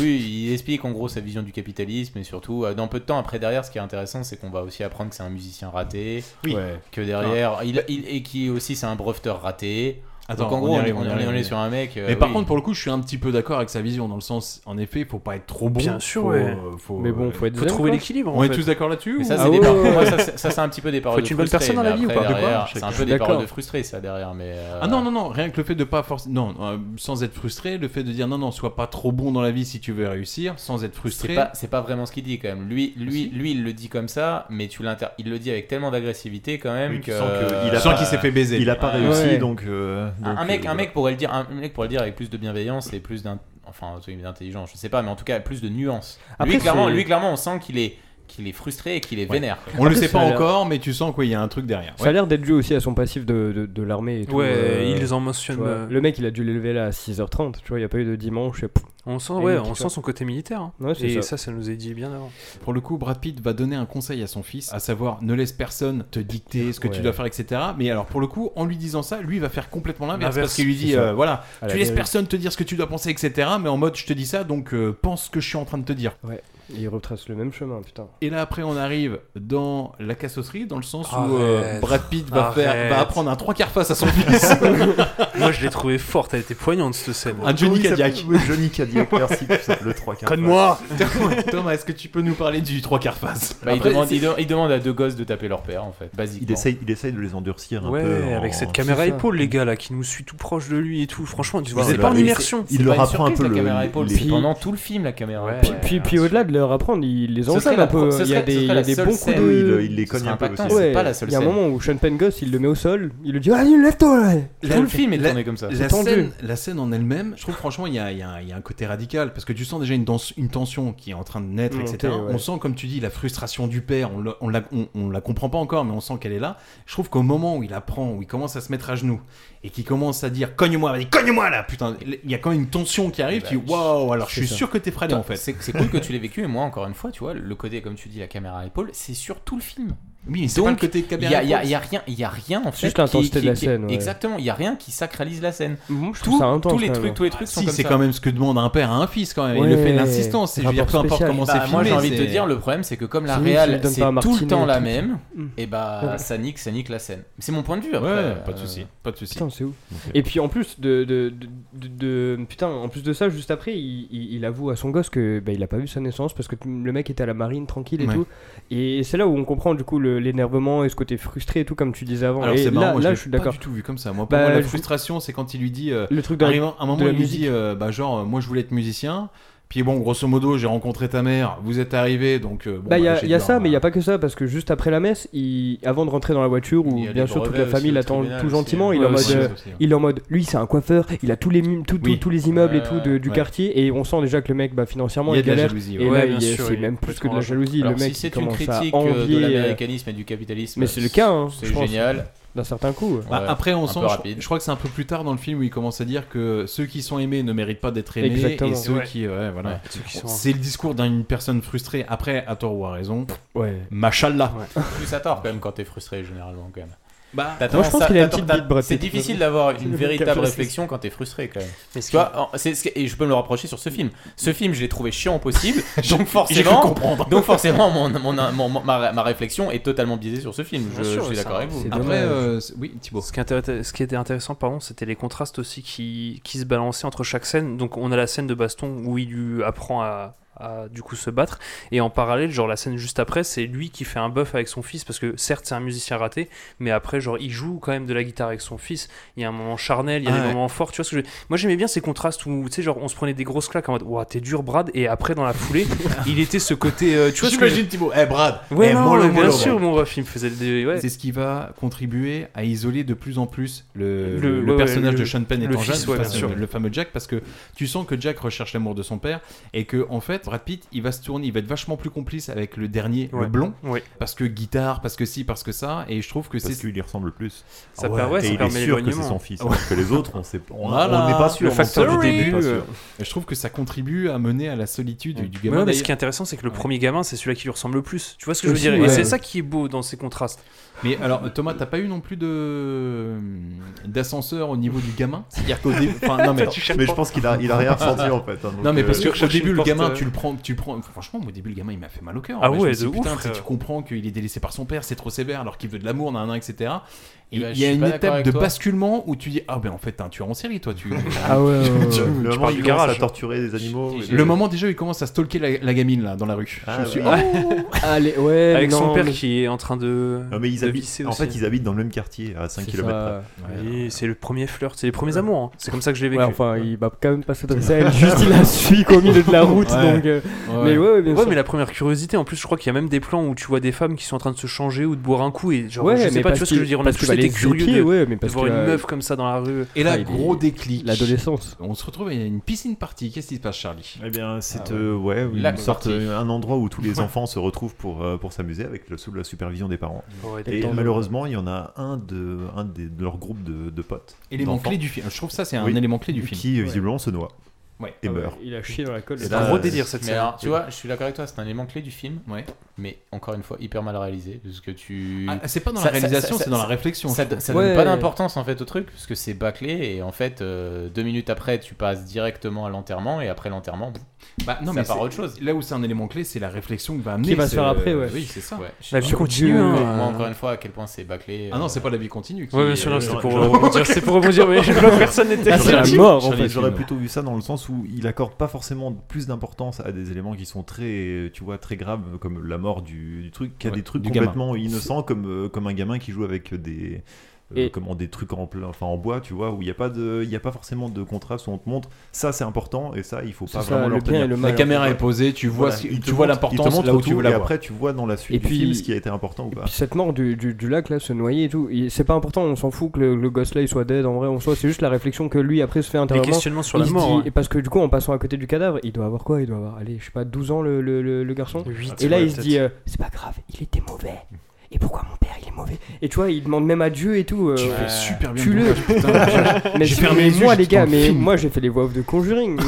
[SPEAKER 12] Oui, il explique en gros sa vision du capitalisme et surtout, euh, dans peu de temps après derrière, ce qui est intéressant, c'est qu'on va aussi apprendre que c'est un musicien raté,
[SPEAKER 2] Oui. Ouais.
[SPEAKER 12] que derrière, il, il- et qui aussi c'est un breveteur raté. Donc en
[SPEAKER 2] on
[SPEAKER 12] gros,
[SPEAKER 2] y
[SPEAKER 12] on,
[SPEAKER 2] arrive,
[SPEAKER 12] est-
[SPEAKER 2] on y
[SPEAKER 12] on est-
[SPEAKER 2] arrive,
[SPEAKER 12] on
[SPEAKER 2] on y
[SPEAKER 12] est sur un mec. euh,
[SPEAKER 2] Mais par
[SPEAKER 12] oui.
[SPEAKER 2] contre, pour le coup, je suis un petit peu d'accord avec sa vision, dans le sens, en effet, faut pas être trop bon.
[SPEAKER 13] Bien sûr,
[SPEAKER 2] faut,
[SPEAKER 13] ouais.
[SPEAKER 2] euh, faut,
[SPEAKER 14] Mais bon,
[SPEAKER 2] euh,
[SPEAKER 14] faut être
[SPEAKER 13] Faut zen, trouver quoi. l'équilibre, en
[SPEAKER 2] On est
[SPEAKER 13] fait.
[SPEAKER 2] tous d'accord là-dessus
[SPEAKER 12] Mais
[SPEAKER 2] ou-
[SPEAKER 12] ça, c'est
[SPEAKER 2] Ah
[SPEAKER 12] des
[SPEAKER 2] ouais.
[SPEAKER 12] paroles- moi, ça, c'est- ça, c'est un petit peu des
[SPEAKER 13] Faut
[SPEAKER 12] paroles
[SPEAKER 13] être
[SPEAKER 12] de
[SPEAKER 13] une bonne
[SPEAKER 12] frustrés,
[SPEAKER 13] personne dans la
[SPEAKER 12] mais
[SPEAKER 13] vie ou
[SPEAKER 12] après,
[SPEAKER 13] pas De quoi
[SPEAKER 12] derrière,
[SPEAKER 13] Je
[SPEAKER 12] C'est un
[SPEAKER 13] suis
[SPEAKER 12] peu des paroles
[SPEAKER 13] d'accord.
[SPEAKER 12] de frustrés, ça derrière. Mais euh,
[SPEAKER 2] Ah non, non, non, rien que le fait de pas forcer. Non, euh, sans être frustré, le fait de dire non, non, sois pas trop bon dans la vie si tu veux réussir, sans être frustré.
[SPEAKER 12] C'est pas, c'est pas vraiment ce qu'il dit quand même. Lui,
[SPEAKER 11] Ah
[SPEAKER 12] lui, lui, il le dit comme ça, mais tu l'inter... il le dit avec tellement d'agressivité quand même
[SPEAKER 11] Oui, tu
[SPEAKER 12] que.
[SPEAKER 11] sens que il
[SPEAKER 2] Tu
[SPEAKER 11] a
[SPEAKER 2] sens
[SPEAKER 11] pas-
[SPEAKER 2] qu'il s'est fait baiser.
[SPEAKER 11] Il a pas
[SPEAKER 12] Ah,
[SPEAKER 11] réussi,
[SPEAKER 12] ouais.
[SPEAKER 11] donc, euh,
[SPEAKER 12] Un-
[SPEAKER 11] donc,
[SPEAKER 12] un mec,
[SPEAKER 11] euh,
[SPEAKER 12] un
[SPEAKER 11] voilà.
[SPEAKER 12] mec pourrait le dire, un mec pourrait le dire avec plus de bienveillance et plus d'in... enfin entre guillemets, d'intelligence, je sais pas, mais en tout cas plus de nuance.
[SPEAKER 2] Après,
[SPEAKER 12] lui, clairement,
[SPEAKER 2] c'est-
[SPEAKER 12] lui, clairement, on sent qu'il est, qu'il est frustré et qu'il est
[SPEAKER 2] Ouais.
[SPEAKER 12] vénère.
[SPEAKER 11] Bah,
[SPEAKER 2] On le
[SPEAKER 14] Après,
[SPEAKER 2] sait
[SPEAKER 14] ça
[SPEAKER 2] pas
[SPEAKER 14] a l'air-
[SPEAKER 2] encore, mais tu sens qu'il y a un truc derrière.
[SPEAKER 14] Ça a l'air d'être dû aussi à son passif de, de, de l'armée et tout.
[SPEAKER 13] Ouais,
[SPEAKER 14] euh,
[SPEAKER 13] ils en
[SPEAKER 14] tu
[SPEAKER 13] mentionnent,
[SPEAKER 14] vois.
[SPEAKER 13] euh.
[SPEAKER 14] Le mec, il a dû l'élever là à 6h30, tu vois, il n'y a pas eu de dimanche. et pff.
[SPEAKER 13] On sent,
[SPEAKER 14] Et
[SPEAKER 13] ouais,
[SPEAKER 14] le mec,
[SPEAKER 13] on
[SPEAKER 14] il
[SPEAKER 13] sent
[SPEAKER 14] fait-
[SPEAKER 13] son côté militaire. hein.
[SPEAKER 14] Ouais, c'est
[SPEAKER 13] et
[SPEAKER 14] ça.
[SPEAKER 13] ça, ça nous est dit bien avant.
[SPEAKER 2] Pour le coup, Brad Pitt va donner un conseil à son fils, à savoir ne laisse personne te dicter ce que tu
[SPEAKER 13] Ouais.
[SPEAKER 2] dois faire, etc. Mais alors, pour le qu'il en lui disant ça, lui va faire complètement l'inverse
[SPEAKER 13] L'inverse,
[SPEAKER 2] parce qu'il lui
[SPEAKER 13] c'est
[SPEAKER 2] dit
[SPEAKER 13] ça.
[SPEAKER 2] euh, voilà,
[SPEAKER 13] À la
[SPEAKER 2] tu laisses
[SPEAKER 13] dérive.
[SPEAKER 2] personne te dire ce que tu dois penser, etc. Mais en mode, je te dis ça, donc euh, pense ce que je suis en train de te dire.
[SPEAKER 14] Ouais, et il retrace le même chemin, putain.
[SPEAKER 2] Et là après on arrive dans la cassosserie dans le sens où
[SPEAKER 13] Arrête.
[SPEAKER 2] euh, Brad Pitt va, faire,
[SPEAKER 13] Arrête.
[SPEAKER 2] va apprendre un trois quarts face à son fils.
[SPEAKER 13] Moi, je l'ai trouvé forte, elle était poignante cette scène.
[SPEAKER 2] Un Johnny
[SPEAKER 11] Comment il
[SPEAKER 2] Cadillac.
[SPEAKER 11] s'appelle Oui, Johnny Cadillac, merci pour ça, le trois quarts.
[SPEAKER 13] Conne-moi.
[SPEAKER 2] Thomas, Thomas, est-ce que tu peux nous parler du trois quarts face
[SPEAKER 12] Bah, il,
[SPEAKER 2] Après,
[SPEAKER 12] demande,
[SPEAKER 2] c'est-
[SPEAKER 12] il de- il demande à deux gosses de taper leur père en fait, basiquement.
[SPEAKER 11] Il essaye, il essaye de les endurcir un
[SPEAKER 13] Ouais,
[SPEAKER 11] peu.
[SPEAKER 13] avec
[SPEAKER 11] en-
[SPEAKER 13] cette caméra
[SPEAKER 12] C'est ça.
[SPEAKER 13] épaule, les gars, là, qui nous suit tout proche de lui et tout. Franchement, tu vois,
[SPEAKER 11] C'est
[SPEAKER 13] c'est
[SPEAKER 11] leur-
[SPEAKER 13] pas en
[SPEAKER 11] il-
[SPEAKER 13] immersion.
[SPEAKER 11] il leur apprend un peu le- les-
[SPEAKER 12] Puis... Pendant tout le film, la caméra.
[SPEAKER 14] Puis, puis, puis au-delà de leur apprendre, il les
[SPEAKER 12] Ce serait
[SPEAKER 14] enchaîne
[SPEAKER 12] la
[SPEAKER 14] un peu.
[SPEAKER 12] pro- ce
[SPEAKER 14] Il y a
[SPEAKER 12] serait-
[SPEAKER 14] des,
[SPEAKER 12] ce serait
[SPEAKER 14] il y a
[SPEAKER 12] la
[SPEAKER 14] des
[SPEAKER 12] seule
[SPEAKER 14] bons
[SPEAKER 12] scène.
[SPEAKER 14] coups de.
[SPEAKER 11] Il- il les
[SPEAKER 12] Ce
[SPEAKER 11] cogne
[SPEAKER 12] serait
[SPEAKER 11] un peu
[SPEAKER 12] impactant,
[SPEAKER 11] aussi.
[SPEAKER 12] c'est
[SPEAKER 14] Ouais,
[SPEAKER 12] pas la seule
[SPEAKER 14] Il y a un
[SPEAKER 12] scène.
[SPEAKER 14] moment où Sean Penn Goss, il le met au sol, il le dit Allez, lève-toi là
[SPEAKER 12] Tout le film est tourné comme ça.
[SPEAKER 2] La
[SPEAKER 14] tendu.
[SPEAKER 2] scène, la scène en elle-même, je trouve franchement il y a, il y a un- il y a un côté côté radical, parce que tu sens déjà une, danse- une tension qui est en train de naître,
[SPEAKER 14] Monter,
[SPEAKER 2] etc.
[SPEAKER 14] ouais.
[SPEAKER 2] On sent, comme tu dis, la frustration du père, on, la- on la, on- on la comprend pas encore, mais on sent qu'elle est là. Je trouve qu'au moment où il apprend, où il commence à se mettre à genoux, et qu'il commence à dire cogne-moi, vas-y, cogne-moi là, putain, il y a quand même une tension qui
[SPEAKER 12] Bah
[SPEAKER 2] arrive, tu dis waouh, alors je suis sûr que t'es frêlé en fait.
[SPEAKER 12] C'est c'est cool que tu l'aies vécu, et moi, encore une fois, tu vois, le côté, comme tu dis, la caméra à l'épaule, c'est sur tout le film.
[SPEAKER 2] Oui, mais c'est pas le côté caméra
[SPEAKER 12] Il y a,
[SPEAKER 2] à l'épaule.
[SPEAKER 12] y a rien, il y a rien en fait.
[SPEAKER 14] Juste l'intensité
[SPEAKER 12] qui-
[SPEAKER 14] de la
[SPEAKER 12] qui-
[SPEAKER 14] scène,
[SPEAKER 12] qui-
[SPEAKER 14] ouais.
[SPEAKER 12] Exactement, il y a rien qui sacralise la scène.
[SPEAKER 14] je trouve
[SPEAKER 12] tout,
[SPEAKER 14] ça intense,
[SPEAKER 12] tous les
[SPEAKER 14] quand même.
[SPEAKER 12] trucs, tous les trucs sont
[SPEAKER 2] Si,
[SPEAKER 12] comme
[SPEAKER 2] c'est
[SPEAKER 12] ça.
[SPEAKER 2] quand même ce que demande un père à un fils quand même. Il le fait de l'insistance, c'est je veux dire, peu importe comment
[SPEAKER 12] Bah,
[SPEAKER 2] c'est filmé.
[SPEAKER 12] Moi j'ai envie de
[SPEAKER 2] c'est-
[SPEAKER 12] te dire, le problème c'est que comme la
[SPEAKER 2] C'est lui qui
[SPEAKER 12] réal
[SPEAKER 2] le donne
[SPEAKER 12] c'est
[SPEAKER 2] pas à
[SPEAKER 12] tout le
[SPEAKER 2] Martine
[SPEAKER 12] temps
[SPEAKER 2] et
[SPEAKER 12] la
[SPEAKER 2] tout.
[SPEAKER 12] même,
[SPEAKER 2] Mm.
[SPEAKER 12] et bah
[SPEAKER 2] Ouais.
[SPEAKER 12] ça nique, ça nique la scène. C'est mon point de vue
[SPEAKER 2] Ouais,
[SPEAKER 12] après. euh,
[SPEAKER 2] pas de souci, pas de souci.
[SPEAKER 14] Putain, c'est ouf. Et puis en plus de, de, de- de- de- putain, en plus de ça, juste après, il, il- il avoue à son gosse que bah, il a pas vu sa naissance parce que le mec était à la marine tranquille et
[SPEAKER 2] Ouais.
[SPEAKER 14] tout. Et c'est là où on comprend du coup le- l'énervement et ce côté frustré et tout comme tu disais avant.
[SPEAKER 2] Alors
[SPEAKER 14] et
[SPEAKER 2] c'est marrant,
[SPEAKER 14] là,
[SPEAKER 2] moi,
[SPEAKER 14] là,
[SPEAKER 2] je,
[SPEAKER 14] je suis
[SPEAKER 2] l'ai pas
[SPEAKER 14] d'accord.
[SPEAKER 2] du tout vu comme ça. Moi, pour
[SPEAKER 14] Bah,
[SPEAKER 2] moi, la
[SPEAKER 14] je-
[SPEAKER 2] frustration, c'est quand il lui dit. euh,
[SPEAKER 14] Le truc de la-
[SPEAKER 2] arrivant- à un
[SPEAKER 14] de
[SPEAKER 2] moment,
[SPEAKER 14] la
[SPEAKER 2] il lui
[SPEAKER 14] musique.
[SPEAKER 2] dit euh, bah, genre, euh, moi, je voulais être musicien. Puis bon, grosso modo, j'ai rencontré ta mère, vous êtes arrivé, donc. euh, bon,
[SPEAKER 14] bah, il y a,
[SPEAKER 2] j'ai
[SPEAKER 14] il y a
[SPEAKER 2] dû-
[SPEAKER 12] hein,
[SPEAKER 14] ça, mais il y a pas que ça, parce que juste après la messe, il- avant de rentrer dans la voiture, où
[SPEAKER 12] Il y a
[SPEAKER 14] bien
[SPEAKER 12] les
[SPEAKER 14] sûr toute
[SPEAKER 12] brevets
[SPEAKER 14] la famille
[SPEAKER 12] aussi au
[SPEAKER 14] l'attend
[SPEAKER 12] tribunal
[SPEAKER 14] tout
[SPEAKER 12] aussi, hein.
[SPEAKER 14] gentiment,
[SPEAKER 12] ouais.
[SPEAKER 14] il, est en
[SPEAKER 12] Ouais,
[SPEAKER 14] mode,
[SPEAKER 12] aussi,
[SPEAKER 14] euh,
[SPEAKER 12] aussi, ouais.
[SPEAKER 14] il est en mode, lui c'est un coiffeur, il a tous les, mim- tout- tout-
[SPEAKER 12] Oui.
[SPEAKER 14] tous les immeubles et
[SPEAKER 12] Ouais,
[SPEAKER 14] tout de- du
[SPEAKER 12] ouais.
[SPEAKER 14] quartier, et on sent déjà que le mec, bah, financièrement,
[SPEAKER 12] Il y a de la
[SPEAKER 14] galère.
[SPEAKER 12] jalousie,
[SPEAKER 14] et
[SPEAKER 12] ouais.
[SPEAKER 14] là,
[SPEAKER 12] Ouais, bien
[SPEAKER 14] il y a-
[SPEAKER 12] sûr,
[SPEAKER 14] c'est
[SPEAKER 12] il est
[SPEAKER 14] même plus que de la
[SPEAKER 12] complètement
[SPEAKER 14] jalousie,
[SPEAKER 12] Alors,
[SPEAKER 14] le mec
[SPEAKER 12] si c'est
[SPEAKER 14] qui
[SPEAKER 12] une
[SPEAKER 14] commence à
[SPEAKER 12] critique euh,
[SPEAKER 14] envier.
[SPEAKER 12] de
[SPEAKER 14] euh,
[SPEAKER 12] l'américanisme et du capitalisme,
[SPEAKER 14] Mais c'est le cas, hein, je
[SPEAKER 12] c'est
[SPEAKER 14] pense.
[SPEAKER 12] génial.
[SPEAKER 14] D'un certain coup.
[SPEAKER 2] Bah,
[SPEAKER 12] Ouais,
[SPEAKER 2] après, on
[SPEAKER 12] un
[SPEAKER 2] sent,
[SPEAKER 12] peu
[SPEAKER 2] je-
[SPEAKER 12] rapide.
[SPEAKER 2] je, crois que c'est un peu plus tard dans le film où il commence à dire que ceux qui sont aimés ne méritent pas d'être aimés
[SPEAKER 14] Exactement.
[SPEAKER 2] et ceux
[SPEAKER 14] Ouais.
[SPEAKER 2] qui, ouais, voilà.
[SPEAKER 14] Ouais, ceux qui sont-
[SPEAKER 2] C'est le discours d'une personne frustrée. Après, à tort ou à raison,
[SPEAKER 14] ouais.
[SPEAKER 2] machallah.
[SPEAKER 12] Plus à tort quand même quand t'es frustré généralement quand même.
[SPEAKER 2] Bah,
[SPEAKER 12] T'as
[SPEAKER 2] moi, je
[SPEAKER 12] tendance
[SPEAKER 2] pense
[SPEAKER 12] à-
[SPEAKER 2] qu'il a une
[SPEAKER 12] t'as-
[SPEAKER 2] petite
[SPEAKER 12] t'as-
[SPEAKER 2] bite, Brad
[SPEAKER 12] C'est
[SPEAKER 2] Pitt.
[SPEAKER 12] difficile d'avoir une
[SPEAKER 2] Le
[SPEAKER 12] véritable
[SPEAKER 2] capitalisme.
[SPEAKER 12] réflexion quand t'es frustré quand même. tu vois, en- c'est ce que- et je peux me le rapprocher sur ce film. Ce film, je l'ai trouvé chiant au possible,
[SPEAKER 2] J'ai- j'ai
[SPEAKER 12] donc
[SPEAKER 2] cru
[SPEAKER 12] forcément,
[SPEAKER 2] comprendre.
[SPEAKER 12] donc forcément, mon, mon- mon- mon- ma, ma réflexion est totalement biaisée sur ce film. Je,
[SPEAKER 13] Bien sûr,
[SPEAKER 12] je suis
[SPEAKER 13] ça,
[SPEAKER 12] d'accord avec vous.
[SPEAKER 13] c'est
[SPEAKER 2] Après,
[SPEAKER 13] dommage.
[SPEAKER 2] euh, c'est- oui, Thibaut.
[SPEAKER 13] Ce qui, intéressait- ce qui était intéressant, pardon, c'était les contrastes aussi qui, qui se balançaient entre chaque scène. Donc, on a la scène de baston où il lui apprend à, à, du coup se battre, et en parallèle, genre la scène juste après, c'est lui qui fait un buff avec son fils parce que certes c'est un musicien raté, mais après genre il joue quand même de la guitare avec son fils. Il y a un moment charnel, il y a
[SPEAKER 2] Ah
[SPEAKER 13] des
[SPEAKER 2] ouais.
[SPEAKER 13] moments forts. Tu vois ce que je... Moi j'aimais bien ces contrastes où tu sais genre on se prenait des grosses claques en mode ouah t'es dur Brad, et après dans la foulée, il était ce côté. euh, tu vois ce que je-
[SPEAKER 2] J'imagine Thibaut, eh Brad,
[SPEAKER 13] Ouais,
[SPEAKER 2] eh,
[SPEAKER 13] non,
[SPEAKER 2] mollo,
[SPEAKER 13] bien
[SPEAKER 2] mollo,
[SPEAKER 13] sûr,
[SPEAKER 2] mec.
[SPEAKER 13] mon ref, il me faisait le. ouais.
[SPEAKER 2] C'est ce qui va contribuer à isoler de plus en plus le,
[SPEAKER 13] Le-
[SPEAKER 2] le- le
[SPEAKER 13] ouais,
[SPEAKER 2] personnage
[SPEAKER 13] le-
[SPEAKER 2] de Sean Penn
[SPEAKER 13] le
[SPEAKER 2] étant
[SPEAKER 13] fils,
[SPEAKER 2] jeune,
[SPEAKER 13] ouais,
[SPEAKER 2] enfin,
[SPEAKER 13] bien sûr.
[SPEAKER 2] le fameux Jack, parce que tu sens que Jack recherche l'amour de son père et que en fait Brad Pitt il va se tourner, il va être vachement plus complice avec le dernier,
[SPEAKER 13] Ouais.
[SPEAKER 2] le blond,
[SPEAKER 13] Ouais.
[SPEAKER 2] parce que guitare, parce que si, parce que ça, et je trouve que c'est
[SPEAKER 11] Parce qu'il y ressemble plus.
[SPEAKER 13] Ça permet- ouais,
[SPEAKER 11] et
[SPEAKER 13] ça
[SPEAKER 11] il
[SPEAKER 13] permet
[SPEAKER 11] est sûr que c'est
[SPEAKER 13] l'éloignement.
[SPEAKER 11] son fils.
[SPEAKER 2] Ouais.
[SPEAKER 11] alors que les autres, on sait, on- on n'est
[SPEAKER 2] Voilà.
[SPEAKER 11] pas sûr.
[SPEAKER 13] Le facteur du
[SPEAKER 11] on n'est
[SPEAKER 13] début,
[SPEAKER 11] pas sûr.
[SPEAKER 13] euh,
[SPEAKER 2] Et je trouve que ça contribue à mener à la solitude du gamin.
[SPEAKER 13] Ouais, mais ce
[SPEAKER 2] D'ailleurs-
[SPEAKER 13] qui est intéressant, c'est que le premier gamin, c'est celui à qui lui ressemble le plus. Tu vois ce que je veux
[SPEAKER 2] Aussi,
[SPEAKER 13] dire
[SPEAKER 2] ouais.
[SPEAKER 13] Et c'est ça qui est beau dans ces contrastes.
[SPEAKER 2] Mais alors Thomas, t'as pas eu non plus de d'ascenseur au niveau du gamin C'est-à-dire qu'au début, enfin, non, mais,
[SPEAKER 11] Toi, tu cherches Mais je pas. pense qu'il a- il a rien ressenti, en fait, hein, donc,
[SPEAKER 2] non mais parce
[SPEAKER 11] euh,
[SPEAKER 2] que
[SPEAKER 11] tu
[SPEAKER 2] au
[SPEAKER 11] cherches
[SPEAKER 2] début
[SPEAKER 11] une
[SPEAKER 2] le
[SPEAKER 11] porte,
[SPEAKER 2] gamin,
[SPEAKER 11] euh,
[SPEAKER 2] tu le prends, tu le prends. Franchement, au début le gamin, il m'a fait mal au cœur.
[SPEAKER 13] Ah
[SPEAKER 2] Moi, je
[SPEAKER 13] ouais,
[SPEAKER 2] me suis
[SPEAKER 13] de
[SPEAKER 2] dit, putain,
[SPEAKER 13] ouf,
[SPEAKER 2] tu sais, tu
[SPEAKER 13] frère.
[SPEAKER 2] comprends qu'il est délaissé par son père, c'est trop sévère, alors qu'il veut de l'amour, nan, nan, etc. Et
[SPEAKER 12] Eh ben,
[SPEAKER 2] il
[SPEAKER 12] je
[SPEAKER 2] y a
[SPEAKER 12] suis
[SPEAKER 2] une
[SPEAKER 12] pas d'accord
[SPEAKER 2] étape
[SPEAKER 12] avec
[SPEAKER 2] de
[SPEAKER 12] toi.
[SPEAKER 2] basculement où tu dis ah ben en fait t'es un tueur en série toi tu
[SPEAKER 14] Ah ouais, ouais, ouais.
[SPEAKER 2] tu-
[SPEAKER 11] Le
[SPEAKER 2] tu
[SPEAKER 11] moment
[SPEAKER 2] pars
[SPEAKER 11] où il
[SPEAKER 2] du
[SPEAKER 11] commence à
[SPEAKER 2] garage.
[SPEAKER 11] torturer des animaux et
[SPEAKER 2] le
[SPEAKER 11] des-
[SPEAKER 2] moment déjà où il commence à stalker la, la gamine là dans la rue
[SPEAKER 11] Ah.
[SPEAKER 2] je me suis dit,
[SPEAKER 11] ouais.
[SPEAKER 2] oh
[SPEAKER 14] Allez, ouais,
[SPEAKER 13] Avec
[SPEAKER 14] Eh non,
[SPEAKER 13] son père
[SPEAKER 14] mais-
[SPEAKER 13] qui est en train de.
[SPEAKER 11] Non, mais ils
[SPEAKER 13] de
[SPEAKER 11] habitent,
[SPEAKER 13] visser
[SPEAKER 11] en
[SPEAKER 13] aussi.
[SPEAKER 11] fait, ils habitent dans le même quartier, à 5
[SPEAKER 14] C'est
[SPEAKER 11] km.
[SPEAKER 14] ça.
[SPEAKER 13] Oui, c'est le premier flirt, c'est les premiers amours. hein. C'est comme ça que je l'ai vécu.
[SPEAKER 14] Ouais, enfin, il va quand même pas s'adresser à elle, juste il la suit au milieu de la route, donc. euh, Mais ouais, ouais, bien sûr.
[SPEAKER 13] mais la première curiosité, en plus, je crois qu'il y a même des plans où tu vois des femmes qui sont en train de se changer ou de boire un coup et genre,
[SPEAKER 14] Ouais,
[SPEAKER 13] je sais
[SPEAKER 14] mais
[SPEAKER 13] pas, tu
[SPEAKER 14] parce
[SPEAKER 13] vois ce que je veux
[SPEAKER 14] qu'il-
[SPEAKER 13] dire, on a
[SPEAKER 14] parce qu'il
[SPEAKER 13] tous
[SPEAKER 14] va
[SPEAKER 13] été
[SPEAKER 14] les
[SPEAKER 13] curieux
[SPEAKER 14] épiquer,
[SPEAKER 13] de,
[SPEAKER 14] ouais, mais
[SPEAKER 13] de
[SPEAKER 14] parce
[SPEAKER 13] voir
[SPEAKER 14] que,
[SPEAKER 13] une
[SPEAKER 14] euh,
[SPEAKER 13] meuf comme ça dans la rue.
[SPEAKER 2] Et là,
[SPEAKER 14] Ah, il
[SPEAKER 2] gros
[SPEAKER 14] est-
[SPEAKER 2] déclic.
[SPEAKER 14] l'adolescence.
[SPEAKER 2] On se retrouve à une piscine party. Qu'est-ce qui se passe, Charlie
[SPEAKER 11] Eh bien, c'est
[SPEAKER 2] Ah ouais.
[SPEAKER 11] euh, ouais, une
[SPEAKER 2] La
[SPEAKER 11] sorte,
[SPEAKER 2] partie.
[SPEAKER 11] euh, un endroit où tous les enfants se retrouvent pour, euh, pour s'amuser avec le, sous la supervision des parents.
[SPEAKER 13] Ouais,
[SPEAKER 11] et
[SPEAKER 13] détente.
[SPEAKER 11] malheureusement, il y en a un de, un des- de leur groupe de, de potes.
[SPEAKER 2] Élément
[SPEAKER 11] d'enfants,
[SPEAKER 2] clé du film. Je trouve ça, c'est un
[SPEAKER 11] oui,
[SPEAKER 2] élément clé du film.
[SPEAKER 11] Qui, euh, visiblement, se noie.
[SPEAKER 2] Ouais.
[SPEAKER 11] Et
[SPEAKER 14] Ah ouais,
[SPEAKER 11] meurt.
[SPEAKER 14] Il a chié dans la colle. Ah,
[SPEAKER 11] Et
[SPEAKER 14] le
[SPEAKER 11] là,
[SPEAKER 14] gars.
[SPEAKER 11] euh, délire, cette
[SPEAKER 12] mais
[SPEAKER 11] scène.
[SPEAKER 12] alors, tu
[SPEAKER 11] Oui.
[SPEAKER 12] vois, je suis d'accord avec toi, c'est un élément clé du film.
[SPEAKER 2] Ouais.
[SPEAKER 12] Mais encore une fois, hyper mal réalisé. Parce que tu.
[SPEAKER 2] Ah, c'est pas dans la réalisation, c'est dans la réflexion,
[SPEAKER 12] Ça,
[SPEAKER 2] je trouve.
[SPEAKER 12] ça
[SPEAKER 2] Ouais.
[SPEAKER 12] donne pas d'importance en fait au truc, parce que c'est bâclé et en fait, euh, deux minutes après, tu passes directement à l'enterrement et après l'enterrement, pff,
[SPEAKER 2] Bah, non,
[SPEAKER 12] ça
[SPEAKER 2] mais
[SPEAKER 12] part
[SPEAKER 2] c'est-
[SPEAKER 12] autre chose.
[SPEAKER 2] Là où c'est un élément clé, c'est la réflexion que va amener.
[SPEAKER 14] Qui va se
[SPEAKER 2] ce-
[SPEAKER 14] faire après, ouais.
[SPEAKER 2] Oui, c'est ça.
[SPEAKER 12] Ouais.
[SPEAKER 14] La vie continue,
[SPEAKER 12] Moi,
[SPEAKER 14] hein.
[SPEAKER 12] encore- Moi, encore une fois, à quel point c'est bâclé.
[SPEAKER 2] Ah non,
[SPEAKER 12] euh,
[SPEAKER 2] c'est pas la vie continue.
[SPEAKER 13] Ouais, bien sûr,
[SPEAKER 11] euh,
[SPEAKER 13] non, c'était pour rebondir, c'était pour rebondir, mais personne n'était.
[SPEAKER 11] J'aurais-
[SPEAKER 13] Ah, c'est la
[SPEAKER 14] mort, en
[SPEAKER 11] j'aurais-
[SPEAKER 14] fait,
[SPEAKER 11] J'aurais
[SPEAKER 14] finalement.
[SPEAKER 11] plutôt vu ça dans le sens où il accorde pas forcément plus d'importance à des éléments qui sont très, tu vois, très graves comme la mort du, du truc, qu'à
[SPEAKER 2] Ouais,
[SPEAKER 11] des trucs
[SPEAKER 2] du
[SPEAKER 11] complètement innocents comme, euh, comme un gamin qui joue avec des euh, comment des trucs en plein, enfin en bois, tu vois, où il n'y a pas de, il y a pas forcément de contraste où on te montre ça c'est important et ça il faut
[SPEAKER 2] ça,
[SPEAKER 11] pas vraiment
[SPEAKER 2] le
[SPEAKER 11] leur
[SPEAKER 2] bien
[SPEAKER 11] tenir.
[SPEAKER 2] et le mal. La caméra est posée, tu vois ce-
[SPEAKER 11] il te
[SPEAKER 2] tu vois
[SPEAKER 11] montre- il te
[SPEAKER 2] l'importance
[SPEAKER 11] montre
[SPEAKER 2] là où
[SPEAKER 11] tout,
[SPEAKER 2] tu veux la
[SPEAKER 11] et
[SPEAKER 2] voir.
[SPEAKER 11] après tu vois dans la suite
[SPEAKER 14] Et
[SPEAKER 11] du
[SPEAKER 14] puis-
[SPEAKER 11] film ce qui a été important ou pas.
[SPEAKER 14] Puis cette mort du, du- du lac là, se noyer et tout, il- c'est pas important, on s'en fout que le, le gosse là il soit dead en vrai, on soit, c'est juste la réflexion que lui après se fait intérieurement.
[SPEAKER 13] questionnements sur la
[SPEAKER 14] Il se
[SPEAKER 13] mort, hein.
[SPEAKER 14] dit-
[SPEAKER 13] ouais.
[SPEAKER 14] et Parce que du coup, en passant à côté du cadavre, il doit avoir quoi Il doit avoir, allez, je sais pas, 12 ans le, le- le- le garçon
[SPEAKER 13] Huit,
[SPEAKER 14] Et là
[SPEAKER 13] ouais,
[SPEAKER 14] il se
[SPEAKER 13] peut-être.
[SPEAKER 14] dit, euh, c'est pas grave, il était mauvais. Et pourquoi mon père il est mauvais Et tu vois, il demande même à Dieu et tout. euh,
[SPEAKER 2] Tu fais
[SPEAKER 14] ouais.
[SPEAKER 2] super bien
[SPEAKER 14] Tue-le.
[SPEAKER 2] le doublage, putain.
[SPEAKER 14] Mais
[SPEAKER 2] J'ai
[SPEAKER 14] si-
[SPEAKER 2] fermé
[SPEAKER 14] mais
[SPEAKER 2] les yeux,
[SPEAKER 14] moi
[SPEAKER 2] j'étais
[SPEAKER 14] les
[SPEAKER 2] dans
[SPEAKER 14] gars,
[SPEAKER 2] le
[SPEAKER 14] mais
[SPEAKER 2] film.
[SPEAKER 14] moi j'ai fait les voix off de Conjuring. Non,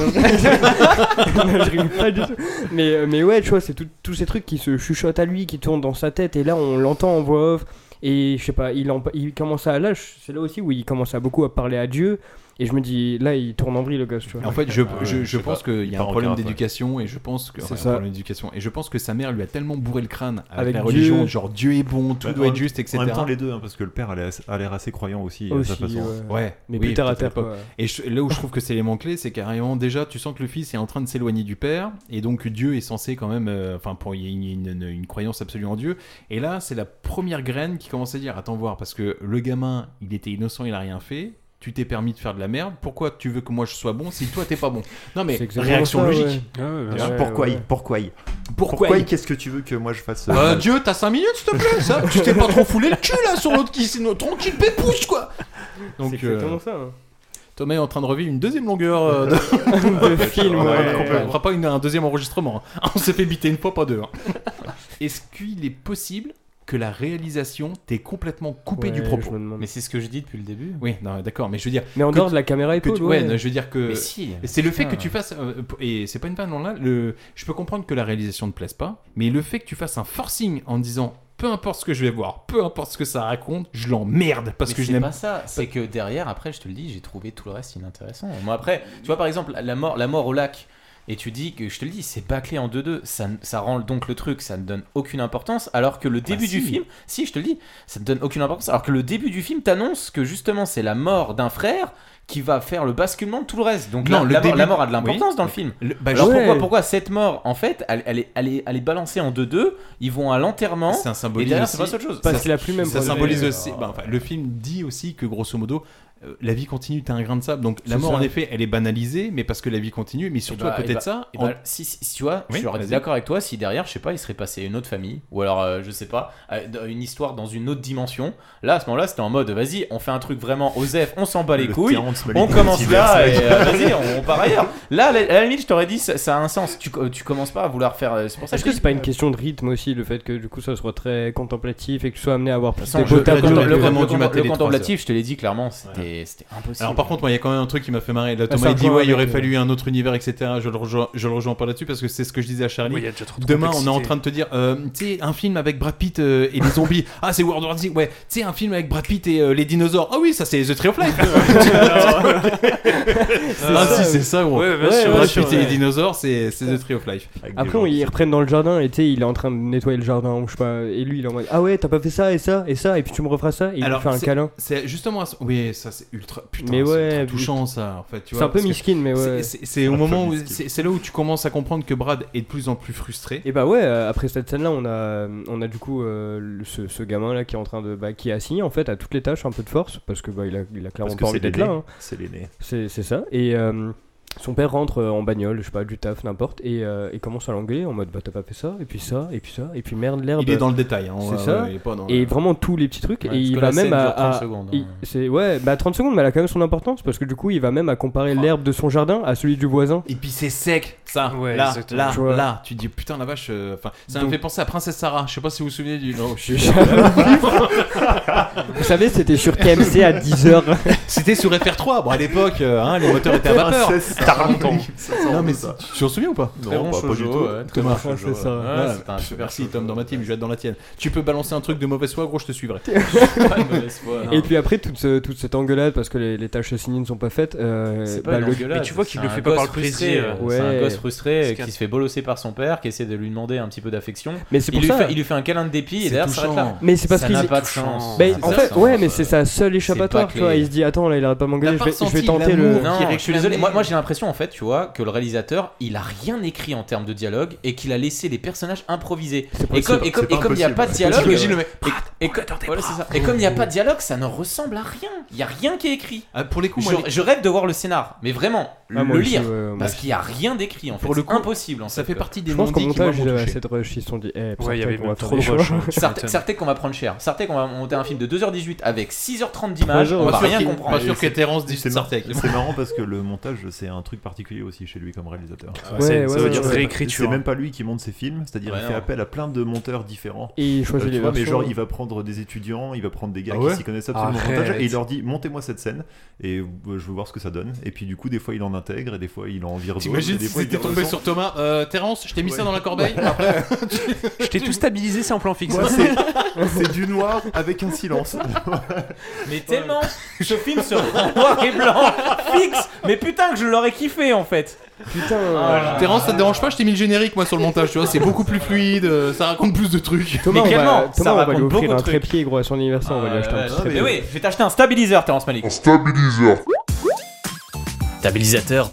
[SPEAKER 14] je rigole pas du tout. Mais, euh, mais ouais, tu vois, c'est tout- tous ces trucs qui se chuchotent à lui, qui tournent dans sa tête, et là on l'entend en voix off. Et je sais pas, il, en- il commence à. Là, je- c'est là aussi où il commence à beaucoup à parler à Dieu. Et je me dis, là, il tourne en vrille le gosse, tu vois.
[SPEAKER 2] En fait, je, je, je pense qu'il y a un problème d'éducation et je pense que
[SPEAKER 14] C'est
[SPEAKER 2] enfin, un
[SPEAKER 14] ça.
[SPEAKER 2] problème d'éducation et je pense que sa mère lui a tellement bourré le crâne avec,
[SPEAKER 14] Avec
[SPEAKER 2] la
[SPEAKER 14] Dieu.
[SPEAKER 2] religion, genre Dieu est bon, tout
[SPEAKER 11] Bah,
[SPEAKER 2] doit
[SPEAKER 11] en-
[SPEAKER 2] être juste, etc.
[SPEAKER 11] En même temps les deux, hein, parce que le père a l'air a l'air assez croyant aussi, à sa façon.
[SPEAKER 2] Ouais, oui,
[SPEAKER 14] Mais plus terre à
[SPEAKER 2] peut-être
[SPEAKER 14] terre,
[SPEAKER 2] l'époque.
[SPEAKER 14] quoi.
[SPEAKER 2] Et je- là où je trouve que c'est l'élément clé, c'est carrément déjà, tu sens que le fils est en train de s'éloigner du père, et donc Dieu est censé quand même, euh, enfin, pour il y a une, une- une- une croyance absolue en Dieu. Et là, c'est la première graine qui commence à dire, attends voir, parce que le gamin, il était innocent, il a rien fait. Tu t'es permis de faire de la merde. Pourquoi tu veux que moi je sois bon si toi t'es pas bon Non mais
[SPEAKER 14] C'est exactement
[SPEAKER 2] réaction
[SPEAKER 14] ça,
[SPEAKER 2] logique.
[SPEAKER 14] ouais. Ah ouais, bien
[SPEAKER 2] Tu
[SPEAKER 14] sûr.
[SPEAKER 2] vois
[SPEAKER 11] Pourquoi
[SPEAKER 14] Ouais,
[SPEAKER 11] il-
[SPEAKER 14] ouais.
[SPEAKER 11] Pourquoi il-
[SPEAKER 2] Pourquoi il-
[SPEAKER 11] Qu'est-ce que tu veux que moi je fasse euh,
[SPEAKER 2] Euh, Dieu, t'as 5 minutes s'il te plaît ça Tu t'es pas trop foulé le cul là sur l'autre qui s'est tranquille pépouche quoi Donc,
[SPEAKER 14] C'est exactement
[SPEAKER 2] euh,
[SPEAKER 14] ça. hein.
[SPEAKER 2] Thomas est en train de revivre une deuxième longueur euh, de,
[SPEAKER 14] De film,
[SPEAKER 2] Ah On
[SPEAKER 14] ouais.
[SPEAKER 2] ne fera pas une- un deuxième enregistrement. hein. On s'est fait biter une fois, pas deux. hein. Est-ce qu'il est possible que la réalisation t'ait complètement coupé
[SPEAKER 14] Ouais,
[SPEAKER 2] du
[SPEAKER 14] je
[SPEAKER 2] propos
[SPEAKER 14] me demande.
[SPEAKER 12] Mais c'est ce que je dis depuis le début.
[SPEAKER 2] Oui, non, d'accord, mais je veux dire.
[SPEAKER 14] Mais en
[SPEAKER 2] que
[SPEAKER 14] dehors
[SPEAKER 2] tu-
[SPEAKER 14] de la caméra
[SPEAKER 2] que tu-
[SPEAKER 14] épaule,
[SPEAKER 2] ouais,
[SPEAKER 14] ouais.
[SPEAKER 2] non, je veux dire que.
[SPEAKER 12] Mais si,
[SPEAKER 2] c'est le fait
[SPEAKER 12] putain.
[SPEAKER 2] que tu fasses. euh, et c'est pas une panne là. Le, je peux comprendre que la réalisation ne plaise pas, mais le fait que tu fasses un forcing en disant peu importe ce que je vais voir, peu importe ce que ça raconte, je l'emmerde parce
[SPEAKER 12] Mais
[SPEAKER 2] que je
[SPEAKER 12] c'est
[SPEAKER 2] n'aime
[SPEAKER 12] pas ça. C'est que derrière, après, je te le dis, j'ai trouvé tout le reste inintéressant. Moi, après, tu vois, par exemple, la mort, la mort au lac. Et tu dis que je te le dis, c'est bâclé en 2-2, ça, ça rend donc le truc, ça ne donne aucune importance, alors que le début du
[SPEAKER 2] Bah si.
[SPEAKER 12] film, si je te le dis, ça ne donne aucune importance, alors que le début du film t'annonce que justement c'est la mort d'un frère qui va faire le basculement de tout le reste. Donc
[SPEAKER 2] Non,
[SPEAKER 12] là,
[SPEAKER 2] le
[SPEAKER 12] la, mort-
[SPEAKER 2] début-
[SPEAKER 12] la mort a de l'importance
[SPEAKER 2] oui.
[SPEAKER 12] dans le film.
[SPEAKER 2] Le- bah,
[SPEAKER 12] alors
[SPEAKER 2] je-
[SPEAKER 12] pourquoi,
[SPEAKER 2] Ouais.
[SPEAKER 12] pourquoi cette mort, en fait, elle, elle est, elle est- elle est balancée en 2-2, ils vont à l'enterrement,
[SPEAKER 2] C'est un
[SPEAKER 12] et
[SPEAKER 2] symbolisme.
[SPEAKER 12] derrière
[SPEAKER 2] aussi.
[SPEAKER 12] c'est pas autre chose.
[SPEAKER 14] Parce
[SPEAKER 2] Ça-
[SPEAKER 14] qu'il a plus le même
[SPEAKER 2] Ça
[SPEAKER 14] problème.
[SPEAKER 2] symbolise aussi. bah, enfin, le film dit aussi que grosso modo. euh, La vie continue, t'as un grain de sable. Donc la
[SPEAKER 12] C'est
[SPEAKER 2] mort,
[SPEAKER 12] ça.
[SPEAKER 2] en effet, elle est banalisée, mais parce que la vie continue. Mais surtout
[SPEAKER 12] bah,
[SPEAKER 2] à côté de
[SPEAKER 12] et bah-
[SPEAKER 2] ça,
[SPEAKER 12] et
[SPEAKER 2] en-
[SPEAKER 12] bah, si, si- si tu vois,
[SPEAKER 2] Oui,
[SPEAKER 12] je l'aurais
[SPEAKER 2] vas-y.
[SPEAKER 12] d'accord avec toi si derrière, je sais pas, il serait passé à une autre famille, ou alors, euh, je sais pas, à- dans une histoire dans une autre dimension. Là, à ce moment-là, c'était en mode, vas-y, on fait un truc vraiment Osef, on s'en bat les
[SPEAKER 11] Le
[SPEAKER 12] couilles,
[SPEAKER 11] Terrence Malick
[SPEAKER 12] on
[SPEAKER 11] du
[SPEAKER 12] commence là, et
[SPEAKER 11] multiverse, mec.
[SPEAKER 12] euh, vas-y, on, on part ailleurs. Là, à la, à la limite, je t'aurais dit, ça, ça a un sens, tu, co- tu commences pas à vouloir faire. euh, C'est pour ça
[SPEAKER 14] Est-ce
[SPEAKER 12] je
[SPEAKER 14] que
[SPEAKER 12] dis-
[SPEAKER 14] c'est pas une question de rythme aussi, le fait que du coup ça soit très contemplatif et que tu sois amené à avoir plus
[SPEAKER 12] Sans
[SPEAKER 14] de
[SPEAKER 12] jeu,
[SPEAKER 14] beautés à
[SPEAKER 12] le-
[SPEAKER 14] contempler.
[SPEAKER 12] le- le-
[SPEAKER 2] vraiment
[SPEAKER 12] le-
[SPEAKER 2] du mater
[SPEAKER 12] le
[SPEAKER 2] les trois
[SPEAKER 12] contemplatif, je te l'ai dit clairement, c'était c'était impossible.
[SPEAKER 2] Alors par contre, moi, il y a quand même un truc qui m'a fait marrer. Là,
[SPEAKER 14] c'est
[SPEAKER 2] Thomas il
[SPEAKER 14] un
[SPEAKER 2] dit
[SPEAKER 14] point
[SPEAKER 2] ouais, il aurait
[SPEAKER 14] avec, euh,
[SPEAKER 2] fallu un autre univers, etc. Je le rejoins, je le rejoins pas là-dessus parce que c'est ce que je disais à Charlie.
[SPEAKER 13] Oui, il y a déjà trop de
[SPEAKER 2] Demain, on est en
[SPEAKER 13] complexité.
[SPEAKER 2] train de te dire, euh, tu sais, un film avec Brad Pitt euh, et les zombies. ah, c'est World War Z. Ouais, tu sais, un film avec Brad Pitt et euh, les dinosaures. Ah oui, ça c'est The Tree of Life. ah
[SPEAKER 14] ça,
[SPEAKER 2] si,
[SPEAKER 14] oui.
[SPEAKER 2] c'est ça, gros.
[SPEAKER 14] Ouais, bien sûr, bien
[SPEAKER 2] Brad
[SPEAKER 14] sûr,
[SPEAKER 2] Pitt et
[SPEAKER 14] ouais.
[SPEAKER 2] les dinosaures, c'est c'est The Tree of Life.
[SPEAKER 14] Après, on- ils reprennent dans le jardin et tu sais, il est en train de nettoyer le jardin ou je sais pas. Et lui, il est en mode Ah ouais, t'as pas fait ça et ça et ça, et puis tu me referas ça, et il lui fait un
[SPEAKER 2] c'est-
[SPEAKER 14] câlin.
[SPEAKER 2] C'est justement à ce- oui, ça c'est ultra putain,
[SPEAKER 14] Mais
[SPEAKER 2] c'est
[SPEAKER 14] ouais,
[SPEAKER 2] ultra
[SPEAKER 14] but-
[SPEAKER 2] touchant ça en fait, tu
[SPEAKER 14] C'est
[SPEAKER 2] vois,
[SPEAKER 14] un peu
[SPEAKER 2] parce que
[SPEAKER 14] miskin, mais ouais.
[SPEAKER 2] c'est- C'est c'est au
[SPEAKER 14] Un peu
[SPEAKER 2] moment où
[SPEAKER 14] miskin.
[SPEAKER 2] c'est c'est là où tu commences à comprendre que Brad est de plus en plus frustré.
[SPEAKER 14] Et bah ouais, euh, après cette scène-là, on a, on a du coup euh, le- ce, ce gamin-là qui est en train de. Bah, qui est assigné en fait à toutes les tâches un peu de force, parce que bah, il a, il a
[SPEAKER 11] Parce
[SPEAKER 14] clairement
[SPEAKER 11] que
[SPEAKER 14] pas
[SPEAKER 11] c'est
[SPEAKER 14] envie d'être
[SPEAKER 11] l'aîné.
[SPEAKER 14] là. hein.
[SPEAKER 11] C'est l'aîné.
[SPEAKER 14] C'est c'est ça. Et euh, son père rentre euh, en bagnole, je sais pas, du taf, n'importe, et euh, il commence à l'engueuler en mode bah t'as pas fait ça, et puis ça, et puis ça, et puis merde, l'herbe.
[SPEAKER 2] Il est dans le détail, hein, on
[SPEAKER 14] c'est
[SPEAKER 2] va-
[SPEAKER 14] ça.
[SPEAKER 2] ouais, il est pas dans-
[SPEAKER 14] Et vraiment tous les petits trucs.
[SPEAKER 12] Ouais,
[SPEAKER 14] et
[SPEAKER 12] parce que
[SPEAKER 14] il va
[SPEAKER 12] la
[SPEAKER 14] même
[SPEAKER 12] scène
[SPEAKER 14] à.
[SPEAKER 12] dure 30
[SPEAKER 14] à-
[SPEAKER 12] secondes, hein.
[SPEAKER 14] il- c'est- ouais, bah 30 secondes, mais elle a quand même son importance, parce que du coup, il va même à comparer
[SPEAKER 12] Oh.
[SPEAKER 14] l'herbe de son jardin à celui du voisin.
[SPEAKER 2] Et puis c'est sec, ça.
[SPEAKER 13] Ouais,
[SPEAKER 2] là,
[SPEAKER 13] exactement.
[SPEAKER 2] là,
[SPEAKER 14] Tu vois.
[SPEAKER 2] là, tu te dis putain la vache. euh, Enfin, ça me
[SPEAKER 14] Donc-
[SPEAKER 2] fait penser à Princesse Sarah. Je sais pas si vous vous souvenez du. Non, je suis.
[SPEAKER 14] Vous savez, c'était sur TMC à 10h.
[SPEAKER 2] C'était sur FR3. Bon, à l'époque, euh, hein, les moteurs étaient à vapeur.
[SPEAKER 11] Princesse Sarah.
[SPEAKER 2] Taranton.
[SPEAKER 11] Ça sent
[SPEAKER 2] Non mais
[SPEAKER 11] ça.
[SPEAKER 2] tu tu t'en souviens ou pas
[SPEAKER 11] Non, Très bon pas- pas shoujo, du tout. ouais, très
[SPEAKER 2] Thomas,
[SPEAKER 11] bon shoujo,
[SPEAKER 2] c'est ça.
[SPEAKER 11] ouais.
[SPEAKER 2] Voilà.
[SPEAKER 11] Ouais, c'était un
[SPEAKER 2] Pff,
[SPEAKER 11] super
[SPEAKER 2] Merci Tom dans ma team, je vais être dans la tienne. Tu peux balancer un truc de mauvaise foi, gros, je te suivrai.
[SPEAKER 14] Et puis après, toute, ce- toute cette engueulade, parce que les, les tâches assignées ne sont pas faites. euh,
[SPEAKER 12] C'est pas
[SPEAKER 14] bah,
[SPEAKER 12] une
[SPEAKER 14] le-
[SPEAKER 12] engueulade,
[SPEAKER 13] Mais tu vois qu'il
[SPEAKER 12] c'est
[SPEAKER 13] le
[SPEAKER 12] un
[SPEAKER 13] fait pas par
[SPEAKER 12] gosse
[SPEAKER 13] le plaisir,
[SPEAKER 12] frustré,
[SPEAKER 13] euh,
[SPEAKER 12] C'est
[SPEAKER 14] ouais.
[SPEAKER 12] un gosse frustré
[SPEAKER 13] C'est
[SPEAKER 12] qui
[SPEAKER 13] qu'un-
[SPEAKER 12] se fait bolosser par son père, qui essaie de lui demander un petit peu d'affection.
[SPEAKER 14] Mais c'est pour
[SPEAKER 12] il lui
[SPEAKER 14] ça.
[SPEAKER 12] fait- il lui fait un câlin de dépit
[SPEAKER 2] C'est
[SPEAKER 12] et derrière,
[SPEAKER 2] touchant.
[SPEAKER 12] ça s'arrête là.
[SPEAKER 14] Mais c'est parce
[SPEAKER 12] Ça
[SPEAKER 14] qu'il
[SPEAKER 12] n'a
[SPEAKER 14] est
[SPEAKER 12] pas de sens.
[SPEAKER 14] Mais
[SPEAKER 12] Ça
[SPEAKER 14] en
[SPEAKER 12] n'a
[SPEAKER 14] fait,
[SPEAKER 12] pas de
[SPEAKER 14] ouais,
[SPEAKER 12] sens.
[SPEAKER 14] mais c'est sa seule échappatoire,
[SPEAKER 12] C'est
[SPEAKER 14] tu vois.
[SPEAKER 12] bâclé.
[SPEAKER 14] Il se dit, attends, là, il arrête pas de m'engueuler,
[SPEAKER 2] T'as pas
[SPEAKER 14] je vais, je vais
[SPEAKER 2] ressenti
[SPEAKER 14] tenter le.
[SPEAKER 2] l'amour
[SPEAKER 12] Non,
[SPEAKER 2] qui
[SPEAKER 12] je suis désolé.
[SPEAKER 2] réclamait-
[SPEAKER 12] Moi, moi j'ai l'impression en fait, tu vois, que le réalisateur, il a rien écrit en termes de dialogue et qu'il a laissé les personnages improviser. Et comme et comme- et comme il n'y a pas de dialogue, et- et comme- voilà, c'est ça. Et comme il n'y a pas de dialogue, ça ne ressemble à rien. Il n'y a rien qui est écrit.
[SPEAKER 2] Ah, pour les coups,
[SPEAKER 12] je,
[SPEAKER 2] moi, les-
[SPEAKER 12] je rêve de voir le scénar, mais vraiment
[SPEAKER 14] Ah, moi
[SPEAKER 12] le
[SPEAKER 14] aussi,
[SPEAKER 12] lire,
[SPEAKER 14] ouais, ouais, moi
[SPEAKER 12] parce
[SPEAKER 14] aussi.
[SPEAKER 12] qu'il n'y a rien d'écrit en fait.
[SPEAKER 14] Pour le
[SPEAKER 12] C'est
[SPEAKER 14] coup,
[SPEAKER 12] impossible. En
[SPEAKER 2] ça fait partie
[SPEAKER 14] Je pense qu'au montage, euh, cette rush, ils se sont dit, eh, putain,
[SPEAKER 12] Ouais, il y avait
[SPEAKER 14] on va faire
[SPEAKER 12] trop
[SPEAKER 14] des
[SPEAKER 12] de rush.
[SPEAKER 14] choix.
[SPEAKER 12] Certes certes qu'on va prendre cher. Certes qu'on va monter un film de 2h18 avec 6h30 d'images.
[SPEAKER 11] Bonjour.
[SPEAKER 12] On va
[SPEAKER 11] Pas sûr
[SPEAKER 12] rien
[SPEAKER 11] qu'il-
[SPEAKER 12] comprendre.
[SPEAKER 11] pas sûr
[SPEAKER 12] C'est-
[SPEAKER 11] que
[SPEAKER 2] Terence dise
[SPEAKER 11] c'est marrant,
[SPEAKER 2] Sartek.
[SPEAKER 11] c'est marrant parce que le montage c'est un truc particulier aussi chez lui comme réalisateur.
[SPEAKER 13] Ah ouais, Ouais, ça ouais, veut dire ouais. réécriture. hein.
[SPEAKER 11] C'est même pas lui qui monte ses films, c'est-à-dire
[SPEAKER 12] Ouais,
[SPEAKER 11] il fait
[SPEAKER 12] non.
[SPEAKER 11] appel à plein de monteurs différents.
[SPEAKER 14] Et il choisit
[SPEAKER 11] Euh, tu
[SPEAKER 14] les
[SPEAKER 11] vois, Mais
[SPEAKER 14] versions. hein.
[SPEAKER 11] genre il va prendre des étudiants, il va prendre des gars
[SPEAKER 14] Ah ouais
[SPEAKER 11] qui s'y connaissent absolument au
[SPEAKER 14] Arrête.
[SPEAKER 11] montage et il leur dit montez-moi cette scène et euh, je veux voir ce que ça donne. Et puis du coup des fois il en intègre et des fois il en vire d'autres. et
[SPEAKER 2] T'imagines
[SPEAKER 11] des
[SPEAKER 2] si
[SPEAKER 11] fois, il
[SPEAKER 2] c'était
[SPEAKER 11] vire
[SPEAKER 2] tombé
[SPEAKER 11] d'autres.
[SPEAKER 2] sur Thomas euh, Terence, je t'ai mis
[SPEAKER 11] Ouais.
[SPEAKER 2] ça dans la corbeille. Après, je
[SPEAKER 13] t'ai tout stabilisé, c'est en plan fixe.
[SPEAKER 11] Moi, c'est- c'est du noir avec un silence.
[SPEAKER 12] Mais tellement Ce film sera en noir et blanc Fixe Mais putain que je l'aurais kiffé en fait
[SPEAKER 14] Putain
[SPEAKER 2] Terence, ça te dérange pas Je t'ai mis le générique moi sur le montage, tu vois, c'est beaucoup plus fluide, euh, ça raconte plus de trucs.
[SPEAKER 14] Thomas, on va,
[SPEAKER 12] ça
[SPEAKER 14] Thomas, on va
[SPEAKER 12] raconte
[SPEAKER 14] lui offrir
[SPEAKER 12] beaucoup
[SPEAKER 14] un
[SPEAKER 12] de trucs.
[SPEAKER 14] trépied, gros, à son anniversaire, on va lui acheter un petit trépied.
[SPEAKER 12] Euh, Mais oui, je vais t'acheter un stabiliseur Terence Malik Un
[SPEAKER 18] stabiliseur
[SPEAKER 12] Stabilisateur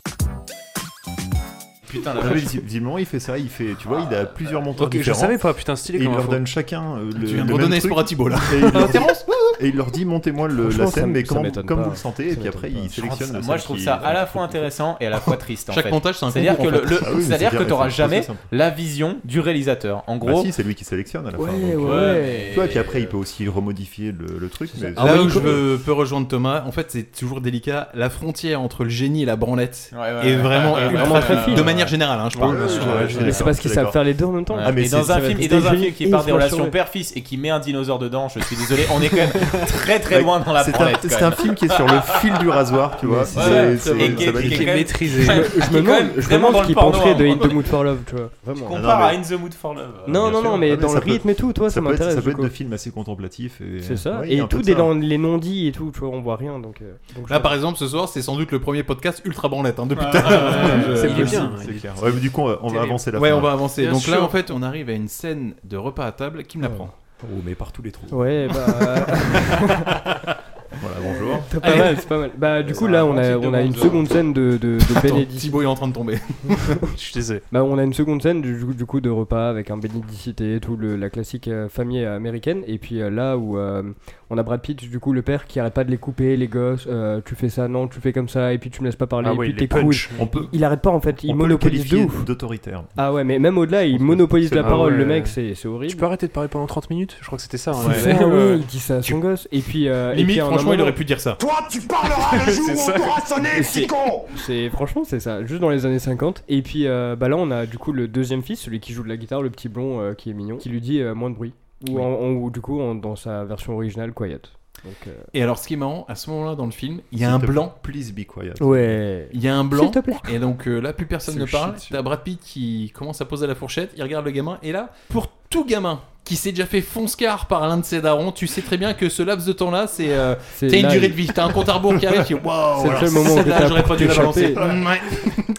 [SPEAKER 12] Putain la
[SPEAKER 11] Ah, mais
[SPEAKER 12] vache
[SPEAKER 11] vis- visiblement, il fait ça, il fait, tu vois, il a plusieurs montants
[SPEAKER 13] ok, je
[SPEAKER 11] différents.
[SPEAKER 13] savais pas, putain, stylé
[SPEAKER 11] Et il
[SPEAKER 13] comme
[SPEAKER 11] leur
[SPEAKER 13] info.
[SPEAKER 11] donne chacun euh, le.
[SPEAKER 2] viens de
[SPEAKER 11] le
[SPEAKER 2] redonner
[SPEAKER 11] même
[SPEAKER 2] espoir à
[SPEAKER 11] truc.
[SPEAKER 2] Thibault, là.
[SPEAKER 11] Et il leur dit-
[SPEAKER 2] Terence
[SPEAKER 11] Et il leur dit, montez-moi le-
[SPEAKER 2] Ah, Franchement,
[SPEAKER 11] la
[SPEAKER 2] ça
[SPEAKER 11] scène, mais
[SPEAKER 2] me- ça
[SPEAKER 11] comme,
[SPEAKER 2] m'étonne
[SPEAKER 11] comme
[SPEAKER 2] pas.
[SPEAKER 11] vous le sentez, et
[SPEAKER 2] Ça
[SPEAKER 11] puis
[SPEAKER 2] m'étonne
[SPEAKER 11] après,
[SPEAKER 2] pas.
[SPEAKER 11] il
[SPEAKER 2] Je pense-
[SPEAKER 11] sélectionne. la
[SPEAKER 12] moi
[SPEAKER 11] scène
[SPEAKER 12] je trouve
[SPEAKER 11] qui-
[SPEAKER 12] ça à la fois intéressant et à la fois triste en
[SPEAKER 2] Chaque
[SPEAKER 12] fait.
[SPEAKER 2] montage, c'est un
[SPEAKER 12] C'est-à-dire
[SPEAKER 2] concours,
[SPEAKER 12] que,
[SPEAKER 2] en
[SPEAKER 12] le-
[SPEAKER 2] fait.
[SPEAKER 12] le-
[SPEAKER 2] Ah oui, c'est
[SPEAKER 12] c'est-à-dire
[SPEAKER 2] clair,
[SPEAKER 12] que t'auras
[SPEAKER 2] c'est simple.
[SPEAKER 12] jamais la vision du réalisateur. En
[SPEAKER 11] Bah
[SPEAKER 12] gros,
[SPEAKER 11] si, c'est lui qui sélectionne à la fin.
[SPEAKER 12] Ouais,
[SPEAKER 11] donc,
[SPEAKER 12] ouais.
[SPEAKER 11] euh, tu vois, et puis après, il peut aussi remodifier le, le truc. Mais
[SPEAKER 2] Là où Ah je veux- peux rejoindre Thomas, en fait c'est toujours délicat, la frontière entre le génie et la branlette
[SPEAKER 12] Ouais, ouais,
[SPEAKER 2] est
[SPEAKER 12] ouais,
[SPEAKER 2] vraiment
[SPEAKER 12] ouais, ouais,
[SPEAKER 2] ultra
[SPEAKER 12] ouais, ouais,
[SPEAKER 2] fine,
[SPEAKER 12] ouais,
[SPEAKER 2] de
[SPEAKER 12] ouais.
[SPEAKER 2] manière générale, hein, je parle.
[SPEAKER 12] Ouais,
[SPEAKER 2] sur-
[SPEAKER 12] ouais, ouais,
[SPEAKER 2] sur-
[SPEAKER 12] ouais,
[SPEAKER 14] Mais c'est parce
[SPEAKER 12] je
[SPEAKER 14] qu'ils
[SPEAKER 12] suis
[SPEAKER 14] savent
[SPEAKER 12] d'accord.
[SPEAKER 14] faire les deux en même temps.
[SPEAKER 12] Ouais.
[SPEAKER 14] Ah, mais
[SPEAKER 12] et
[SPEAKER 14] c'est-
[SPEAKER 12] dans
[SPEAKER 14] ça
[SPEAKER 12] un
[SPEAKER 14] va
[SPEAKER 12] film, et
[SPEAKER 14] être
[SPEAKER 12] dans un
[SPEAKER 14] génial.
[SPEAKER 12] film qui
[SPEAKER 14] Et
[SPEAKER 12] parle
[SPEAKER 14] ils
[SPEAKER 12] des
[SPEAKER 14] vont
[SPEAKER 12] relations
[SPEAKER 14] assurer.
[SPEAKER 12] père-fils et qui met un dinosaure dedans, je suis désolé, on est quand même très très loin dans la
[SPEAKER 11] C'est un,
[SPEAKER 12] branlette, quand
[SPEAKER 11] c'est un
[SPEAKER 12] même.
[SPEAKER 11] film qui est sur le fil du rasoir, tu vois.
[SPEAKER 12] Ouais,
[SPEAKER 11] c'est-
[SPEAKER 12] ouais,
[SPEAKER 11] c'est-
[SPEAKER 12] et qui est-
[SPEAKER 11] ça va
[SPEAKER 12] qui est
[SPEAKER 11] être-
[SPEAKER 12] quand même-
[SPEAKER 14] Je
[SPEAKER 12] qui est
[SPEAKER 14] me- Je me
[SPEAKER 12] quand
[SPEAKER 14] demande,
[SPEAKER 12] même
[SPEAKER 14] je me
[SPEAKER 12] vraiment
[SPEAKER 14] demande
[SPEAKER 12] dans
[SPEAKER 14] ce qu'ils
[SPEAKER 12] le porno,
[SPEAKER 14] penseraient de
[SPEAKER 12] hein.
[SPEAKER 14] In the Mood for Love, tu vois.
[SPEAKER 12] Tu
[SPEAKER 14] Vraiment.
[SPEAKER 12] compares
[SPEAKER 11] mais-
[SPEAKER 12] à In the Mood for Love.
[SPEAKER 14] Non,
[SPEAKER 11] Bien
[SPEAKER 14] non,
[SPEAKER 11] sûr.
[SPEAKER 14] non, mais
[SPEAKER 11] Ah,
[SPEAKER 14] dans
[SPEAKER 11] ça
[SPEAKER 14] le
[SPEAKER 11] peut-
[SPEAKER 14] rythme et tout, toi, ça
[SPEAKER 11] peut être-
[SPEAKER 14] m'intéresse,
[SPEAKER 11] Ça peut
[SPEAKER 14] du
[SPEAKER 11] être
[SPEAKER 14] coup.
[SPEAKER 11] des films assez contemplatifs. et-
[SPEAKER 14] C'est ça.
[SPEAKER 11] Ouais, il y a
[SPEAKER 14] Et
[SPEAKER 11] un peu
[SPEAKER 14] tout
[SPEAKER 11] de
[SPEAKER 14] est
[SPEAKER 11] ça.
[SPEAKER 14] dans les non-dits et tout, tu vois, on voit rien donc. euh, donc
[SPEAKER 2] Là
[SPEAKER 14] je-
[SPEAKER 2] par exemple ce soir c'est sans doute le premier podcast ultra branlette hein, depuis
[SPEAKER 14] Ah,
[SPEAKER 2] tout à l'heure.
[SPEAKER 14] ouais,
[SPEAKER 2] Je-
[SPEAKER 14] ouais,
[SPEAKER 11] C'est
[SPEAKER 14] il est
[SPEAKER 11] possible,
[SPEAKER 14] bien,
[SPEAKER 11] c'est
[SPEAKER 14] il est
[SPEAKER 11] clair.
[SPEAKER 14] bien.
[SPEAKER 11] Ouais, mais du coup, on va on va
[SPEAKER 14] Terrible.
[SPEAKER 11] avancer la
[SPEAKER 2] Ouais,
[SPEAKER 11] fin.
[SPEAKER 2] on va avancer.
[SPEAKER 14] Bien
[SPEAKER 2] Donc là,
[SPEAKER 14] sûr.
[SPEAKER 2] en fait, on arrive à une scène de repas à table. Qui me la prend
[SPEAKER 18] Oh, mais par tous les trous.
[SPEAKER 14] Ouais, bah.
[SPEAKER 11] Voilà, bonjour.
[SPEAKER 14] C'est pas
[SPEAKER 2] Allez.
[SPEAKER 14] mal, c'est pas mal. Bah, du
[SPEAKER 2] Ça
[SPEAKER 14] coup,
[SPEAKER 2] va,
[SPEAKER 14] là, on a,
[SPEAKER 2] petite
[SPEAKER 14] on a
[SPEAKER 2] demande
[SPEAKER 14] une
[SPEAKER 2] de-
[SPEAKER 14] seconde scène de, de, de
[SPEAKER 2] Attends,
[SPEAKER 14] bénédiction.
[SPEAKER 2] Thibaut est en train de tomber.
[SPEAKER 13] Je suis désolé.
[SPEAKER 14] Bah, on a une seconde scène du, du coup de repas avec un bénédicité et tout, le- la classique euh, famille américaine. Et puis euh, là où euh, on a Brad Pitt, du coup, le père qui arrête pas de les couper, les gosses, euh, tu fais ça, non, tu fais comme ça, et puis tu me laisses pas parler,
[SPEAKER 11] Ah
[SPEAKER 14] et
[SPEAKER 11] ouais,
[SPEAKER 14] puis
[SPEAKER 11] il les
[SPEAKER 14] t'es cool.
[SPEAKER 11] punch. On peut-
[SPEAKER 14] il arrête pas en fait, il
[SPEAKER 11] on peut le
[SPEAKER 14] monopolise de
[SPEAKER 11] qualifier
[SPEAKER 14] ouf.
[SPEAKER 11] d'autoritaire.
[SPEAKER 14] Ah ouais, mais même au-delà, il monopolise la
[SPEAKER 13] Ah
[SPEAKER 14] parole,
[SPEAKER 13] ouais.
[SPEAKER 14] le mec, c'est c'est horrible.
[SPEAKER 13] Tu peux arrêter de parler pendant 30 minutes Je crois que c'était ça. hein.
[SPEAKER 14] C'est ça, ouais, il dit ça à son gosse. Et puis, euh, et
[SPEAKER 13] Limite,
[SPEAKER 14] puis, à un
[SPEAKER 13] franchement, il
[SPEAKER 14] moment-
[SPEAKER 13] aurait pu dire ça. Toi,
[SPEAKER 7] tu parleras le jour
[SPEAKER 14] C'est
[SPEAKER 7] où
[SPEAKER 14] ça.
[SPEAKER 7] on t'aura sonné,
[SPEAKER 14] C'est-
[SPEAKER 7] petit con
[SPEAKER 14] C'est franchement c'est ça, juste dans les années 50. Et puis euh, bah là on a du coup le deuxième fils, celui qui joue de la guitare, le petit blond euh, qui est mignon, qui lui dit euh, moins de bruit. Ou, en- en- ou du coup en- dans sa version originale Quiet. Donc, euh,
[SPEAKER 2] Et alors, ce qui est marrant, à ce moment-là dans le film, il y a
[SPEAKER 11] S'il
[SPEAKER 2] un
[SPEAKER 11] te
[SPEAKER 2] blanc.
[SPEAKER 11] plaît, Please be quiet.
[SPEAKER 14] Ouais.
[SPEAKER 2] Il y a un
[SPEAKER 14] S'il
[SPEAKER 2] blanc.
[SPEAKER 14] te plaît.
[SPEAKER 2] Et donc euh, là, plus personne
[SPEAKER 11] C'est
[SPEAKER 2] ne
[SPEAKER 11] le
[SPEAKER 2] parle.
[SPEAKER 11] shit,
[SPEAKER 2] T'as Brad Pitt qui commence à poser la fourchette. Il regarde le gamin. Et là, pour tout gamin qui s'est déjà fait fonce-car par l'un de ses darons, tu sais très bien que ce laps de temps-là, c'est. euh,
[SPEAKER 14] C'est
[SPEAKER 2] T'as une
[SPEAKER 14] là-
[SPEAKER 2] durée de vie. T'as un compte à rebours qui arrive. Tu dis, waouh,
[SPEAKER 14] C'est le
[SPEAKER 2] alors
[SPEAKER 14] seul moment où
[SPEAKER 2] celle-là,
[SPEAKER 14] t'as
[SPEAKER 2] j'aurais pas dû la
[SPEAKER 14] t'échapper.
[SPEAKER 2] balancer. Mm, ouais.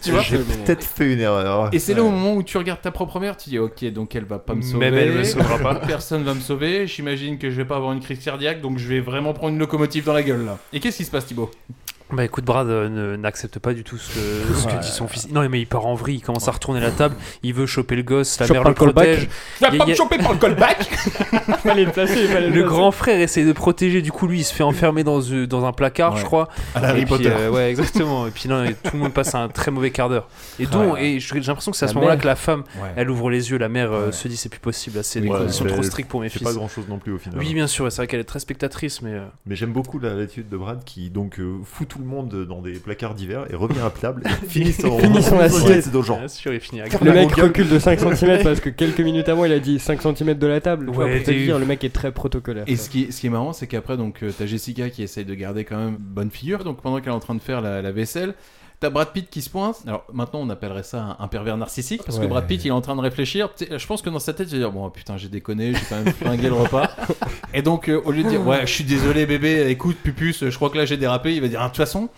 [SPEAKER 2] tu vois
[SPEAKER 11] J'ai peut-être fait une erreur.
[SPEAKER 2] Et c'est là au moment où tu regardes ta propre mère, tu dis ok donc elle va pas me
[SPEAKER 13] Même
[SPEAKER 2] sauver.
[SPEAKER 13] elle me sauvera pas.
[SPEAKER 2] Personne va me sauver. J'imagine que je vais pas avoir une crise cardiaque donc je vais vraiment prendre une locomotive dans la gueule là. Et qu'est-ce qui se passe Thibaut
[SPEAKER 13] Bah écoute, Brad euh, ne- n'accepte pas du tout ce que, ce que
[SPEAKER 2] Ouais.
[SPEAKER 13] dit son fils. Non, mais il part en vrille, il commence à retourner la table, il veut choper le gosse, la
[SPEAKER 14] Chope
[SPEAKER 13] mère
[SPEAKER 14] par
[SPEAKER 13] le
[SPEAKER 14] le callback.
[SPEAKER 13] protège.
[SPEAKER 14] Tu vas
[SPEAKER 13] Il y a-
[SPEAKER 14] pas me
[SPEAKER 13] il y a-
[SPEAKER 14] choper par le
[SPEAKER 2] Bah,
[SPEAKER 14] callback. Fallait le placer, fallait le
[SPEAKER 13] Le
[SPEAKER 14] placer.
[SPEAKER 13] grand frère essaie de protéger, du coup lui il se fait enfermer dans, euh, dans un placard,
[SPEAKER 2] Ouais.
[SPEAKER 13] je crois.
[SPEAKER 2] À la
[SPEAKER 13] Et
[SPEAKER 2] Harry
[SPEAKER 13] puis,
[SPEAKER 2] Potter.
[SPEAKER 13] euh, ouais, exactement. Et puis non, et tout le monde passe un très mauvais quart d'heure. Et donc, et j'ai j'ai l'impression que c'est à
[SPEAKER 14] La
[SPEAKER 13] ce moment-là
[SPEAKER 14] mère.
[SPEAKER 13] que la femme,
[SPEAKER 14] Ouais.
[SPEAKER 13] elle ouvre les yeux, la mère euh, se dit c'est plus possible, là, c'est des
[SPEAKER 11] Ouais,
[SPEAKER 13] conditions
[SPEAKER 11] mais
[SPEAKER 13] trop
[SPEAKER 11] elle
[SPEAKER 13] strictes pour mes
[SPEAKER 11] fait
[SPEAKER 13] fils.
[SPEAKER 11] pas grand-chose non plus, au final.
[SPEAKER 13] Oui, bien sûr, et c'est vrai qu'elle est très spectatrice, mais. euh,
[SPEAKER 11] Mais j'aime beaucoup la- l'attitude de Brad qui donc euh, fout tout le monde dans des placards divers et revient à table et finit son,
[SPEAKER 14] Finit son assiette.
[SPEAKER 11] de gens.
[SPEAKER 13] Bien sûr, il finit avec-
[SPEAKER 11] Ferme
[SPEAKER 14] Le
[SPEAKER 11] la
[SPEAKER 14] mec
[SPEAKER 11] gueule.
[SPEAKER 14] recule de 5 cm parce que quelques minutes avant il a dit 5 cm de la table. tu vois,
[SPEAKER 13] Ouais,
[SPEAKER 14] pour te
[SPEAKER 13] t'es
[SPEAKER 14] dire,
[SPEAKER 13] ouf.
[SPEAKER 14] le mec est très protocolaire.
[SPEAKER 2] Et ce qui, ce qui est marrant, c'est qu'après, donc, euh, t'as Jessica qui essaye de garder quand même bonne figure. Donc, pendant qu'elle est en train de faire la, la vaisselle, t'as Brad Pitt qui se pointe. Alors, maintenant, on appellerait ça un, un pervers narcissique parce
[SPEAKER 14] Ouais.
[SPEAKER 2] que Brad Pitt, il est en train de réfléchir. Tu sais, Je pense que dans sa tête, il va dire Bon, oh, putain, j'ai déconné, j'ai quand même flingué le repas. Et donc, euh, au lieu de dire Ouais, je suis désolé, bébé, écoute, pupus, je crois que là, j'ai dérapé, il va dire Ah, De toute façon,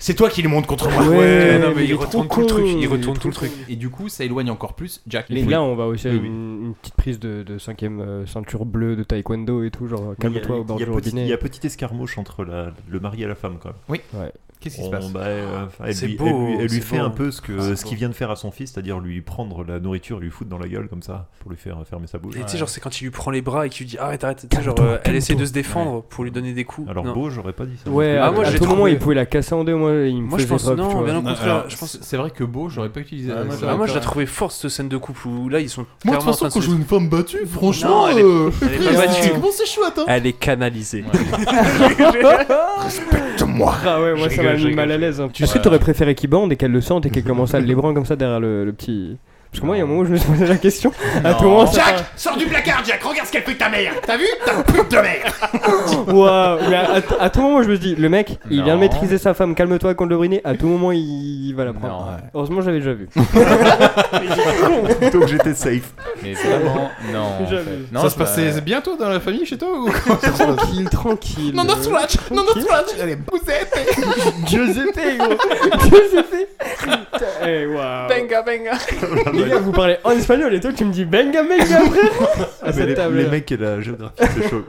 [SPEAKER 2] c'est toi qui le montes contre moi.
[SPEAKER 14] Ouais, Ouais, non, mais mais
[SPEAKER 13] il il retourne tout le truc, il retourne tout le truc.
[SPEAKER 2] Et du coup, ça éloigne encore plus Jack
[SPEAKER 14] Et puis
[SPEAKER 2] Lane.
[SPEAKER 14] là, on va aussi à une, une petite prise de, de cinquième euh, ceinture bleue de taekwondo et tout, genre
[SPEAKER 11] Il y a-
[SPEAKER 14] calme-toi au bord
[SPEAKER 11] il y a
[SPEAKER 14] du
[SPEAKER 11] petit-
[SPEAKER 14] robinet.
[SPEAKER 11] Il y a petite escarmouche entre la- le mari et la femme, quand même.
[SPEAKER 2] Oui.
[SPEAKER 14] Ouais.
[SPEAKER 2] Qu'est-ce qui se passe
[SPEAKER 11] bah, euh, elle,
[SPEAKER 13] Ah, C'est
[SPEAKER 11] lui,
[SPEAKER 13] beau,
[SPEAKER 11] elle lui- elle lui
[SPEAKER 13] c'est
[SPEAKER 11] fait
[SPEAKER 13] beau. Ah,
[SPEAKER 11] un peu ce que
[SPEAKER 13] C'est
[SPEAKER 11] ce
[SPEAKER 13] beau.
[SPEAKER 11] qu'il vient de faire à son fils, c'est-à-dire lui prendre la nourriture, lui foutre dans la gueule comme ça, pour lui faire fermer sa bouche.
[SPEAKER 13] Et tu sais, genre, c'est quand il lui prend les bras et qu'il lui dit arrête, arrête. Tu sais, genre, euh, elle essaie de se défendre pour lui donner des coups.
[SPEAKER 11] Alors
[SPEAKER 13] Non.
[SPEAKER 11] beau, j'aurais pas dit ça.
[SPEAKER 14] Ouais,
[SPEAKER 13] Ah,
[SPEAKER 14] à,
[SPEAKER 13] moi,
[SPEAKER 14] à
[SPEAKER 13] j'ai
[SPEAKER 14] tout moment,
[SPEAKER 13] trouvé-
[SPEAKER 14] il pouvait la casser en deux. Moi, il me
[SPEAKER 13] Moi, je
[SPEAKER 14] faisait
[SPEAKER 13] pense-
[SPEAKER 14] grave,
[SPEAKER 13] non,
[SPEAKER 14] tu vois.
[SPEAKER 13] bien au
[SPEAKER 2] Non,
[SPEAKER 13] contraire,
[SPEAKER 2] Ah, alors,
[SPEAKER 13] je pense-
[SPEAKER 2] C'est vrai que beau, j'aurais pas utilisé.
[SPEAKER 13] Ah,
[SPEAKER 2] ça,
[SPEAKER 13] moi,
[SPEAKER 2] ça
[SPEAKER 13] je-
[SPEAKER 2] aurait
[SPEAKER 13] ah, moi, je
[SPEAKER 2] été-
[SPEAKER 13] la trouvais forte cette scène de couple où là ils sont
[SPEAKER 2] Moi, de toute
[SPEAKER 13] clairement en
[SPEAKER 2] façon,
[SPEAKER 13] train de
[SPEAKER 2] quand
[SPEAKER 13] se-
[SPEAKER 2] je vois une femme battue, franchement,
[SPEAKER 13] elle est-
[SPEAKER 2] euh,
[SPEAKER 13] elle est pas
[SPEAKER 2] après,
[SPEAKER 13] battue.
[SPEAKER 2] c'est bon, c'est chouette. hein.
[SPEAKER 13] Elle est canalisée.
[SPEAKER 2] Respecte-moi.
[SPEAKER 14] Ah ouais, moi
[SPEAKER 13] Je
[SPEAKER 14] ça m'a
[SPEAKER 13] rigole, je
[SPEAKER 14] mis mal
[SPEAKER 13] rigole.
[SPEAKER 14] à l'aise. hein.
[SPEAKER 13] Tu
[SPEAKER 14] Est-ce
[SPEAKER 13] sais-
[SPEAKER 14] que t'aurais préféré qu'il bande et qu'elle le sente et qu'elle commence à l'ébranler comme ça derrière le, le petit. Parce que moi, il y a un moment où je me suis posé la question. À tout moment, ça-
[SPEAKER 7] Jack, sors du placard, Jack, regarde ce qu'elle fait de ta mère. T'as vu Ta pute de mère.
[SPEAKER 14] Waouh, mais à, à- à tout moment, je me dis, le mec, il vient de
[SPEAKER 12] Non.
[SPEAKER 14] maîtriser sa femme, calme-toi, contre le briné. À tout moment, il, il va la prendre. Heureusement, j'avais déjà vu.
[SPEAKER 11] Donc j'étais safe.
[SPEAKER 12] Mais vraiment, non. en
[SPEAKER 14] J'avais-
[SPEAKER 12] fait. Non,
[SPEAKER 2] ça
[SPEAKER 12] je-
[SPEAKER 2] se passait
[SPEAKER 12] bah,
[SPEAKER 2] bientôt dans la famille chez toi ou comment ça se passe
[SPEAKER 14] Tranquille, tranquille.
[SPEAKER 2] Non, non, Soulage Non, non, Soulage Allez,
[SPEAKER 14] Giuseppe, gros Giuseppe Eh, waouh
[SPEAKER 5] Benga, benga.
[SPEAKER 14] Les gars, vous parlez en espagnol et toi, tu me dis benga, benga, frère À
[SPEAKER 11] Ah, Mais
[SPEAKER 14] cette
[SPEAKER 11] les,
[SPEAKER 14] table.
[SPEAKER 11] les mecs et la géographie, c'est chaud.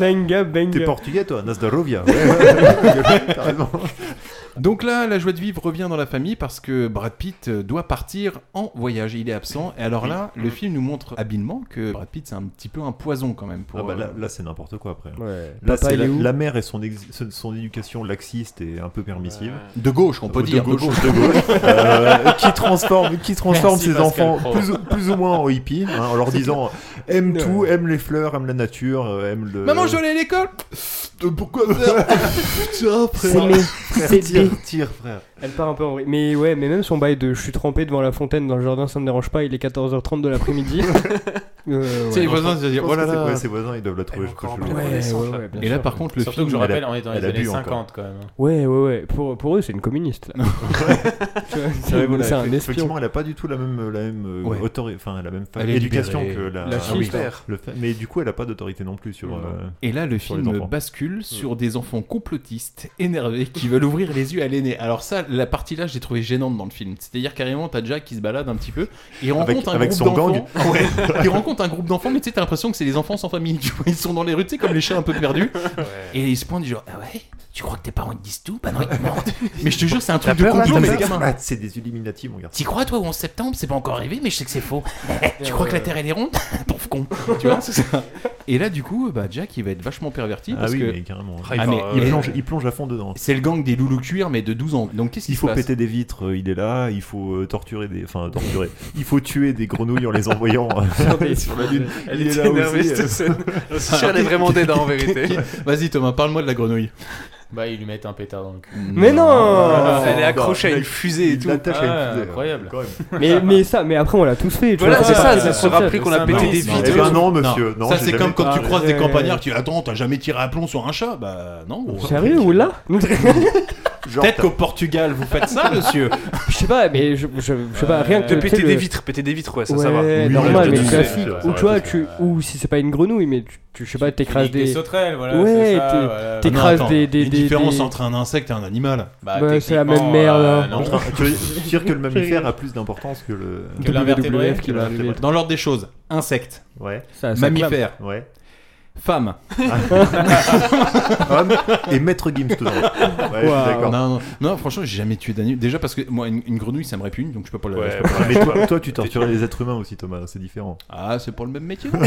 [SPEAKER 14] Benga, benga.
[SPEAKER 11] T'es portugais toi, Nazdarovia. Ouais, ouais, carrément. Ah,
[SPEAKER 2] Donc là, la joie de vivre revient dans la famille parce que Brad Pitt euh, doit partir en voyage et il est absent. Et alors là, le film nous montre habilement que Brad Pitt, c'est un petit peu un poison quand même. Pour,
[SPEAKER 11] Ah bah
[SPEAKER 2] euh,
[SPEAKER 11] là, là, c'est n'importe quoi après.
[SPEAKER 14] Ouais.
[SPEAKER 11] Là
[SPEAKER 14] Papa,
[SPEAKER 11] c'est
[SPEAKER 14] il est
[SPEAKER 11] la,
[SPEAKER 14] où
[SPEAKER 11] la mère et son, ex- son- son éducation laxiste et un peu permissive.
[SPEAKER 2] De gauche, on peut
[SPEAKER 11] Euh,
[SPEAKER 2] dire,
[SPEAKER 11] De
[SPEAKER 2] de
[SPEAKER 11] gauche,
[SPEAKER 2] gauche.
[SPEAKER 11] de gauche. Euh, qui transforme, qui transforme
[SPEAKER 2] Merci,
[SPEAKER 11] ses
[SPEAKER 2] Pascal
[SPEAKER 11] enfants
[SPEAKER 2] Pro.
[SPEAKER 11] plus, ou- plus ou moins en hippies hein, en leur disant aime tout, aime les fleurs, aime la nature, euh, aime le.
[SPEAKER 2] Maman, je dois aller à l'école Euh, Pourquoi Putain,
[SPEAKER 14] C'est mes-
[SPEAKER 11] Frère,
[SPEAKER 14] c'est
[SPEAKER 11] tire,
[SPEAKER 14] des-
[SPEAKER 11] tire, frère.
[SPEAKER 14] Elle part un peu en vrille. Mais ouais, mais même son bail de je suis trempé devant la fontaine dans le jardin, ça me dérange pas, il est 14h30 de l'après-midi. Euh,
[SPEAKER 2] Tu
[SPEAKER 14] ouais.
[SPEAKER 2] sais, les voisins, ils se disent,
[SPEAKER 11] Je pense
[SPEAKER 2] oh là
[SPEAKER 11] que c'est-
[SPEAKER 2] là.
[SPEAKER 11] ouais, ses voisins, ils doivent la trouver. je crois, chelou.
[SPEAKER 14] Ouais, ouais, ouais, bien
[SPEAKER 2] Et là,
[SPEAKER 14] sûr.
[SPEAKER 2] par contre, le
[SPEAKER 12] Surtout
[SPEAKER 2] film.
[SPEAKER 12] que je rappelle,
[SPEAKER 11] elle a-
[SPEAKER 12] on est dans
[SPEAKER 11] elle
[SPEAKER 12] les
[SPEAKER 11] a
[SPEAKER 12] années
[SPEAKER 11] bu encore.
[SPEAKER 12] 50 quand même.
[SPEAKER 14] Ouais, ouais, ouais. Pour, pour eux, c'est une communiste là. Tu vois,
[SPEAKER 11] C'est vrai,
[SPEAKER 14] c'est
[SPEAKER 11] voilà,
[SPEAKER 14] c'est
[SPEAKER 11] eff-
[SPEAKER 14] un espion.
[SPEAKER 11] effectivement, elle a pas du tout la même, la même euh,
[SPEAKER 2] Ouais.
[SPEAKER 11] autori- enfin la même fa-
[SPEAKER 2] Elle est
[SPEAKER 11] éducation que
[SPEAKER 2] libérée.
[SPEAKER 11] la,
[SPEAKER 2] La
[SPEAKER 11] ah oui,
[SPEAKER 2] fille.
[SPEAKER 11] père. Le fa- Mais du coup, elle a pas d'autorité non plus sur. euh,
[SPEAKER 2] Et là, le
[SPEAKER 11] sur les
[SPEAKER 2] film
[SPEAKER 11] enfants. Mmh.
[SPEAKER 2] bascule sur des enfants complotistes, énervés, qui veulent ouvrir les yeux à l'aîné. Alors ça, la partie là, j'ai trouvé gênante dans le film. C'est-à-dire carrément, t'as Jack qui se balade un petit peu et rencontre un
[SPEAKER 11] avec
[SPEAKER 2] groupe
[SPEAKER 11] son
[SPEAKER 2] d'enfants.
[SPEAKER 11] gang.
[SPEAKER 2] Ouais. Il rencontre un groupe d'enfants, mais tu sais, t'as l'impression que c'est les enfants sans famille. tu vois. Ils sont dans les rues, tu sais, comme les chats un peu perdus. Et ils se pointent du genre, ah ouais, tu crois que tes parents ils te disent tout Bah non, ils te mentent. Mais je te jure, c'est un
[SPEAKER 11] T'as
[SPEAKER 2] truc de
[SPEAKER 11] peur, là,
[SPEAKER 2] complot,
[SPEAKER 11] t'as
[SPEAKER 2] mais les
[SPEAKER 11] peur
[SPEAKER 2] gamins.
[SPEAKER 11] Ah, C'est des Illuminati, mon garçon.
[SPEAKER 2] T'y crois toi ou en septembre C'est pas encore arrivé, mais je sais que c'est faux. tu crois que la Terre elle est ronde Pauvre con. Tu vois, c'est ça. Et là, du coup, bah, Jack il va être vachement perverti
[SPEAKER 11] Ah
[SPEAKER 2] parce
[SPEAKER 11] oui,
[SPEAKER 2] que
[SPEAKER 11] mais carrément.
[SPEAKER 13] Ah, il
[SPEAKER 2] Ah,
[SPEAKER 13] part,
[SPEAKER 2] mais
[SPEAKER 13] euh,
[SPEAKER 2] il
[SPEAKER 11] Il
[SPEAKER 2] est-
[SPEAKER 11] plonge, il plonge à fond dedans.
[SPEAKER 2] c'est le gang des loulous cuir, mais de 12 ans. Donc qu'est-ce qu'il
[SPEAKER 11] Il faut
[SPEAKER 2] se passe
[SPEAKER 11] péter des vitres, euh, il est là, il faut euh, torturer des. Enfin, torturer. il faut tuer des grenouilles en les envoyant euh, sur la lune.
[SPEAKER 13] Elle
[SPEAKER 11] Il est
[SPEAKER 13] était
[SPEAKER 11] là
[SPEAKER 13] énervée
[SPEAKER 11] aussi, euh,
[SPEAKER 13] cette scène. Je suis sûr, elle est vraiment dead hein, en vérité.
[SPEAKER 2] Vas-y Thomas, parle-moi de la grenouille.
[SPEAKER 12] Bah, ils lui mettent un pétard dans le cul.
[SPEAKER 14] Mais non
[SPEAKER 13] Elle est
[SPEAKER 11] non,
[SPEAKER 13] accrochée à
[SPEAKER 11] il-
[SPEAKER 13] une fusée et
[SPEAKER 11] il
[SPEAKER 13] tout.
[SPEAKER 11] l'attache à
[SPEAKER 12] Ah,
[SPEAKER 11] une fusée.
[SPEAKER 12] incroyable.
[SPEAKER 11] Quand même.
[SPEAKER 14] mais, mais ça, mais après, on l'a tous fait. tu
[SPEAKER 13] Voilà,
[SPEAKER 14] vois,
[SPEAKER 13] c'est ça,
[SPEAKER 14] parti
[SPEAKER 13] c'est
[SPEAKER 14] de
[SPEAKER 13] se
[SPEAKER 14] sortir.
[SPEAKER 13] rappeler qu'on a
[SPEAKER 12] Ça,
[SPEAKER 13] pété des
[SPEAKER 12] non, non.
[SPEAKER 11] Eh
[SPEAKER 13] vitres.
[SPEAKER 11] ben non, monsieur. Non,
[SPEAKER 2] ça
[SPEAKER 11] j'ai
[SPEAKER 2] c'est
[SPEAKER 11] jamais
[SPEAKER 2] comme quand tu
[SPEAKER 14] Ah,
[SPEAKER 2] croises des
[SPEAKER 14] ouais.
[SPEAKER 2] campagnards, tu dis attends, t'as jamais tiré à plomb sur un chat Bah non. gros.
[SPEAKER 14] Sérieux ou là
[SPEAKER 11] Genre,
[SPEAKER 2] Peut-être
[SPEAKER 11] t'as-
[SPEAKER 2] qu'au Portugal vous faites ça, monsieur.
[SPEAKER 14] Je sais pas, mais je, je, je sais pas, rien que
[SPEAKER 13] De
[SPEAKER 14] tu sais,
[SPEAKER 13] péter
[SPEAKER 14] le-
[SPEAKER 13] Euh, des vitres, péter des vitres, ouais, ça, ça va.
[SPEAKER 14] Ouais,
[SPEAKER 11] Oui,
[SPEAKER 14] normal,
[SPEAKER 11] oui,
[SPEAKER 14] mais
[SPEAKER 11] oui,
[SPEAKER 14] classique.
[SPEAKER 11] oui,
[SPEAKER 14] Ou
[SPEAKER 11] oui,
[SPEAKER 14] tu vois,
[SPEAKER 12] oui.
[SPEAKER 14] tu, ou si c'est pas une grenouille, mais tu, tu- je sais pas, t'écrases
[SPEAKER 12] Nique des
[SPEAKER 14] des.
[SPEAKER 12] sauterelles, voilà.
[SPEAKER 14] Ouais,
[SPEAKER 12] c'est ça,
[SPEAKER 14] t'es-
[SPEAKER 12] voilà.
[SPEAKER 14] t'es- Écrase des-
[SPEAKER 2] Il y
[SPEAKER 14] des-
[SPEAKER 2] a une
[SPEAKER 14] des-
[SPEAKER 2] différence
[SPEAKER 14] des-
[SPEAKER 2] entre un insecte et un animal.
[SPEAKER 12] Bah,
[SPEAKER 14] Bah, c'est la
[SPEAKER 12] techniquement,
[SPEAKER 14] même merde,
[SPEAKER 12] euh,
[SPEAKER 14] hein.
[SPEAKER 12] non.
[SPEAKER 11] Tu veux dire que le mammifère a plus d'importance que le.
[SPEAKER 12] Que l'invertébré.
[SPEAKER 14] WWF qui va arriver.
[SPEAKER 2] Dans l'ordre des choses, insecte,
[SPEAKER 11] Ouais,
[SPEAKER 14] Ça- Ah, ça clame.
[SPEAKER 2] mammifère,
[SPEAKER 11] ouais.
[SPEAKER 2] femme.
[SPEAKER 11] Homme et maître Gims tout d'abord. Ouais, je suis
[SPEAKER 14] Waouh.
[SPEAKER 11] d'accord.
[SPEAKER 2] Non, non, non, franchement, j'ai jamais tué d'animal. Déjà parce que moi, une, une grenouille, ça me répugne, donc je peux pas la. je peux pas-
[SPEAKER 11] Mais toi, toi, tu torturais les êtres humains aussi, Thomas, c'est différent.
[SPEAKER 2] Ah, c'est pour le même métier. ouais,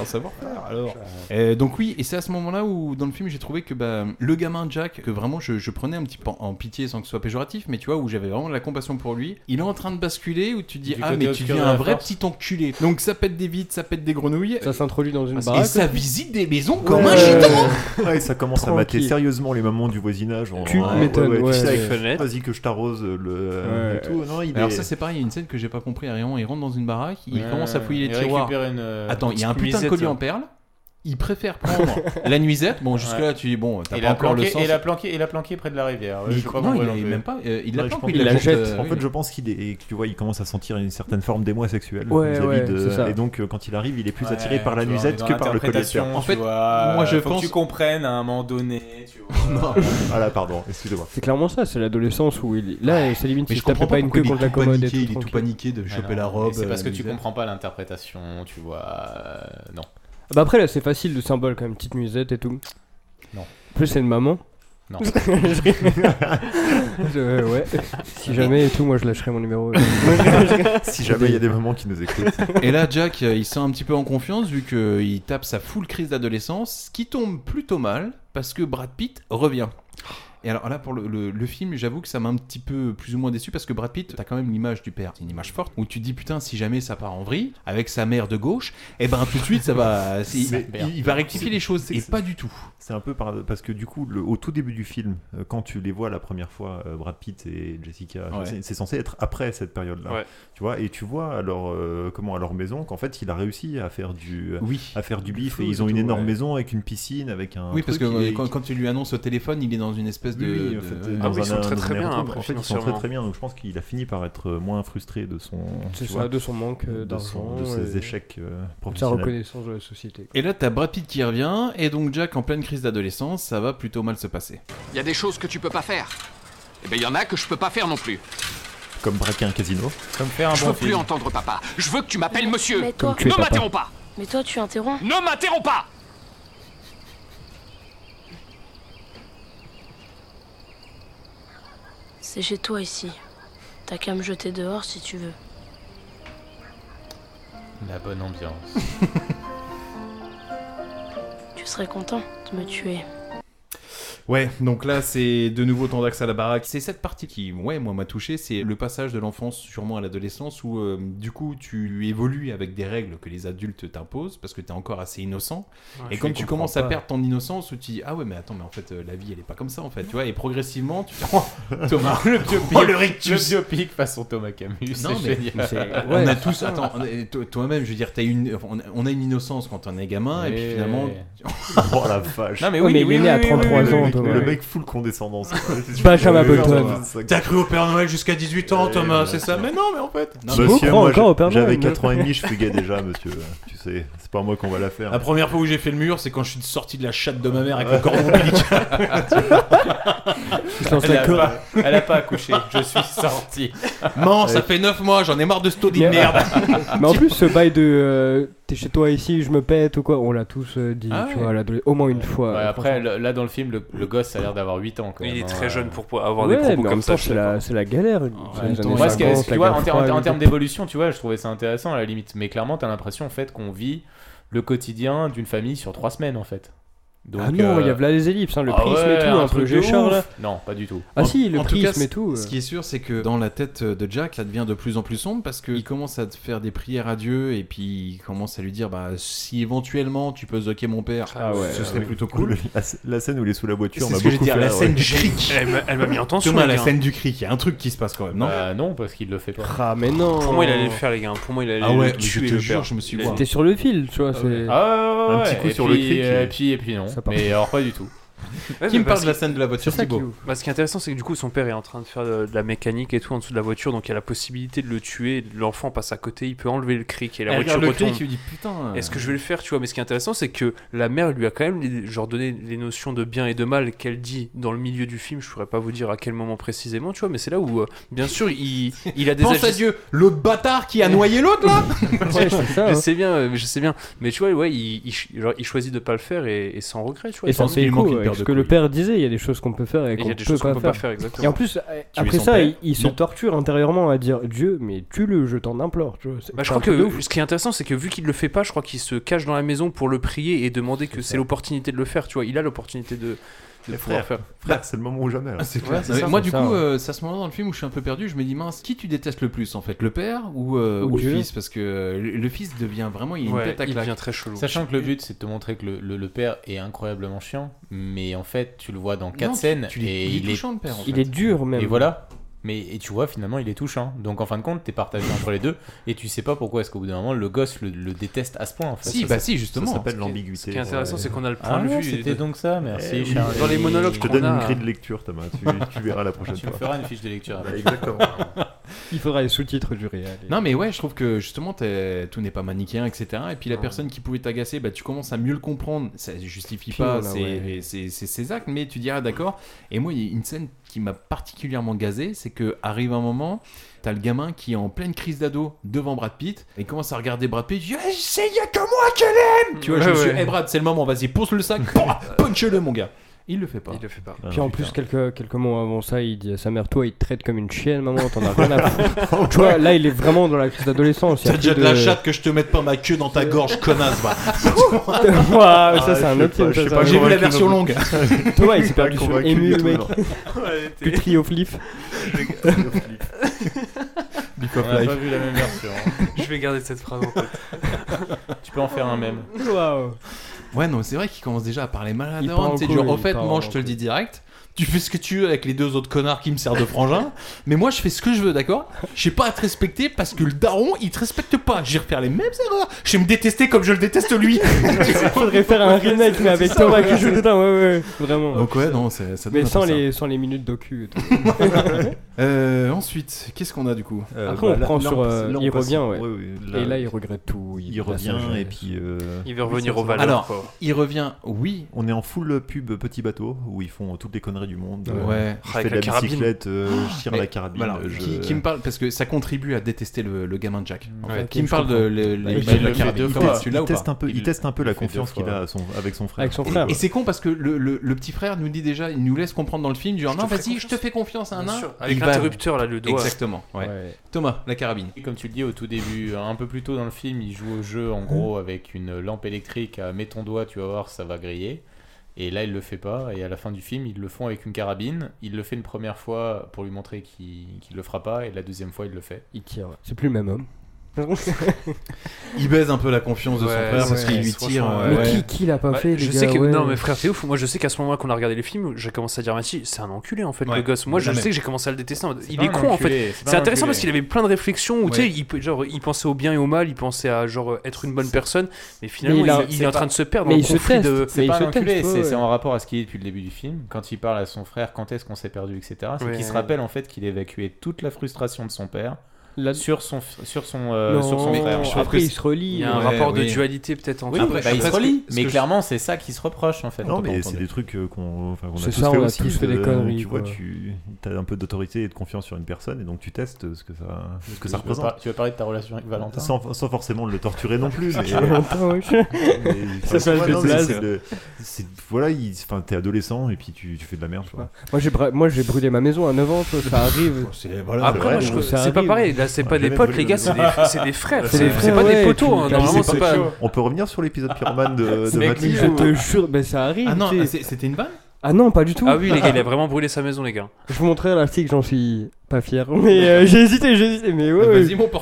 [SPEAKER 2] un savoir-faire alors. Euh, donc oui, et c'est à ce moment-là où dans le film j'ai trouvé que bah, le gamin Jack, que vraiment je, je prenais un petit peu en, en pitié sans que ce soit péjoratif, mais tu vois où j'avais vraiment de la compassion pour lui. Il est en train de basculer où tu dis
[SPEAKER 12] Du
[SPEAKER 2] ah
[SPEAKER 12] côté
[SPEAKER 2] mais tu
[SPEAKER 12] obscur
[SPEAKER 2] deviens
[SPEAKER 12] de la
[SPEAKER 2] un vrai
[SPEAKER 12] force.
[SPEAKER 2] petit enculé. Donc ça pète des vides, ça pète des grenouilles.
[SPEAKER 14] Ça s'introduit dans
[SPEAKER 12] Ah,
[SPEAKER 14] une
[SPEAKER 2] et
[SPEAKER 14] baraque.
[SPEAKER 2] ça visite des maisons comme un
[SPEAKER 14] Ah, Ouais.
[SPEAKER 2] gitan
[SPEAKER 11] Ouais, ça commence à mater
[SPEAKER 14] Tranquille.
[SPEAKER 11] sérieusement les mamans du voisinage. en-
[SPEAKER 14] Tu
[SPEAKER 11] ouais,
[SPEAKER 14] m'étonnes,
[SPEAKER 11] ouais,
[SPEAKER 14] ouais.
[SPEAKER 11] tu sais, avec
[SPEAKER 13] Ouais.
[SPEAKER 11] fenêtre. Vas-y que je t'arrose le.
[SPEAKER 14] Ouais.
[SPEAKER 11] et tout. Non, il
[SPEAKER 2] Alors
[SPEAKER 11] est-
[SPEAKER 2] ça c'est pareil, il y a une scène que j'ai pas compris. Arion, il rentre dans une baraque, il
[SPEAKER 12] Ouais,
[SPEAKER 2] commence à fouiller les
[SPEAKER 12] il
[SPEAKER 2] tiroirs.
[SPEAKER 12] récupère une, euh,
[SPEAKER 2] Attends, il y a un
[SPEAKER 12] petite
[SPEAKER 2] putain de
[SPEAKER 12] nuisette,
[SPEAKER 2] collier
[SPEAKER 12] là.
[SPEAKER 2] en perles. Il préfère prendre la nuisette. Bon, jusque-là, tu dis, bon, t'as
[SPEAKER 12] Il
[SPEAKER 2] pas
[SPEAKER 12] a
[SPEAKER 2] encore le
[SPEAKER 12] planqué,
[SPEAKER 2] sens.
[SPEAKER 12] et il a planqué, il a planqué près de la rivière. Ouais,
[SPEAKER 2] Mais
[SPEAKER 12] je
[SPEAKER 2] il-
[SPEAKER 12] sais pas
[SPEAKER 2] non,
[SPEAKER 12] pourquoi
[SPEAKER 2] il a
[SPEAKER 12] l'ont fait.
[SPEAKER 2] même pas. euh, il la
[SPEAKER 11] Ouais, je
[SPEAKER 2] planque
[SPEAKER 11] pense
[SPEAKER 2] ou il
[SPEAKER 11] qu'il
[SPEAKER 2] la
[SPEAKER 11] la
[SPEAKER 2] jette
[SPEAKER 14] jette.
[SPEAKER 2] euh,
[SPEAKER 11] En
[SPEAKER 2] oui,
[SPEAKER 11] fait,
[SPEAKER 2] oui.
[SPEAKER 11] je pense qu'il est, tu vois, il commence à sentir une certaine forme d'émoi sexuel
[SPEAKER 14] Ouais,
[SPEAKER 11] vis-à-vis
[SPEAKER 14] ouais,
[SPEAKER 11] de-
[SPEAKER 14] c'est ça.
[SPEAKER 11] et donc euh, quand il arrive, il est plus
[SPEAKER 12] Ouais,
[SPEAKER 11] attiré par la
[SPEAKER 12] tu vois,
[SPEAKER 11] nuisette
[SPEAKER 12] on est
[SPEAKER 11] que
[SPEAKER 12] dans
[SPEAKER 11] par le collier. de
[SPEAKER 12] l'interprétation,
[SPEAKER 11] perles.
[SPEAKER 2] En
[SPEAKER 12] tu
[SPEAKER 2] fait,
[SPEAKER 12] vois, euh,
[SPEAKER 2] moi, je
[SPEAKER 12] faut
[SPEAKER 2] pense-
[SPEAKER 12] que tu comprennes à un moment donné, tu vois.
[SPEAKER 11] Ah là, pardon, excusez-moi.
[SPEAKER 14] C'est clairement ça, c'est l'adolescence où il. Là, c'est limite
[SPEAKER 2] Mais
[SPEAKER 14] si
[SPEAKER 2] je
[SPEAKER 14] je tapais
[SPEAKER 2] comprends
[SPEAKER 14] pas
[SPEAKER 2] pas
[SPEAKER 14] une
[SPEAKER 2] pourquoi
[SPEAKER 14] queue
[SPEAKER 2] il est
[SPEAKER 14] contre la
[SPEAKER 2] tout
[SPEAKER 14] commode
[SPEAKER 2] paniqué.
[SPEAKER 14] et
[SPEAKER 2] Il est tout paniqué de
[SPEAKER 12] Ah
[SPEAKER 2] choper
[SPEAKER 12] non,
[SPEAKER 2] la robe.
[SPEAKER 12] mais C'est parce
[SPEAKER 2] euh,
[SPEAKER 12] que tu
[SPEAKER 2] nuisette.
[SPEAKER 12] comprends pas l'interprétation, tu vois. euh, non.
[SPEAKER 14] Bah après, là, c'est facile le symbole quand même, petite musette et tout.
[SPEAKER 12] Non.
[SPEAKER 14] En plus, c'est une maman.
[SPEAKER 12] Non.
[SPEAKER 14] Je- ouais. Si jamais et tout, moi je lâcherai mon numéro.
[SPEAKER 11] Si jamais il y a des mamans qui nous écoutent.
[SPEAKER 2] Et là, Jack, euh, il se sent un petit peu en confiance vu qu'il tape sa full crise d'adolescence, ce qui tombe plutôt mal parce que Brad Pitt revient. Et alors là, pour le, le- le film, j'avoue que ça m'a un petit peu plus ou moins déçu parce que Brad Pitt, t'as quand même l'image du père, c'est une image forte où tu te dis putain, si jamais ça part en vrille avec sa mère de gauche, et ben tout de suite ça va, si-
[SPEAKER 11] Mais
[SPEAKER 2] il, il va rectifier les choses et pas du tout.
[SPEAKER 11] C'est un peu par- parce que du coup, le- au tout début du film, euh, quand tu les vois la première fois, euh, Brad Pitt et Jessica,
[SPEAKER 2] Ouais.
[SPEAKER 11] c'est- c'est censé être après cette période-là,
[SPEAKER 13] Ouais.
[SPEAKER 11] tu vois. Et tu vois alors euh, comment à leur maison qu'en fait il a réussi à faire du
[SPEAKER 2] Oui.
[SPEAKER 11] à faire du bif et
[SPEAKER 2] flou et
[SPEAKER 11] ils ont une
[SPEAKER 2] tout,
[SPEAKER 11] énorme
[SPEAKER 2] ouais.
[SPEAKER 11] maison avec une piscine avec Ah, un
[SPEAKER 2] oui, parce que
[SPEAKER 11] truc, et-
[SPEAKER 2] euh, quand, quand tu lui annonces au téléphone, il est dans une espèce de.
[SPEAKER 11] Oui, oui, en
[SPEAKER 2] de- Ah
[SPEAKER 11] fait, euh,
[SPEAKER 2] ouais.
[SPEAKER 11] dans un- dans un aérodrome, en fait, ils sont très très bien, donc je pense qu'il a fini par être euh, moins frustré de son,
[SPEAKER 14] C'est
[SPEAKER 11] tu
[SPEAKER 14] ça, de son manque, euh,
[SPEAKER 11] de son- de
[SPEAKER 14] d'argent
[SPEAKER 11] ses
[SPEAKER 14] et-
[SPEAKER 11] échecs euh,
[SPEAKER 14] de sa
[SPEAKER 11] professionnels.
[SPEAKER 14] reconnaissance de la société.
[SPEAKER 2] Et là, t'as Brad Pitt qui revient, et donc Jack en pleine crise d'adolescence, ça va plutôt mal se passer.
[SPEAKER 17] Il y a des choses que tu peux pas faire. Et bien, il y en a que je peux pas faire non plus.
[SPEAKER 11] Comme braquer un casino.
[SPEAKER 12] Comme faire
[SPEAKER 13] Ah
[SPEAKER 17] je veux plus entendre papa. Je veux que tu m'appelles monsieur.
[SPEAKER 9] mais toi- Comme tu es
[SPEAKER 17] ne
[SPEAKER 9] papa.
[SPEAKER 17] m'interromps pas.
[SPEAKER 9] Mais toi, tu interromps
[SPEAKER 17] Ne m'interromps pas.
[SPEAKER 9] C'est chez toi ici. T'as qu'à me jeter dehors si tu veux.
[SPEAKER 12] La bonne ambiance.
[SPEAKER 9] Tu serais content de me tuer.
[SPEAKER 2] Ouais, donc là c'est de nouveau Tandax à la baraque. C'est cette partie qui, ouais, moi m'a touché, c'est le passage de l'enfance sûrement à l'adolescence où euh, du coup tu évolues avec des règles que les adultes t'imposent parce que t'es encore assez innocent.
[SPEAKER 12] Ouais,
[SPEAKER 2] et
[SPEAKER 12] je
[SPEAKER 2] comme
[SPEAKER 12] les
[SPEAKER 2] tu
[SPEAKER 12] comprends
[SPEAKER 2] commences à
[SPEAKER 12] pas.
[SPEAKER 2] perdre ton innocence, où tu dis ah ouais mais attends mais en fait euh, la vie elle est pas comme ça en fait, tu vois. Et progressivement tu fais Oh, Thomas
[SPEAKER 12] le biopic,
[SPEAKER 2] Oh, le rictus
[SPEAKER 12] le biopic façon Thomas Camus,
[SPEAKER 2] non,
[SPEAKER 12] c'est
[SPEAKER 2] mais
[SPEAKER 12] génial.
[SPEAKER 2] c'est- on a tous. Attends, on est- to- toi-même, je veux dire, t'as une, enfin, on a- on a une innocence quand on est gamin, et puis
[SPEAKER 12] Ouais.
[SPEAKER 2] finalement.
[SPEAKER 11] oh la vache.
[SPEAKER 12] Non, mais oui, oui, oui, oui, oui, oui.
[SPEAKER 11] Le, mec-
[SPEAKER 12] Thomas.
[SPEAKER 11] le mec full condescendance.
[SPEAKER 14] Benjamin Button.
[SPEAKER 2] T'as cru au Père Noël jusqu'à 18 ans, Thomas, c'est ça Mais non, mais en fait. Non, mais-
[SPEAKER 11] Monsieur, moi,
[SPEAKER 2] encore au Père
[SPEAKER 11] j'a- j'avais
[SPEAKER 2] Noël.
[SPEAKER 11] 4 ans et demi, je fugais déjà, monsieur. Tu sais, c'est pas moi qu'on va la faire.
[SPEAKER 2] La première fois où j'ai fait le mur, c'est quand je suis sorti de la chatte de ma mère avec le cordon ombilical. Tu vois.
[SPEAKER 12] elle, a pas, elle a pas accouché, je suis sorti.
[SPEAKER 2] Man, ça fait 9 mois, j'en ai marre de ce taudis de
[SPEAKER 14] Mais-
[SPEAKER 2] merde.
[SPEAKER 14] Mais en plus, ce bail de euh, t'es chez toi ici, je me pète ou quoi, on l'a tous euh, dit,
[SPEAKER 12] Ah
[SPEAKER 14] tu
[SPEAKER 12] ouais.
[SPEAKER 14] vois, à l'adole- au moins une fois.
[SPEAKER 12] Ouais, après, le- là dans le film, le, le gosse a l'air d'avoir 8 ans. Quand
[SPEAKER 13] Il
[SPEAKER 12] même,
[SPEAKER 13] est
[SPEAKER 12] hein.
[SPEAKER 13] très jeune pour pouvoir avoir
[SPEAKER 14] Ouais,
[SPEAKER 13] des propos
[SPEAKER 14] mais en
[SPEAKER 13] comme
[SPEAKER 14] même
[SPEAKER 13] ça.
[SPEAKER 14] temps,
[SPEAKER 13] je
[SPEAKER 14] c'est
[SPEAKER 13] suis d'accord.
[SPEAKER 14] la, c'est la galère. une-
[SPEAKER 13] En
[SPEAKER 14] c'est
[SPEAKER 13] même
[SPEAKER 14] les
[SPEAKER 13] temps,
[SPEAKER 14] années
[SPEAKER 12] Moi, ce que-
[SPEAKER 14] 50,
[SPEAKER 12] ce-
[SPEAKER 14] la
[SPEAKER 12] tu vois, en,
[SPEAKER 14] guerre
[SPEAKER 12] ter- en ter- en
[SPEAKER 14] froide,
[SPEAKER 12] termes d'évolution, tu vois, je trouvais ça intéressant à la limite. Mais clairement, t'as l'impression en fait qu'on vit le quotidien d'une famille sur 3 semaines en fait. Donc,
[SPEAKER 14] ah non, il y a
[SPEAKER 12] euh,
[SPEAKER 14] là les ellipses, hein, le
[SPEAKER 12] ah
[SPEAKER 14] prisme et
[SPEAKER 12] ouais,
[SPEAKER 14] tout,
[SPEAKER 12] un
[SPEAKER 14] un,
[SPEAKER 12] truc
[SPEAKER 14] truc
[SPEAKER 12] de
[SPEAKER 14] Géchard
[SPEAKER 12] ouf.
[SPEAKER 14] là.
[SPEAKER 12] Non, pas du tout.
[SPEAKER 14] Ah
[SPEAKER 2] En-
[SPEAKER 14] si, le
[SPEAKER 2] en tout
[SPEAKER 14] prisme
[SPEAKER 2] cas,
[SPEAKER 14] et tout. euh.
[SPEAKER 13] euh.
[SPEAKER 2] Ce qui est sûr, c'est que dans la tête de Jack, ça devient de plus en plus sombre parce qu'il commence à te faire des prières à Dieu et puis il commence à lui dire bah, si éventuellement tu peux zoquer mon père,
[SPEAKER 13] Ah
[SPEAKER 2] ce serait plutôt bah, cool.
[SPEAKER 11] La, la scène où il est sous la voiture,
[SPEAKER 2] C'est
[SPEAKER 11] m'a
[SPEAKER 2] ce que je
[SPEAKER 11] beaucoup
[SPEAKER 2] veux dire,
[SPEAKER 11] fait
[SPEAKER 2] la
[SPEAKER 11] rire,
[SPEAKER 2] scène
[SPEAKER 11] ouais.
[SPEAKER 2] du cric.
[SPEAKER 13] Elle m'a- elle m'a mis en tension,
[SPEAKER 2] Thomas,
[SPEAKER 13] les
[SPEAKER 2] la
[SPEAKER 13] gars.
[SPEAKER 2] scène du cric, il y a un truc qui se passe quand même, non
[SPEAKER 12] Bah non, parce qu'il le fait pas.
[SPEAKER 14] Ah, mais non.
[SPEAKER 13] Pour moi, il allait le faire, les gars. Pour moi, il allait
[SPEAKER 2] Ah ouais,
[SPEAKER 13] le
[SPEAKER 2] mais je
[SPEAKER 13] tuer,
[SPEAKER 2] te
[SPEAKER 13] le
[SPEAKER 2] jure,
[SPEAKER 13] père.
[SPEAKER 2] je me suis
[SPEAKER 13] Il
[SPEAKER 2] dit,
[SPEAKER 13] allait-
[SPEAKER 14] T'es sur le fil, tu vois. c'est-
[SPEAKER 12] Ah ouais, ouais,
[SPEAKER 13] Un petit
[SPEAKER 12] ouais.
[SPEAKER 13] coup
[SPEAKER 12] Et
[SPEAKER 13] sur le
[SPEAKER 12] puis,
[SPEAKER 13] cric et-
[SPEAKER 12] euh, Et puis, et puis non.
[SPEAKER 13] Ça part.
[SPEAKER 12] Mais alors, pas du tout.
[SPEAKER 13] Ouais,
[SPEAKER 2] Qui
[SPEAKER 13] mais
[SPEAKER 2] me parle
[SPEAKER 13] parce
[SPEAKER 2] de la
[SPEAKER 13] que-
[SPEAKER 2] scène de la voiture,
[SPEAKER 13] c'est ça
[SPEAKER 2] Thibaut
[SPEAKER 13] qui est ouf. Bah, ce qui est intéressant, c'est que du coup, son père est en train de faire euh, de, de la mécanique et tout en dessous de la voiture, donc il y a la possibilité de le tuer. L'enfant passe à côté, il peut enlever le cric et la
[SPEAKER 2] Elle
[SPEAKER 13] voiture
[SPEAKER 2] regarde le
[SPEAKER 13] retombe.
[SPEAKER 2] cric, il lui dit, putain, euh.
[SPEAKER 13] Est-ce que je vais le faire, tu vois Mais ce qui est intéressant, c'est que la mère lui a quand même les- genre donné les notions de bien et de mal qu'elle dit dans le milieu du film. Je pourrais pas vous dire à quel moment précisément, tu vois, mais c'est là où, euh, bien sûr, il, il a des
[SPEAKER 2] euh, Pense à
[SPEAKER 13] agis-
[SPEAKER 2] Dieu, l'autre bâtard qui a noyé l'autre là
[SPEAKER 13] Ouais,
[SPEAKER 14] c'est ça,
[SPEAKER 13] je
[SPEAKER 14] hein.
[SPEAKER 13] sais bien, euh, je sais bien. Mais tu vois, ouais, il, il ch- genre, il choisit de pas le faire et, et sans regret, tu vois.
[SPEAKER 14] Et ça,
[SPEAKER 13] Sans-
[SPEAKER 14] c'est
[SPEAKER 13] il
[SPEAKER 14] cool,
[SPEAKER 13] manque une
[SPEAKER 14] ouais,
[SPEAKER 13] paire
[SPEAKER 14] ce
[SPEAKER 13] de
[SPEAKER 14] que le
[SPEAKER 13] couilles.
[SPEAKER 14] père disait, il y a des choses qu'on peut faire et
[SPEAKER 13] Il y a
[SPEAKER 14] qu'on
[SPEAKER 13] des
[SPEAKER 14] peut
[SPEAKER 13] choses qu'on
[SPEAKER 14] pas
[SPEAKER 13] peut pas
[SPEAKER 14] faire.
[SPEAKER 13] faire, exactement.
[SPEAKER 14] Et en plus, eh,
[SPEAKER 13] Tuer
[SPEAKER 14] après
[SPEAKER 13] son
[SPEAKER 14] ça,
[SPEAKER 13] père.
[SPEAKER 14] il, il se
[SPEAKER 13] Non.
[SPEAKER 14] torture intérieurement à dire Dieu, mais tue-le, je t'en implore, tu vois. c'est-
[SPEAKER 13] Bah, je
[SPEAKER 14] c'est un
[SPEAKER 13] crois
[SPEAKER 14] truc de ouf.
[SPEAKER 13] que ce qui est intéressant, c'est que vu qu'il le fait pas, je crois qu'il se cache dans la maison pour le prier et demander que c'est l'opportunité de le faire. Tu vois, il a l'opportunité de, de
[SPEAKER 11] Mais
[SPEAKER 13] pouvoir
[SPEAKER 11] frère,
[SPEAKER 13] faire.
[SPEAKER 11] frère, c'est le moment ou jamais. là.
[SPEAKER 2] Ouais, mais moi, du coup, euh, c'est à ce moment dans le film où je suis un peu perdu. Je me dis, mince, qui tu détestes le plus en fait Le père ou, euh,
[SPEAKER 12] Ou
[SPEAKER 2] ou
[SPEAKER 12] Dieu.
[SPEAKER 2] le fils Parce que euh, le, le fils devient vraiment, il a une tête à claque.
[SPEAKER 12] Sachant que le but, c'est de te montrer que le, le- le père est incroyablement chiant, mais en fait, tu le vois dans
[SPEAKER 2] Non,
[SPEAKER 12] quatre
[SPEAKER 2] tu-
[SPEAKER 12] scènes.
[SPEAKER 2] tu l'es-
[SPEAKER 12] et
[SPEAKER 2] il est
[SPEAKER 12] il est
[SPEAKER 2] touchant, le père, en
[SPEAKER 12] il
[SPEAKER 2] fait.
[SPEAKER 12] est
[SPEAKER 14] dur, même.
[SPEAKER 12] Et voilà. Mais et tu vois, finalement, il est touchant. Donc, en fin de compte, t'es partagé entre les deux, et tu sais pas pourquoi est-ce qu'au bout d'un moment, le gosse le, le déteste à ce point. En fait.
[SPEAKER 2] Si, bah si, justement.
[SPEAKER 11] s'appelle
[SPEAKER 13] l'ambiguïté. ce qui est intéressant, c'est qu'on a le point
[SPEAKER 12] Ah
[SPEAKER 13] de
[SPEAKER 12] ouais,
[SPEAKER 13] vue
[SPEAKER 12] C'était
[SPEAKER 13] de-
[SPEAKER 12] donc ça, merci.
[SPEAKER 13] Eh oui.
[SPEAKER 12] Charlie. Ah,
[SPEAKER 13] Dans les monologues
[SPEAKER 11] Je te
[SPEAKER 13] qu'on
[SPEAKER 11] donne
[SPEAKER 13] a-
[SPEAKER 11] une grille de lecture, Thomas. Tu, tu verras la prochaine
[SPEAKER 12] Tu
[SPEAKER 11] fois.
[SPEAKER 12] me feras une fiche de lecture.
[SPEAKER 11] Ouais, Bah, Exactement.
[SPEAKER 14] Il faudra les sous-titres du réel.
[SPEAKER 2] Non mais ouais, je trouve que justement t'es- tout n'est pas manichéen, etc. Et puis la personne qui pouvait t'agacer, bah tu commences à mieux le comprendre. Ça justifie
[SPEAKER 14] Pire,
[SPEAKER 2] pas
[SPEAKER 14] là,
[SPEAKER 2] ses,
[SPEAKER 14] ouais.
[SPEAKER 2] ses- ses- ses actes, mais tu dis ah d'accord. Et moi, il y a une scène qui m'a particulièrement gazé, c'est que arrive un moment, t'as le gamin qui est en pleine crise d'ado devant Brad Pitt et commence à regarder Brad Pitt. il dit, Ah, je sais, y a que moi qui l'aime. Tu vois, je
[SPEAKER 12] Ouais,
[SPEAKER 2] me suis,
[SPEAKER 12] ouais.
[SPEAKER 2] Eh, Brad, c'est le moment, vas-y, ponce le sac, pouah, punche-le mon gars. Il le fait pas.
[SPEAKER 13] Il le fait pas.
[SPEAKER 14] Puis en plus, quelques, quelques mois avant ça, il dit à sa mère Toi, il te traite comme une chienne, maman, t'en as rien à foutre. tu vois, là, il est vraiment dans la crise d'adolescence. il y a
[SPEAKER 19] T'as déjà
[SPEAKER 14] plus
[SPEAKER 19] de la chatte que je te mette pas ma queue dans ta gorge, connasse. bah.
[SPEAKER 14] Waouh, ça, c'est un autre film. ça, c'est un
[SPEAKER 2] J'ai vu
[SPEAKER 14] autre
[SPEAKER 2] la
[SPEAKER 14] film.
[SPEAKER 2] version longue.
[SPEAKER 14] Thomas,
[SPEAKER 11] Ah,
[SPEAKER 14] il s'est perdu sur Ému, mec. Que trio flip.
[SPEAKER 2] Big of
[SPEAKER 12] On a
[SPEAKER 2] Life.
[SPEAKER 12] pas vu la même version.
[SPEAKER 13] Je vais garder cette phrase en tête.
[SPEAKER 12] tu peux en faire un même.
[SPEAKER 14] Waouh.
[SPEAKER 2] Ouais, non, c'est vrai qu'il commence déjà à parler mal à
[SPEAKER 12] Il
[SPEAKER 2] la
[SPEAKER 12] part en
[SPEAKER 2] daronne. C'est
[SPEAKER 12] couille,
[SPEAKER 2] dur. En
[SPEAKER 12] il
[SPEAKER 2] fait,
[SPEAKER 12] part
[SPEAKER 2] moi,
[SPEAKER 12] en
[SPEAKER 2] je te le dis direct. Tu fais ce que tu veux avec les deux autres connards qui me servent de frangin, mais moi je fais ce que je veux, d'accord Je sais pas à te respecter parce que le daron il te respecte pas. J'ai refaire les mêmes erreurs. Je vais me détester comme je le déteste lui.
[SPEAKER 14] Faudrait faire un remake, mais avec
[SPEAKER 2] C'est ça,
[SPEAKER 14] Thomas
[SPEAKER 2] voilà.
[SPEAKER 14] qui joue dedans, ouais, ouais, vraiment.
[SPEAKER 2] Donc, ouais, non, c'est- ça
[SPEAKER 14] Mais
[SPEAKER 2] donne un
[SPEAKER 14] sans
[SPEAKER 2] peu ça.
[SPEAKER 14] les, sans les minutes docu et tout.
[SPEAKER 2] Euh, ensuite, qu'est-ce qu'on a du coup
[SPEAKER 14] Après, on prend sur. euh,
[SPEAKER 11] là, Ah, on
[SPEAKER 14] il
[SPEAKER 11] passe-
[SPEAKER 14] revient, ouais.
[SPEAKER 11] ouais, ouais,
[SPEAKER 14] Et
[SPEAKER 11] là-
[SPEAKER 14] là, il regrette tout.
[SPEAKER 11] Il revient et puis. euh,
[SPEAKER 13] Il veut revenir aux valeurs,
[SPEAKER 2] Alors,
[SPEAKER 13] quoi.
[SPEAKER 2] il revient, oui.
[SPEAKER 11] On est en full pub petit bateau où ils font toutes les conneries du monde. Euh,
[SPEAKER 2] Ouais.
[SPEAKER 11] Je fais de la, bicyclette, euh, je tire
[SPEAKER 2] Mais
[SPEAKER 11] la carabine.
[SPEAKER 2] voilà,
[SPEAKER 11] je-
[SPEAKER 2] qui, qui me parle parce que ça contribue à détester le, le gamin de Jack. en
[SPEAKER 11] Ouais,
[SPEAKER 2] fait. qui me parle
[SPEAKER 11] je comprends.
[SPEAKER 2] de le- le-
[SPEAKER 11] Il
[SPEAKER 2] de la
[SPEAKER 11] le fait
[SPEAKER 2] carabine.
[SPEAKER 11] deux
[SPEAKER 2] Il
[SPEAKER 11] fois.
[SPEAKER 2] teste celui-là
[SPEAKER 11] Il
[SPEAKER 2] ou
[SPEAKER 11] teste
[SPEAKER 2] pas
[SPEAKER 11] un peu- il teste un peu la
[SPEAKER 2] le fait deux
[SPEAKER 11] confiance qu'il
[SPEAKER 2] fois.
[SPEAKER 11] a à son- avec son frère. Avec son
[SPEAKER 2] Et-
[SPEAKER 11] frère.
[SPEAKER 2] Et, c'est con parce que le, le- le petit frère nous dit déjà, il nous laisse comprendre dans le film, genre
[SPEAKER 13] Je
[SPEAKER 2] non,
[SPEAKER 13] te fais
[SPEAKER 2] vas-y, je te fais confiance à un
[SPEAKER 13] Bien
[SPEAKER 2] nain.
[SPEAKER 13] sûr. Avec
[SPEAKER 2] Il va-
[SPEAKER 13] l'interrupteur, là, le doigt.
[SPEAKER 2] Exactement. euh, ouais. Thomas, la carabine.
[SPEAKER 12] Comme tu le dis au tout début, hein, un peu plus tôt dans le film, il joue au jeu en gros avec une lampe électrique à mets ton doigt, tu vas voir, ça va griller. Et là, il le fait pas. Et à la fin du film, ils le font avec une carabine. Il le fait une première fois pour lui montrer qu'il qu'il le fera pas. Et la deuxième fois, il le fait.
[SPEAKER 14] Il tire. C'est plus le même homme.
[SPEAKER 2] Il baise un peu la confiance de son
[SPEAKER 13] Ouais,
[SPEAKER 2] frère
[SPEAKER 13] c'est
[SPEAKER 2] parce qu'il lui
[SPEAKER 13] triste,
[SPEAKER 2] tire.
[SPEAKER 13] franchement,
[SPEAKER 2] euh,
[SPEAKER 13] ouais.
[SPEAKER 2] ouais.
[SPEAKER 13] Bah, je sais que... Non, mais frère, c'est ouf. Moi, je sais qu'à ce moment-là qu'on a regardé les films, j'ai commencé à dire Mathieu, c'est un enculé en fait,
[SPEAKER 2] Ouais.
[SPEAKER 13] le gosse. Moi, je
[SPEAKER 2] Jamais.
[SPEAKER 13] sais que j'ai commencé à le détester. en mode,
[SPEAKER 12] C'est
[SPEAKER 13] Il
[SPEAKER 12] pas
[SPEAKER 13] est
[SPEAKER 12] un
[SPEAKER 13] con en
[SPEAKER 12] enculé,
[SPEAKER 13] fait.
[SPEAKER 12] c'est pas
[SPEAKER 13] C'est
[SPEAKER 12] un
[SPEAKER 13] intéressant
[SPEAKER 12] enculé.
[SPEAKER 13] parce qu'il avait plein de réflexions où tu sais,
[SPEAKER 12] Ouais.
[SPEAKER 13] il, peut- genre, il pensait au bien et au mal, il pensait à genre être une bonne personne, mais finalement, il,
[SPEAKER 12] Mais il a-
[SPEAKER 13] il
[SPEAKER 12] c'est
[SPEAKER 13] est en
[SPEAKER 12] pas-
[SPEAKER 13] train de se perdre
[SPEAKER 14] mais
[SPEAKER 13] dans le
[SPEAKER 14] il se
[SPEAKER 13] conflit
[SPEAKER 14] teste.
[SPEAKER 13] de.
[SPEAKER 12] C'est
[SPEAKER 14] Mais
[SPEAKER 12] pas
[SPEAKER 14] il
[SPEAKER 12] un
[SPEAKER 14] se
[SPEAKER 12] enculé,
[SPEAKER 14] teste,
[SPEAKER 12] c'est
[SPEAKER 14] ouais.
[SPEAKER 12] c'est en rapport à ce qu'il est depuis le début du film. Quand il parle à son frère, quand est-ce qu'on s'est perdu, etc. C'est
[SPEAKER 13] Ouais.
[SPEAKER 12] qu'il se rappelle en fait qu'il a évacué toute la frustration de son père sur son, f- sur son, euh,
[SPEAKER 14] Non,
[SPEAKER 12] sur son
[SPEAKER 14] mais
[SPEAKER 12] frère.
[SPEAKER 14] après,
[SPEAKER 12] Je trouve que
[SPEAKER 14] il
[SPEAKER 12] c'est-
[SPEAKER 14] se relie. euh.
[SPEAKER 13] Il y a un
[SPEAKER 12] Ouais,
[SPEAKER 13] rapport de
[SPEAKER 12] oui.
[SPEAKER 13] dualité peut-être entre
[SPEAKER 12] Oui,
[SPEAKER 13] Après,
[SPEAKER 12] bah,
[SPEAKER 13] je
[SPEAKER 12] il
[SPEAKER 13] sais
[SPEAKER 12] se
[SPEAKER 13] pas ce
[SPEAKER 12] relie,
[SPEAKER 13] que- ce
[SPEAKER 12] mais
[SPEAKER 13] que je-
[SPEAKER 12] clairement, c'est ça qui se reproche en fait.
[SPEAKER 11] Non,
[SPEAKER 12] quand on
[SPEAKER 11] mais
[SPEAKER 12] entend
[SPEAKER 11] c'est
[SPEAKER 12] des-
[SPEAKER 11] des trucs euh, qu'on enfin, qu'on a
[SPEAKER 14] C'est
[SPEAKER 11] tous
[SPEAKER 14] ça,
[SPEAKER 11] fait
[SPEAKER 14] on a
[SPEAKER 11] aussi.
[SPEAKER 14] tous fait
[SPEAKER 11] de-
[SPEAKER 14] des conneries,
[SPEAKER 11] Tu vois,
[SPEAKER 14] quoi.
[SPEAKER 11] tu as un peu d'autorité et de confiance sur une personne et donc tu testes ce que ça, ce que ça
[SPEAKER 12] Tu veux
[SPEAKER 11] représente.
[SPEAKER 12] par- Tu veux parler de ta relation avec Valentin
[SPEAKER 11] Sans, sans forcément le torturer non plus. Mais...
[SPEAKER 12] Valentin, oui. Ça fait
[SPEAKER 11] ouais,
[SPEAKER 12] des
[SPEAKER 11] non, mais
[SPEAKER 12] blagues.
[SPEAKER 11] c'est le- c'est- Voilà, il- enfin, t'es adolescent et puis tu, tu fais de la merde. quoi.
[SPEAKER 14] Moi, j'ai bra- Moi, j'ai brûlé ma maison à 9 ans, toi, ça arrive.
[SPEAKER 11] C'est- voilà,
[SPEAKER 13] Après,
[SPEAKER 11] c'est
[SPEAKER 13] moi,
[SPEAKER 11] vrai,
[SPEAKER 13] je trouve-
[SPEAKER 11] mais-
[SPEAKER 13] c'est pas pareil. Là, c'est pas
[SPEAKER 11] J'ai
[SPEAKER 13] des
[SPEAKER 11] même
[SPEAKER 13] potes,
[SPEAKER 11] voulu
[SPEAKER 13] les gars,
[SPEAKER 11] le-
[SPEAKER 13] c'est des- c'est des frères.
[SPEAKER 11] Ouais,
[SPEAKER 13] C'est
[SPEAKER 11] c'est-
[SPEAKER 13] des frères, ouais, et puis- Bah,
[SPEAKER 11] Normalement,
[SPEAKER 13] c'est
[SPEAKER 11] c'est
[SPEAKER 13] pas-
[SPEAKER 11] chaud. On peut revenir sur l'épisode pyromane de, de
[SPEAKER 14] Mec,
[SPEAKER 11] Mathieu.
[SPEAKER 14] je te jure, ben ça arrive.
[SPEAKER 2] Ah non,
[SPEAKER 14] tu sais.
[SPEAKER 2] c'est- c'était une vanne
[SPEAKER 14] Ah non, pas du tout.
[SPEAKER 13] Ah oui, les gars, il a vraiment brûlé sa maison, les gars.
[SPEAKER 14] Je vous montrerai l'article, j'en suis pas fier. Mais euh, j'ai hésité, j'ai hésité, mais
[SPEAKER 12] Ah,
[SPEAKER 14] ouais. ouais.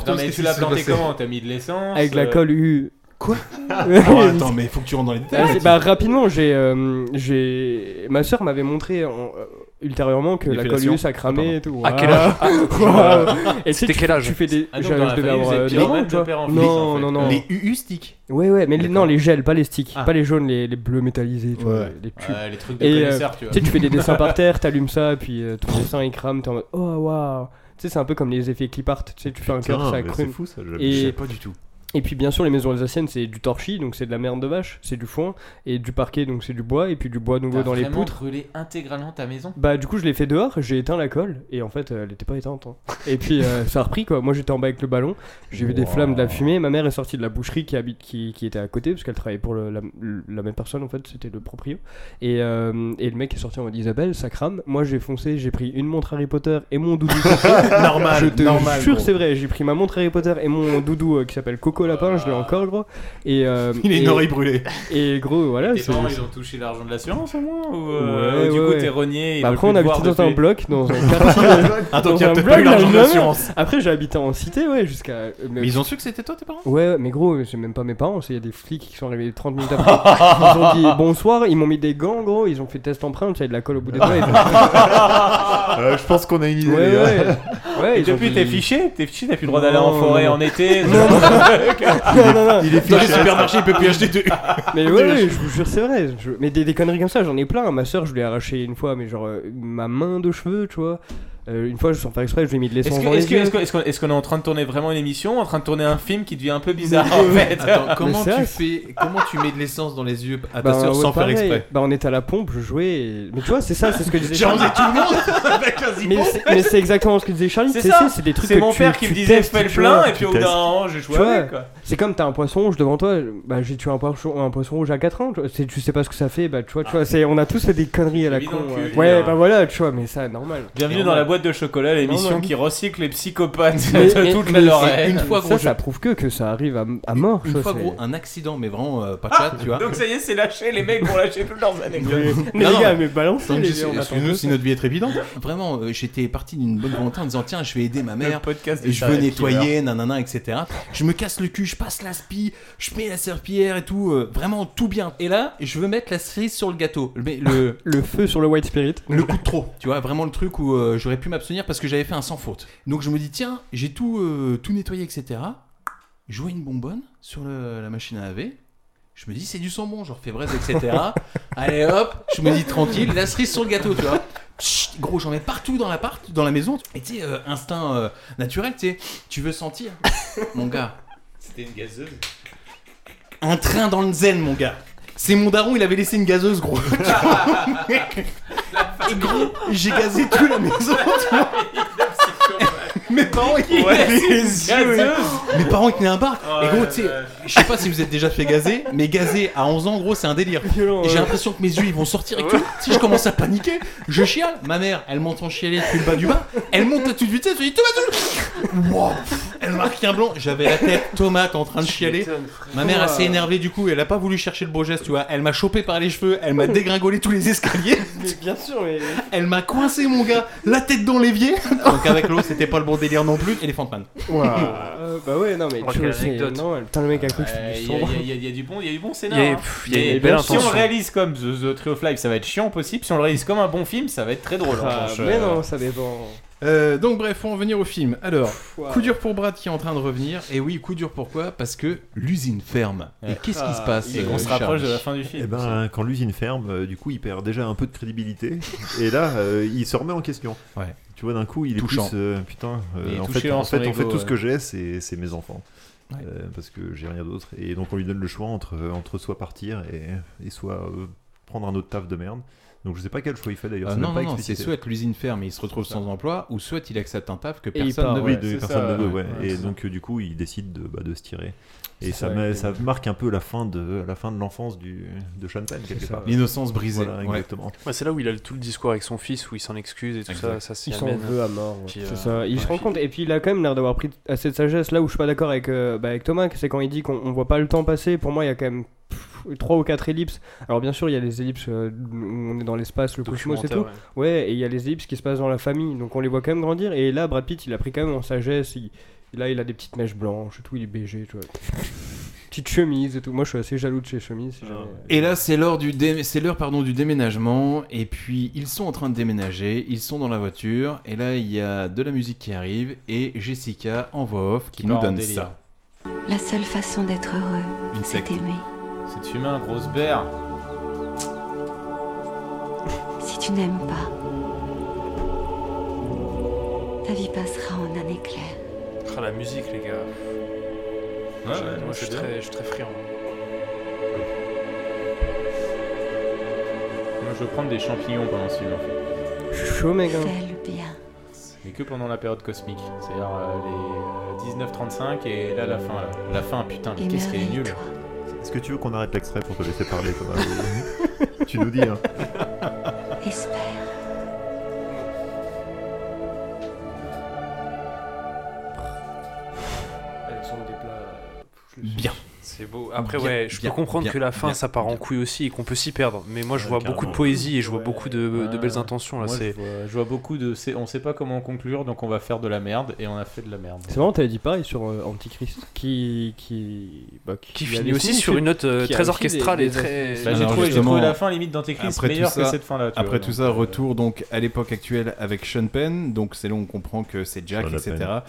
[SPEAKER 12] Non, mais tu l'as planté comment T'as mis de l'essence
[SPEAKER 14] Avec la
[SPEAKER 12] euh,
[SPEAKER 14] colle U. Quoi
[SPEAKER 2] Oh, attends, mais faut que tu rentres dans les détails.
[SPEAKER 14] bah rapidement, j'ai, euh, j'ai, ma sœur m'avait montré en- euh, ultérieurement que
[SPEAKER 2] Les
[SPEAKER 14] la
[SPEAKER 2] fellations.
[SPEAKER 14] colle ça cramait et tout.
[SPEAKER 13] Ah,
[SPEAKER 14] Waouh.
[SPEAKER 13] quel âge Ah,
[SPEAKER 14] Waouh. Et tu sais,
[SPEAKER 13] C'était
[SPEAKER 14] tu-
[SPEAKER 13] quel âge
[SPEAKER 14] Tu fais des,
[SPEAKER 13] Ah, donc,
[SPEAKER 14] je-
[SPEAKER 13] dans la
[SPEAKER 14] je devais
[SPEAKER 13] famille, vous
[SPEAKER 14] avoir
[SPEAKER 13] êtes
[SPEAKER 14] euh,
[SPEAKER 13] pyro,
[SPEAKER 14] non,
[SPEAKER 13] de
[SPEAKER 14] tu vois.
[SPEAKER 13] père en fils, en
[SPEAKER 14] non,
[SPEAKER 13] fait.
[SPEAKER 14] non, non.
[SPEAKER 13] Les
[SPEAKER 2] UU sticks.
[SPEAKER 14] Ouais, ouais, mais les- non, les gels, pas les sticks, pas les jaunes, les, les bleus métallisés, tu vois,
[SPEAKER 12] Ouais.
[SPEAKER 14] les tubes.
[SPEAKER 12] Ouais, les trucs de
[SPEAKER 14] et, euh,
[SPEAKER 12] connaisseurs, tu vois.
[SPEAKER 14] sais, tu fais des dessins par terre, t'allumes ça, puis euh, ton dessin il crame, t'es en mode oh waouh. Tu sais, c'est un peu comme les effets clip art, tu sais, tu fais un
[SPEAKER 11] Putain,
[SPEAKER 14] cœur, ça
[SPEAKER 11] mais
[SPEAKER 14] crame.
[SPEAKER 11] c'est fou, ça, je-
[SPEAKER 14] Et-
[SPEAKER 11] je savais pas du tout.
[SPEAKER 14] Et puis bien sûr, les maisons alsaciennes, c'est du torchis, donc c'est de la merde de vache, c'est du foin, et du parquet, donc c'est du bois, et puis du bois nouveau
[SPEAKER 12] T'as
[SPEAKER 14] dans les
[SPEAKER 12] vraiment
[SPEAKER 14] poutres.
[SPEAKER 12] brûlé intégralement ta maison
[SPEAKER 14] Bah du coup je l'ai fait dehors, j'ai éteint la colle et en fait euh, elle était pas éteinte. hein. Et puis euh, ça a repris quoi, moi j'étais en bas avec le ballon, j'ai vu des
[SPEAKER 12] Wow.
[SPEAKER 14] flammes, de la fumée, ma mère est sortie de la boucherie qui, habite, qui, qui était à côté parce qu'elle travaillait pour le- la, la même personne en fait, c'était le proprio. Et, euh, et le mec est sorti en mode Isabelle, ça crame, moi j'ai foncé, j'ai pris une montre Harry Potter et mon doudou.
[SPEAKER 2] Normal,
[SPEAKER 14] je te
[SPEAKER 2] normal,
[SPEAKER 14] jure
[SPEAKER 2] gros.
[SPEAKER 14] c'est vrai, j'ai pris ma montre Harry Potter et mon doudou euh, qui s'appelle Coco Lapin,
[SPEAKER 12] Ah.
[SPEAKER 14] je l'ai encore gros. Et, euh,
[SPEAKER 2] Il a une
[SPEAKER 14] et-
[SPEAKER 2] oreille brûlée.
[SPEAKER 14] Et gros voilà.
[SPEAKER 12] Tes
[SPEAKER 14] Ah, c'est-
[SPEAKER 12] parents, ils ont touché l'argent de l'assurance au moins Ou
[SPEAKER 14] Ouais,
[SPEAKER 12] euh, ou du
[SPEAKER 14] ouais,
[SPEAKER 12] coup,
[SPEAKER 14] ouais.
[SPEAKER 12] t'es renié et ils
[SPEAKER 14] Bah
[SPEAKER 12] veulent plus
[SPEAKER 14] après, on
[SPEAKER 12] te
[SPEAKER 14] habitait
[SPEAKER 12] voir
[SPEAKER 14] dans un
[SPEAKER 12] depuis-
[SPEAKER 14] bloc, dans un quartier.
[SPEAKER 12] Attends,
[SPEAKER 14] dans
[SPEAKER 12] t'as
[SPEAKER 14] un
[SPEAKER 12] peut-être
[SPEAKER 14] bloc,
[SPEAKER 12] pas eu l'argent
[SPEAKER 14] là,
[SPEAKER 12] de
[SPEAKER 14] jamais.
[SPEAKER 12] l'assurance.
[SPEAKER 14] Après, j'ai habité en cité, ouais, jusqu'à. euh,
[SPEAKER 2] Mais ils ont su que c'était toi, tes parents
[SPEAKER 14] Ouais, mais gros, c'est même pas mes parents, c'est y a des flics qui sont arrivés 30 minutes après. ils ont dit bonsoir, ils m'ont mis des gants, gros, ils ont fait test empreinte, j'avais de la colle au bout des doigts. et-
[SPEAKER 11] Euh, je pense qu'on a une idée. euh,
[SPEAKER 14] Ouais,
[SPEAKER 11] les gars.
[SPEAKER 14] ouais. Ouais,
[SPEAKER 12] Et
[SPEAKER 14] ils ont
[SPEAKER 12] depuis,
[SPEAKER 14] dit-
[SPEAKER 12] t'es fiché T'es fiché, t'as plus le droit d'aller en
[SPEAKER 14] Non.
[SPEAKER 12] forêt en été
[SPEAKER 14] Non, non, non. Non, non, non.
[SPEAKER 12] Dans les supermarchés, il peut
[SPEAKER 11] Euh,
[SPEAKER 12] plus acheter de.
[SPEAKER 14] Mais ouais, ouais, je vous jure, c'est vrai. Je- Mais des, des conneries comme ça, j'en ai plein. Ma soeur, je lui ai arraché une fois, mais genre euh, ma main de cheveux, tu vois. Euh, une fois, je sans faire exprès, je lui ai mis de
[SPEAKER 12] Est-ce
[SPEAKER 14] l'essence
[SPEAKER 12] que-
[SPEAKER 14] dans
[SPEAKER 12] est-ce
[SPEAKER 14] les
[SPEAKER 12] que-
[SPEAKER 14] yeux.
[SPEAKER 12] est-ce que- est-ce qu'on est-ce qu'on est en train de tourner vraiment une émission En train de tourner un film qui devient un peu bizarre en
[SPEAKER 2] Mais-
[SPEAKER 12] fait
[SPEAKER 2] Attends, comment
[SPEAKER 14] c'est
[SPEAKER 2] tu
[SPEAKER 14] vrai.
[SPEAKER 2] fais Comment tu mets de l'essence dans les yeux à ta
[SPEAKER 14] Bah,
[SPEAKER 2] sœur
[SPEAKER 14] ouais,
[SPEAKER 2] sans faire
[SPEAKER 14] pareil.
[SPEAKER 2] exprès
[SPEAKER 14] Bah on était à la pompe, je jouais. et- Mais tu vois, c'est ça, c'est ce que disait
[SPEAKER 2] J'ai
[SPEAKER 14] Charlie.
[SPEAKER 2] enlevé tout le monde avec la
[SPEAKER 14] Mais
[SPEAKER 2] zippo.
[SPEAKER 14] c'est- mais c'est exactement ce que disait Charlie.
[SPEAKER 12] C'est
[SPEAKER 14] tu sais,
[SPEAKER 12] ça.
[SPEAKER 14] C'est des trucs
[SPEAKER 12] C'est
[SPEAKER 14] que
[SPEAKER 12] mon
[SPEAKER 14] tu-
[SPEAKER 12] père qui
[SPEAKER 14] tu
[SPEAKER 12] me disait
[SPEAKER 14] testes,
[SPEAKER 12] fais le
[SPEAKER 14] tu
[SPEAKER 12] plein
[SPEAKER 14] vois.
[SPEAKER 12] et puis
[SPEAKER 14] Tu
[SPEAKER 12] au bout d'un
[SPEAKER 14] testes.
[SPEAKER 12] moment j'ai joué
[SPEAKER 14] Tu vois,
[SPEAKER 12] avec, quoi.
[SPEAKER 14] C'est comme t'as un poisson rouge devant toi, bah j'ai tué un poisson, un poisson rouge à 4 ans, tu, vois, c'est- tu sais pas ce que ça fait, bah tu vois, tu vois, c'est, on a tous fait des conneries à la
[SPEAKER 12] Mis
[SPEAKER 14] con.
[SPEAKER 12] dans le
[SPEAKER 14] ouais.
[SPEAKER 12] cul,
[SPEAKER 14] Ouais,
[SPEAKER 12] là.
[SPEAKER 14] bah voilà, tu vois, mais ça, normal.
[SPEAKER 12] Bienvenue dans la boîte de chocolat, l'émission
[SPEAKER 14] Normal.
[SPEAKER 12] qui recycle les psychopathes
[SPEAKER 14] Mais-
[SPEAKER 12] de
[SPEAKER 14] mais-
[SPEAKER 12] toute
[SPEAKER 14] mais
[SPEAKER 12] la leur
[SPEAKER 14] c'est-
[SPEAKER 12] haine.
[SPEAKER 14] une fois, gros, ça, ça prouve que que ça arrive à, à mort.
[SPEAKER 2] Une
[SPEAKER 14] ça,
[SPEAKER 2] fois,
[SPEAKER 14] c'est-
[SPEAKER 2] gros, un accident, mais vraiment euh, pas de chat,
[SPEAKER 13] Ah,
[SPEAKER 2] tu vois.
[SPEAKER 12] Donc ça y est, c'est lâché, les mecs vont lâcher toutes leurs anecdotes.
[SPEAKER 2] Non, non,
[SPEAKER 14] balancez,
[SPEAKER 2] tandis-
[SPEAKER 14] les gars, on attend
[SPEAKER 2] excuse-nous
[SPEAKER 14] que
[SPEAKER 2] si
[SPEAKER 14] ça.
[SPEAKER 2] notre vie est trépidante. Vraiment, euh, j'étais parti d'une bonne volonté en disant tiens, je vais aider ma mère.
[SPEAKER 12] podcast
[SPEAKER 2] et
[SPEAKER 12] des
[SPEAKER 2] je veux
[SPEAKER 12] serial
[SPEAKER 2] nettoyer,
[SPEAKER 12] killers.
[SPEAKER 2] nanana, etc. Je me casse le cul, je passe l'aspi, je mets la serpillière et tout. euh, vraiment tout bien. Et là, je veux mettre la cerise sur le gâteau. Mais le,
[SPEAKER 14] le feu sur le White Spirit.
[SPEAKER 2] Le coup de trop. Tu vois, vraiment le truc où euh, j'aurais pu m'abstenir parce que j'avais fait un sans faute. Donc je me dis tiens, j'ai tout, euh, tout nettoyé, etc. Je vois une bonbonne sur le- la machine à laver. Je me dis, c'est du sang bon, genre fais braise, etc. Allez hop, je me dis tranquille, la cerise sur le gâteau, tu vois. Pssst, gros, j'en mets partout dans l'appart, dans la maison. Et tu sais, euh, instinct euh, naturel, tu sais, tu veux sentir, mon gars.
[SPEAKER 12] C'était une gazeuse.
[SPEAKER 2] Un train dans le zen, mon gars. C'est mon daron, il avait laissé une gazeuse, gros. Et gros, j'ai gazé toute la maison, tu vois. Mes parents, ils
[SPEAKER 5] Ouais,
[SPEAKER 2] les
[SPEAKER 5] c'est
[SPEAKER 2] yeux,
[SPEAKER 5] gazeuse.
[SPEAKER 2] ouais. Mes parents, ils tenaient un bar.
[SPEAKER 5] Ouais,
[SPEAKER 2] et gros, tu sais, je sais pas si vous êtes déjà fait gazer, mais gazer à 11 ans, gros, c'est un délire. Et j'ai
[SPEAKER 14] hein.
[SPEAKER 5] ouais.
[SPEAKER 2] l'impression que mes yeux, ils vont sortir et que si je commence à paniquer, je chiale. Ma mère, elle m'entend chialer depuis le bas du bas. Elle monte à toute vitesse, elle dit Thomas, Thomas. Wow. Elle marque un blanc. J'avais la tête tomate en train de chialer. Ma mère, elle s'est énervée du coup, elle a pas voulu chercher le beau geste, tu vois. Elle m'a chopé par les cheveux, elle m'a dégringolé tous les escaliers.
[SPEAKER 14] Mais bien sûr, mais.
[SPEAKER 2] Elle m'a coincé, mon gars, la tête dans l'évier. Donc avec l'eau, c'était pas le bon délire non plus. Elephant Man.
[SPEAKER 14] Ouah, euh, bah ouais, non, mais
[SPEAKER 2] Oh,
[SPEAKER 14] tu vois,
[SPEAKER 2] quelle
[SPEAKER 14] c'est.
[SPEAKER 2] anecdote.
[SPEAKER 14] Non, putain, le mec a cru que
[SPEAKER 12] Euh,
[SPEAKER 14] c'était
[SPEAKER 12] Il
[SPEAKER 14] du
[SPEAKER 12] y, a-
[SPEAKER 14] sombre.
[SPEAKER 12] il y a- il y a du bon, il y a du bon scénar.
[SPEAKER 13] Il y a-
[SPEAKER 12] hein.
[SPEAKER 13] pff, il y a
[SPEAKER 12] Mais
[SPEAKER 13] des belles
[SPEAKER 12] si on
[SPEAKER 13] intentions.
[SPEAKER 12] le réalise comme The, The Tree of Life, ça va être chiant au possible. Si on le réalise comme un bon film, ça va être très drôle. en
[SPEAKER 14] Ah,
[SPEAKER 12] revanche.
[SPEAKER 14] mais
[SPEAKER 12] Euh,
[SPEAKER 14] non, ça dépend.
[SPEAKER 2] Euh, donc bref, faut en venir au film. Alors,
[SPEAKER 14] wow.
[SPEAKER 2] coup dur pour Brad qui est en train de revenir. Et oui, coup dur pourquoi Parce que l'usine ferme. Et
[SPEAKER 11] Ouais.
[SPEAKER 2] qu'est-ce qui se passe euh, Charlie
[SPEAKER 11] Eh ben, quand l'usine ferme, euh, du coup, il perd déjà un peu de crédibilité. et là, euh, il se remet en question.
[SPEAKER 2] Ouais.
[SPEAKER 11] Tu vois, d'un coup, il est
[SPEAKER 2] Touchant.
[SPEAKER 11] plus. euh, putain, euh,
[SPEAKER 2] Il est
[SPEAKER 11] en
[SPEAKER 2] touché
[SPEAKER 11] fait,
[SPEAKER 2] en
[SPEAKER 11] en fait,
[SPEAKER 2] son
[SPEAKER 11] en fait,
[SPEAKER 2] ego,
[SPEAKER 11] tout ce que
[SPEAKER 2] ouais.
[SPEAKER 11] j'ai, c'est c'est mes enfants. Euh, parce que j'ai rien d'autre. Et donc, on lui donne le choix entre, euh, entre soit partir et, et soit euh, prendre un autre taf de merde. Donc, je sais pas quel choix il fait d'ailleurs.
[SPEAKER 2] Euh,
[SPEAKER 11] c'est
[SPEAKER 2] non,
[SPEAKER 11] même pas
[SPEAKER 2] non, non, c'est
[SPEAKER 11] explicité.
[SPEAKER 2] soit l'usine ferme et il se retrouve sans emploi, ou soit il accepte un taf que
[SPEAKER 11] Et il
[SPEAKER 2] personne
[SPEAKER 11] part,
[SPEAKER 2] ne veut.
[SPEAKER 11] oui, de- personne ne veut, ouais. Et donc, euh, du coup, il décide de, bah, de se tirer. Et
[SPEAKER 2] C'est
[SPEAKER 11] ça,
[SPEAKER 2] ça,
[SPEAKER 11] met-
[SPEAKER 2] ouais.
[SPEAKER 11] ça marque un peu la fin de la fin de l'enfance du de Sean Penn quelque part.
[SPEAKER 2] L'innocence brisée.
[SPEAKER 11] Voilà,
[SPEAKER 2] Ouais.
[SPEAKER 11] exactement.
[SPEAKER 13] Ouais, c'est là où il a le- tout le discours avec son fils, où il s'en excuse et tout ça, ça s'y
[SPEAKER 14] il s'en
[SPEAKER 13] amène.
[SPEAKER 14] veut à mort. ouais.
[SPEAKER 13] Puis,
[SPEAKER 14] C'est
[SPEAKER 13] euh,
[SPEAKER 14] ça. Il
[SPEAKER 13] ouais,
[SPEAKER 14] se rend
[SPEAKER 13] puis-
[SPEAKER 14] compte. Et puis il a quand même l'air d'avoir pris assez de sagesse. Là où je suis pas d'accord avec, euh, bah, avec Thomas, c'est quand il dit qu'on on voit pas le temps passer. Pour moi, il y a quand même 3 ou 4 ellipses. Alors bien sûr, il y a les ellipses euh, où on est dans l'espace, le cosmos et tout. Ouais,
[SPEAKER 13] Documentaire,
[SPEAKER 14] et il y a les ellipses qui se passent dans la famille. Donc on les voit quand même grandir. Et là, Brad Pitt, il a pris quand même en sagesse. Il... Là, il a des petites mèches blanches et tout. Il est BG, tu vois. Petite chemise et tout. Moi, je suis assez jaloux de ses chemises. si jamais.
[SPEAKER 2] Et là, c'est l'heure du, dé- c'est l'heure, pardon, du déménagement. Et puis, ils sont en train de déménager. Ils sont dans la voiture. Et là, il y a de la musique qui arrive. Et Jessica, en voix off, qui,
[SPEAKER 12] Qui
[SPEAKER 2] nous
[SPEAKER 12] part en
[SPEAKER 2] donne
[SPEAKER 12] délire.
[SPEAKER 2] ça.
[SPEAKER 16] La seule façon d'être heureux,
[SPEAKER 2] Une
[SPEAKER 16] c'est
[SPEAKER 2] secte.
[SPEAKER 16] d'aimer.
[SPEAKER 12] C'est de fumer un gros beurre.
[SPEAKER 16] Si tu n'aimes pas, ta vie passera en un éclair.
[SPEAKER 13] Ah, la musique, les gars. Je-
[SPEAKER 12] ouais,
[SPEAKER 13] moi, je
[SPEAKER 12] c'est
[SPEAKER 13] suis
[SPEAKER 12] bien.
[SPEAKER 13] très, je suis très friand.
[SPEAKER 12] Moi, je veux prendre des champignons pendant ce film. en
[SPEAKER 13] Ah.
[SPEAKER 12] fait.
[SPEAKER 14] Je suis chaud, mec. hein.
[SPEAKER 16] Fais le bien.
[SPEAKER 12] Mais que pendant la période cosmique. C'est-à-dire euh, les euh, 19.35 et là, la fin. Là. La fin, putain, mais qu'est-ce qu'elle est nulle.
[SPEAKER 11] Est-ce que tu veux qu'on arrête l'extrait pour te laisser parler Thomas Ou- Tu nous dis. Hein.
[SPEAKER 16] Espère.
[SPEAKER 2] Bien.
[SPEAKER 13] C'est beau. Après,
[SPEAKER 2] Bien,
[SPEAKER 13] ouais, je
[SPEAKER 2] bien,
[SPEAKER 13] peux comprendre
[SPEAKER 2] bien,
[SPEAKER 13] que la fin,
[SPEAKER 2] bien,
[SPEAKER 13] ça part en couille aussi et qu'on peut s'y perdre. Mais moi, je
[SPEAKER 12] Ouais,
[SPEAKER 13] vois beaucoup de
[SPEAKER 12] carrément.
[SPEAKER 13] poésie et je vois beaucoup de, de
[SPEAKER 12] Ouais.
[SPEAKER 13] belles
[SPEAKER 2] Oh,
[SPEAKER 13] intentions. Là,
[SPEAKER 12] Moi, je
[SPEAKER 13] c'est.
[SPEAKER 12] vois, je vois beaucoup de. c'est- On sait pas comment conclure, donc on va faire de la merde et on a fait de la merde.
[SPEAKER 14] C'est marrant, t'avais dit pareil sur euh, Antichrist, qui qui, bah,
[SPEAKER 13] Qui
[SPEAKER 14] a
[SPEAKER 13] finit
[SPEAKER 14] le
[SPEAKER 13] aussi
[SPEAKER 14] film,
[SPEAKER 13] sur
[SPEAKER 14] qui-
[SPEAKER 13] une note, euh,
[SPEAKER 14] qui a
[SPEAKER 13] très
[SPEAKER 14] aussi
[SPEAKER 13] orchestrale
[SPEAKER 14] des-
[SPEAKER 13] et
[SPEAKER 14] des-
[SPEAKER 13] très-
[SPEAKER 14] Bah,
[SPEAKER 2] Alors,
[SPEAKER 12] trouvé- j'ai
[SPEAKER 2] justement,
[SPEAKER 12] trouvé la fin limite d'Antéchrist
[SPEAKER 2] après
[SPEAKER 12] meilleure
[SPEAKER 2] tout
[SPEAKER 12] que
[SPEAKER 2] ça-
[SPEAKER 12] cette fin-là, tu
[SPEAKER 2] Après
[SPEAKER 12] vois,
[SPEAKER 2] tout
[SPEAKER 12] donc, euh,
[SPEAKER 2] ça, retour donc euh, à l'époque actuelle avec Sean Penn. Donc c'est là où on comprend que c'est Jack,
[SPEAKER 11] Sean
[SPEAKER 2] etc.
[SPEAKER 11] Penn.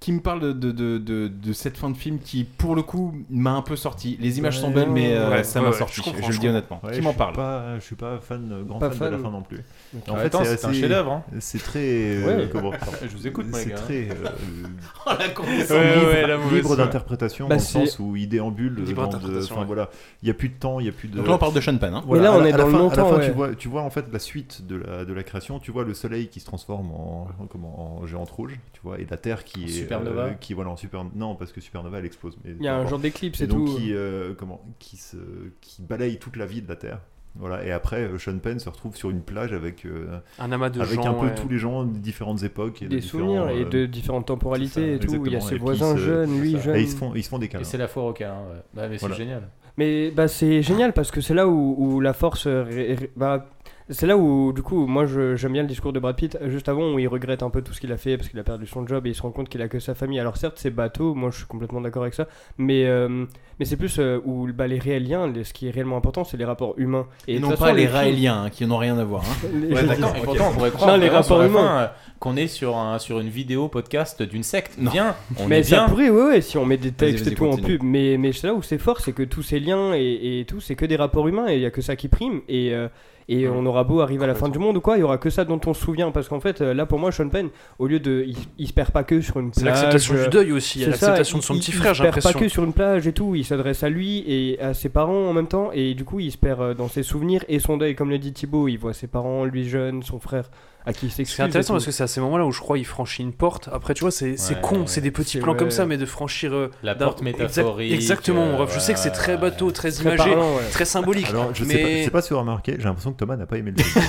[SPEAKER 2] Qui me parle de, de, de, de cette fin de film qui, pour le coup, m'a un un peu sorti. Les images sont belles, mais euh,
[SPEAKER 11] Ouais,
[SPEAKER 2] ça
[SPEAKER 11] ouais,
[SPEAKER 2] m'a
[SPEAKER 11] ouais,
[SPEAKER 2] sorti.
[SPEAKER 11] je comprends,
[SPEAKER 2] Je le
[SPEAKER 11] je
[SPEAKER 2] dis
[SPEAKER 11] comprends.
[SPEAKER 2] honnêtement.
[SPEAKER 11] Ouais,
[SPEAKER 2] Qui
[SPEAKER 11] je
[SPEAKER 2] m'en
[SPEAKER 11] suis
[SPEAKER 2] parle
[SPEAKER 11] pas- Je suis pas fan, euh, grand
[SPEAKER 2] Pas
[SPEAKER 11] fan,
[SPEAKER 2] fan.
[SPEAKER 11] de la fin non plus.
[SPEAKER 2] Donc,
[SPEAKER 11] Et en
[SPEAKER 2] euh,
[SPEAKER 11] fait,
[SPEAKER 2] attends, c'est
[SPEAKER 11] Ah, c'est
[SPEAKER 2] un
[SPEAKER 11] assez-
[SPEAKER 2] chef-d'œuvre, hein.
[SPEAKER 11] C'est très. euh,
[SPEAKER 2] Ouais.
[SPEAKER 11] comment-
[SPEAKER 2] Je vous écoute, moi, les
[SPEAKER 11] C'est
[SPEAKER 2] gars. hein.
[SPEAKER 11] très. euh,
[SPEAKER 2] Oh, la condescendance.
[SPEAKER 11] libre-
[SPEAKER 2] Ouais, ouais, la mauvaise,
[SPEAKER 11] Libre
[SPEAKER 2] ouais.
[SPEAKER 11] d'interprétation
[SPEAKER 2] Bah,
[SPEAKER 11] dans le
[SPEAKER 2] c'est-
[SPEAKER 11] sens où il déambule.
[SPEAKER 2] Libre
[SPEAKER 11] dans de-
[SPEAKER 2] d'interprétation,
[SPEAKER 11] Enfin
[SPEAKER 2] ouais.
[SPEAKER 11] voilà, il n'y a plus de temps, il n'y a plus de.
[SPEAKER 2] Donc là, on parle de Sean Penn, hein.
[SPEAKER 11] Voilà,
[SPEAKER 14] Mais là, on
[SPEAKER 11] à la-
[SPEAKER 14] est
[SPEAKER 11] à la
[SPEAKER 14] dans le
[SPEAKER 11] fin- à la
[SPEAKER 14] longtemps,
[SPEAKER 11] fin,
[SPEAKER 14] ouais.
[SPEAKER 11] tu vois, tu vois en fait la suite de la de la création. Tu vois le soleil qui se transforme en comment en géante rouge. Tu vois et la Terre qui
[SPEAKER 14] En
[SPEAKER 11] est
[SPEAKER 14] supernova.
[SPEAKER 11] euh, Qui voilà en super. Non parce que supernova elle explose. mais
[SPEAKER 14] Il y
[SPEAKER 11] peu
[SPEAKER 14] a un
[SPEAKER 11] importe.
[SPEAKER 14] genre d'éclipse
[SPEAKER 11] Et
[SPEAKER 14] et
[SPEAKER 11] donc,
[SPEAKER 14] tout.
[SPEAKER 11] Qui, euh, comment qui se qui balaye toute la vie de la Terre. Voilà, et après, euh, Sean Penn se retrouve sur une plage avec euh,
[SPEAKER 13] Un amas de
[SPEAKER 11] avec
[SPEAKER 13] gens,
[SPEAKER 11] un peu
[SPEAKER 13] ouais.
[SPEAKER 11] tous les gens de différentes époques et de
[SPEAKER 14] Des souvenirs
[SPEAKER 11] différents,
[SPEAKER 14] et
[SPEAKER 11] euh,
[SPEAKER 14] de différentes temporalités et
[SPEAKER 11] c'est ça,
[SPEAKER 14] tout. Il y a
[SPEAKER 11] exactement.
[SPEAKER 14] ses
[SPEAKER 11] Et puis,
[SPEAKER 14] voisins
[SPEAKER 11] ils se-
[SPEAKER 14] jeunes, lui
[SPEAKER 11] c'est ça.
[SPEAKER 14] jeune.
[SPEAKER 11] Et ils se font, ils se font des câlins.
[SPEAKER 12] Et c'est la foire au câlin, ouais. Bah, mais c'est
[SPEAKER 11] Voilà.
[SPEAKER 12] génial.
[SPEAKER 14] Mais bah, c'est génial parce que c'est là où, où la force. euh, ré- ré- bah, c'est là où, du coup, moi je- j'aime bien le discours de Brad Pitt euh, juste avant où il regrette un peu tout ce qu'il a fait parce qu'il a perdu son job et il se rend compte qu'il a que sa famille. Alors, certes, c'est bateau, moi je suis complètement d'accord avec ça, mais, euh, mais c'est plus euh, où bah, les réels liens, les- ce qui est réellement important, c'est les rapports humains.
[SPEAKER 2] Et,
[SPEAKER 14] de
[SPEAKER 2] non
[SPEAKER 14] toute façon,
[SPEAKER 2] pas les
[SPEAKER 14] films-
[SPEAKER 2] Raéliens, hein, qui n'ont rien à voir. hein.
[SPEAKER 14] Les-
[SPEAKER 12] Ouais, d'accord. Et
[SPEAKER 2] Ok.
[SPEAKER 12] pourtant, on pourrait croire
[SPEAKER 14] Non, les
[SPEAKER 12] vraiment,
[SPEAKER 14] rapports
[SPEAKER 12] sur la
[SPEAKER 14] humains.
[SPEAKER 12] fin, euh, qu'on est sur, un, sur une vidéo podcast d'une secte. Bien, on
[SPEAKER 14] mais
[SPEAKER 12] est
[SPEAKER 14] ça
[SPEAKER 12] bien.
[SPEAKER 14] pourrait, ouais, ouais, si on met des
[SPEAKER 12] Vas-y,
[SPEAKER 14] textes
[SPEAKER 12] vas-y,
[SPEAKER 14] et tout en
[SPEAKER 12] continue.
[SPEAKER 14] pub. Mais, mais c'est là où c'est fort, c'est que tous ces liens et, et tout, c'est que des rapports humains et il n'y a que ça qui prime. Et, euh, et on aura beau arriver à la fin du monde ou quoi, il y aura que ça dont on se souvient. Parce qu'en fait, euh, là pour moi, Sean Penn, au lieu de. Il, il se perd pas que sur une
[SPEAKER 13] C'est
[SPEAKER 14] plage.
[SPEAKER 13] l'acceptation
[SPEAKER 14] euh,
[SPEAKER 13] du deuil aussi,
[SPEAKER 14] c'est
[SPEAKER 13] l'acceptation
[SPEAKER 14] ça,
[SPEAKER 13] de son
[SPEAKER 14] il-
[SPEAKER 13] petit
[SPEAKER 14] il-
[SPEAKER 13] frère,
[SPEAKER 14] Il se
[SPEAKER 13] j'ai
[SPEAKER 14] perd pas
[SPEAKER 13] l'impression.
[SPEAKER 14] que sur une plage et tout, il s'adresse à lui et à ses parents en même temps. Et du coup, il se perd euh, dans ses souvenirs et son deuil. Comme le dit Thibaut, il voit ses parents, lui jeune, son frère, à qui il s'excuse.
[SPEAKER 13] C'est intéressant
[SPEAKER 14] et tout.
[SPEAKER 13] parce que c'est à ces moments-là où je crois il franchit une porte. Après, tu vois, c'est c'est
[SPEAKER 14] Ouais,
[SPEAKER 13] con,
[SPEAKER 14] ouais.
[SPEAKER 13] c'est des petits
[SPEAKER 14] C'est-
[SPEAKER 13] plans comme
[SPEAKER 14] ouais.
[SPEAKER 13] ça, mais de franchir. euh,
[SPEAKER 12] La
[SPEAKER 13] d'un-
[SPEAKER 12] porte
[SPEAKER 13] exact-
[SPEAKER 12] métaphorique,
[SPEAKER 13] Exactement,
[SPEAKER 12] euh,
[SPEAKER 13] mon ref. Je sais que c'est
[SPEAKER 12] ouais.
[SPEAKER 13] très bateau, très
[SPEAKER 12] Très
[SPEAKER 13] imagé,
[SPEAKER 12] parlant, ouais.
[SPEAKER 13] très symbolique.
[SPEAKER 11] Alors, je, sais pas, je
[SPEAKER 13] mais
[SPEAKER 11] sais pas si vous avez remarqué, j'ai l'impression que Thomas n'a pas aimé le film.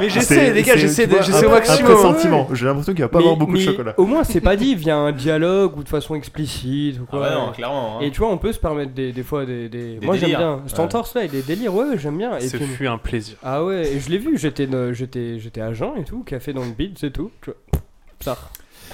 [SPEAKER 13] Mais j'essaie,
[SPEAKER 11] C'est-
[SPEAKER 13] les gars,
[SPEAKER 11] c'est,
[SPEAKER 13] j'essaie
[SPEAKER 11] tu
[SPEAKER 13] de-
[SPEAKER 11] vois,
[SPEAKER 13] j'essaie au
[SPEAKER 11] un-
[SPEAKER 13] maximum.
[SPEAKER 11] Un pressentiment,
[SPEAKER 14] Ouais.
[SPEAKER 11] j'ai l'impression qu'il va pas
[SPEAKER 14] Mais-
[SPEAKER 11] avoir beaucoup
[SPEAKER 14] mais
[SPEAKER 11] de chocolat.
[SPEAKER 14] Au moins, c'est pas dit via un dialogue ou de façon explicite ou quoi.
[SPEAKER 12] Ah bah non, clairement, hein.
[SPEAKER 14] Et tu vois, on peut se permettre des, des fois des. des-
[SPEAKER 12] Des
[SPEAKER 14] Moi, j'aime
[SPEAKER 12] délires.
[SPEAKER 14] bien. Cet
[SPEAKER 12] Ouais.
[SPEAKER 14] entorse là, il est délire, ouais, ouais, j'aime bien. Et
[SPEAKER 13] Ce
[SPEAKER 14] puis-
[SPEAKER 13] fut un plaisir.
[SPEAKER 14] Ah ouais, et je l'ai vu, j'étais euh, j'étais j'étais agent et tout, café dans le bide, c'est tout. tu vois. Ça.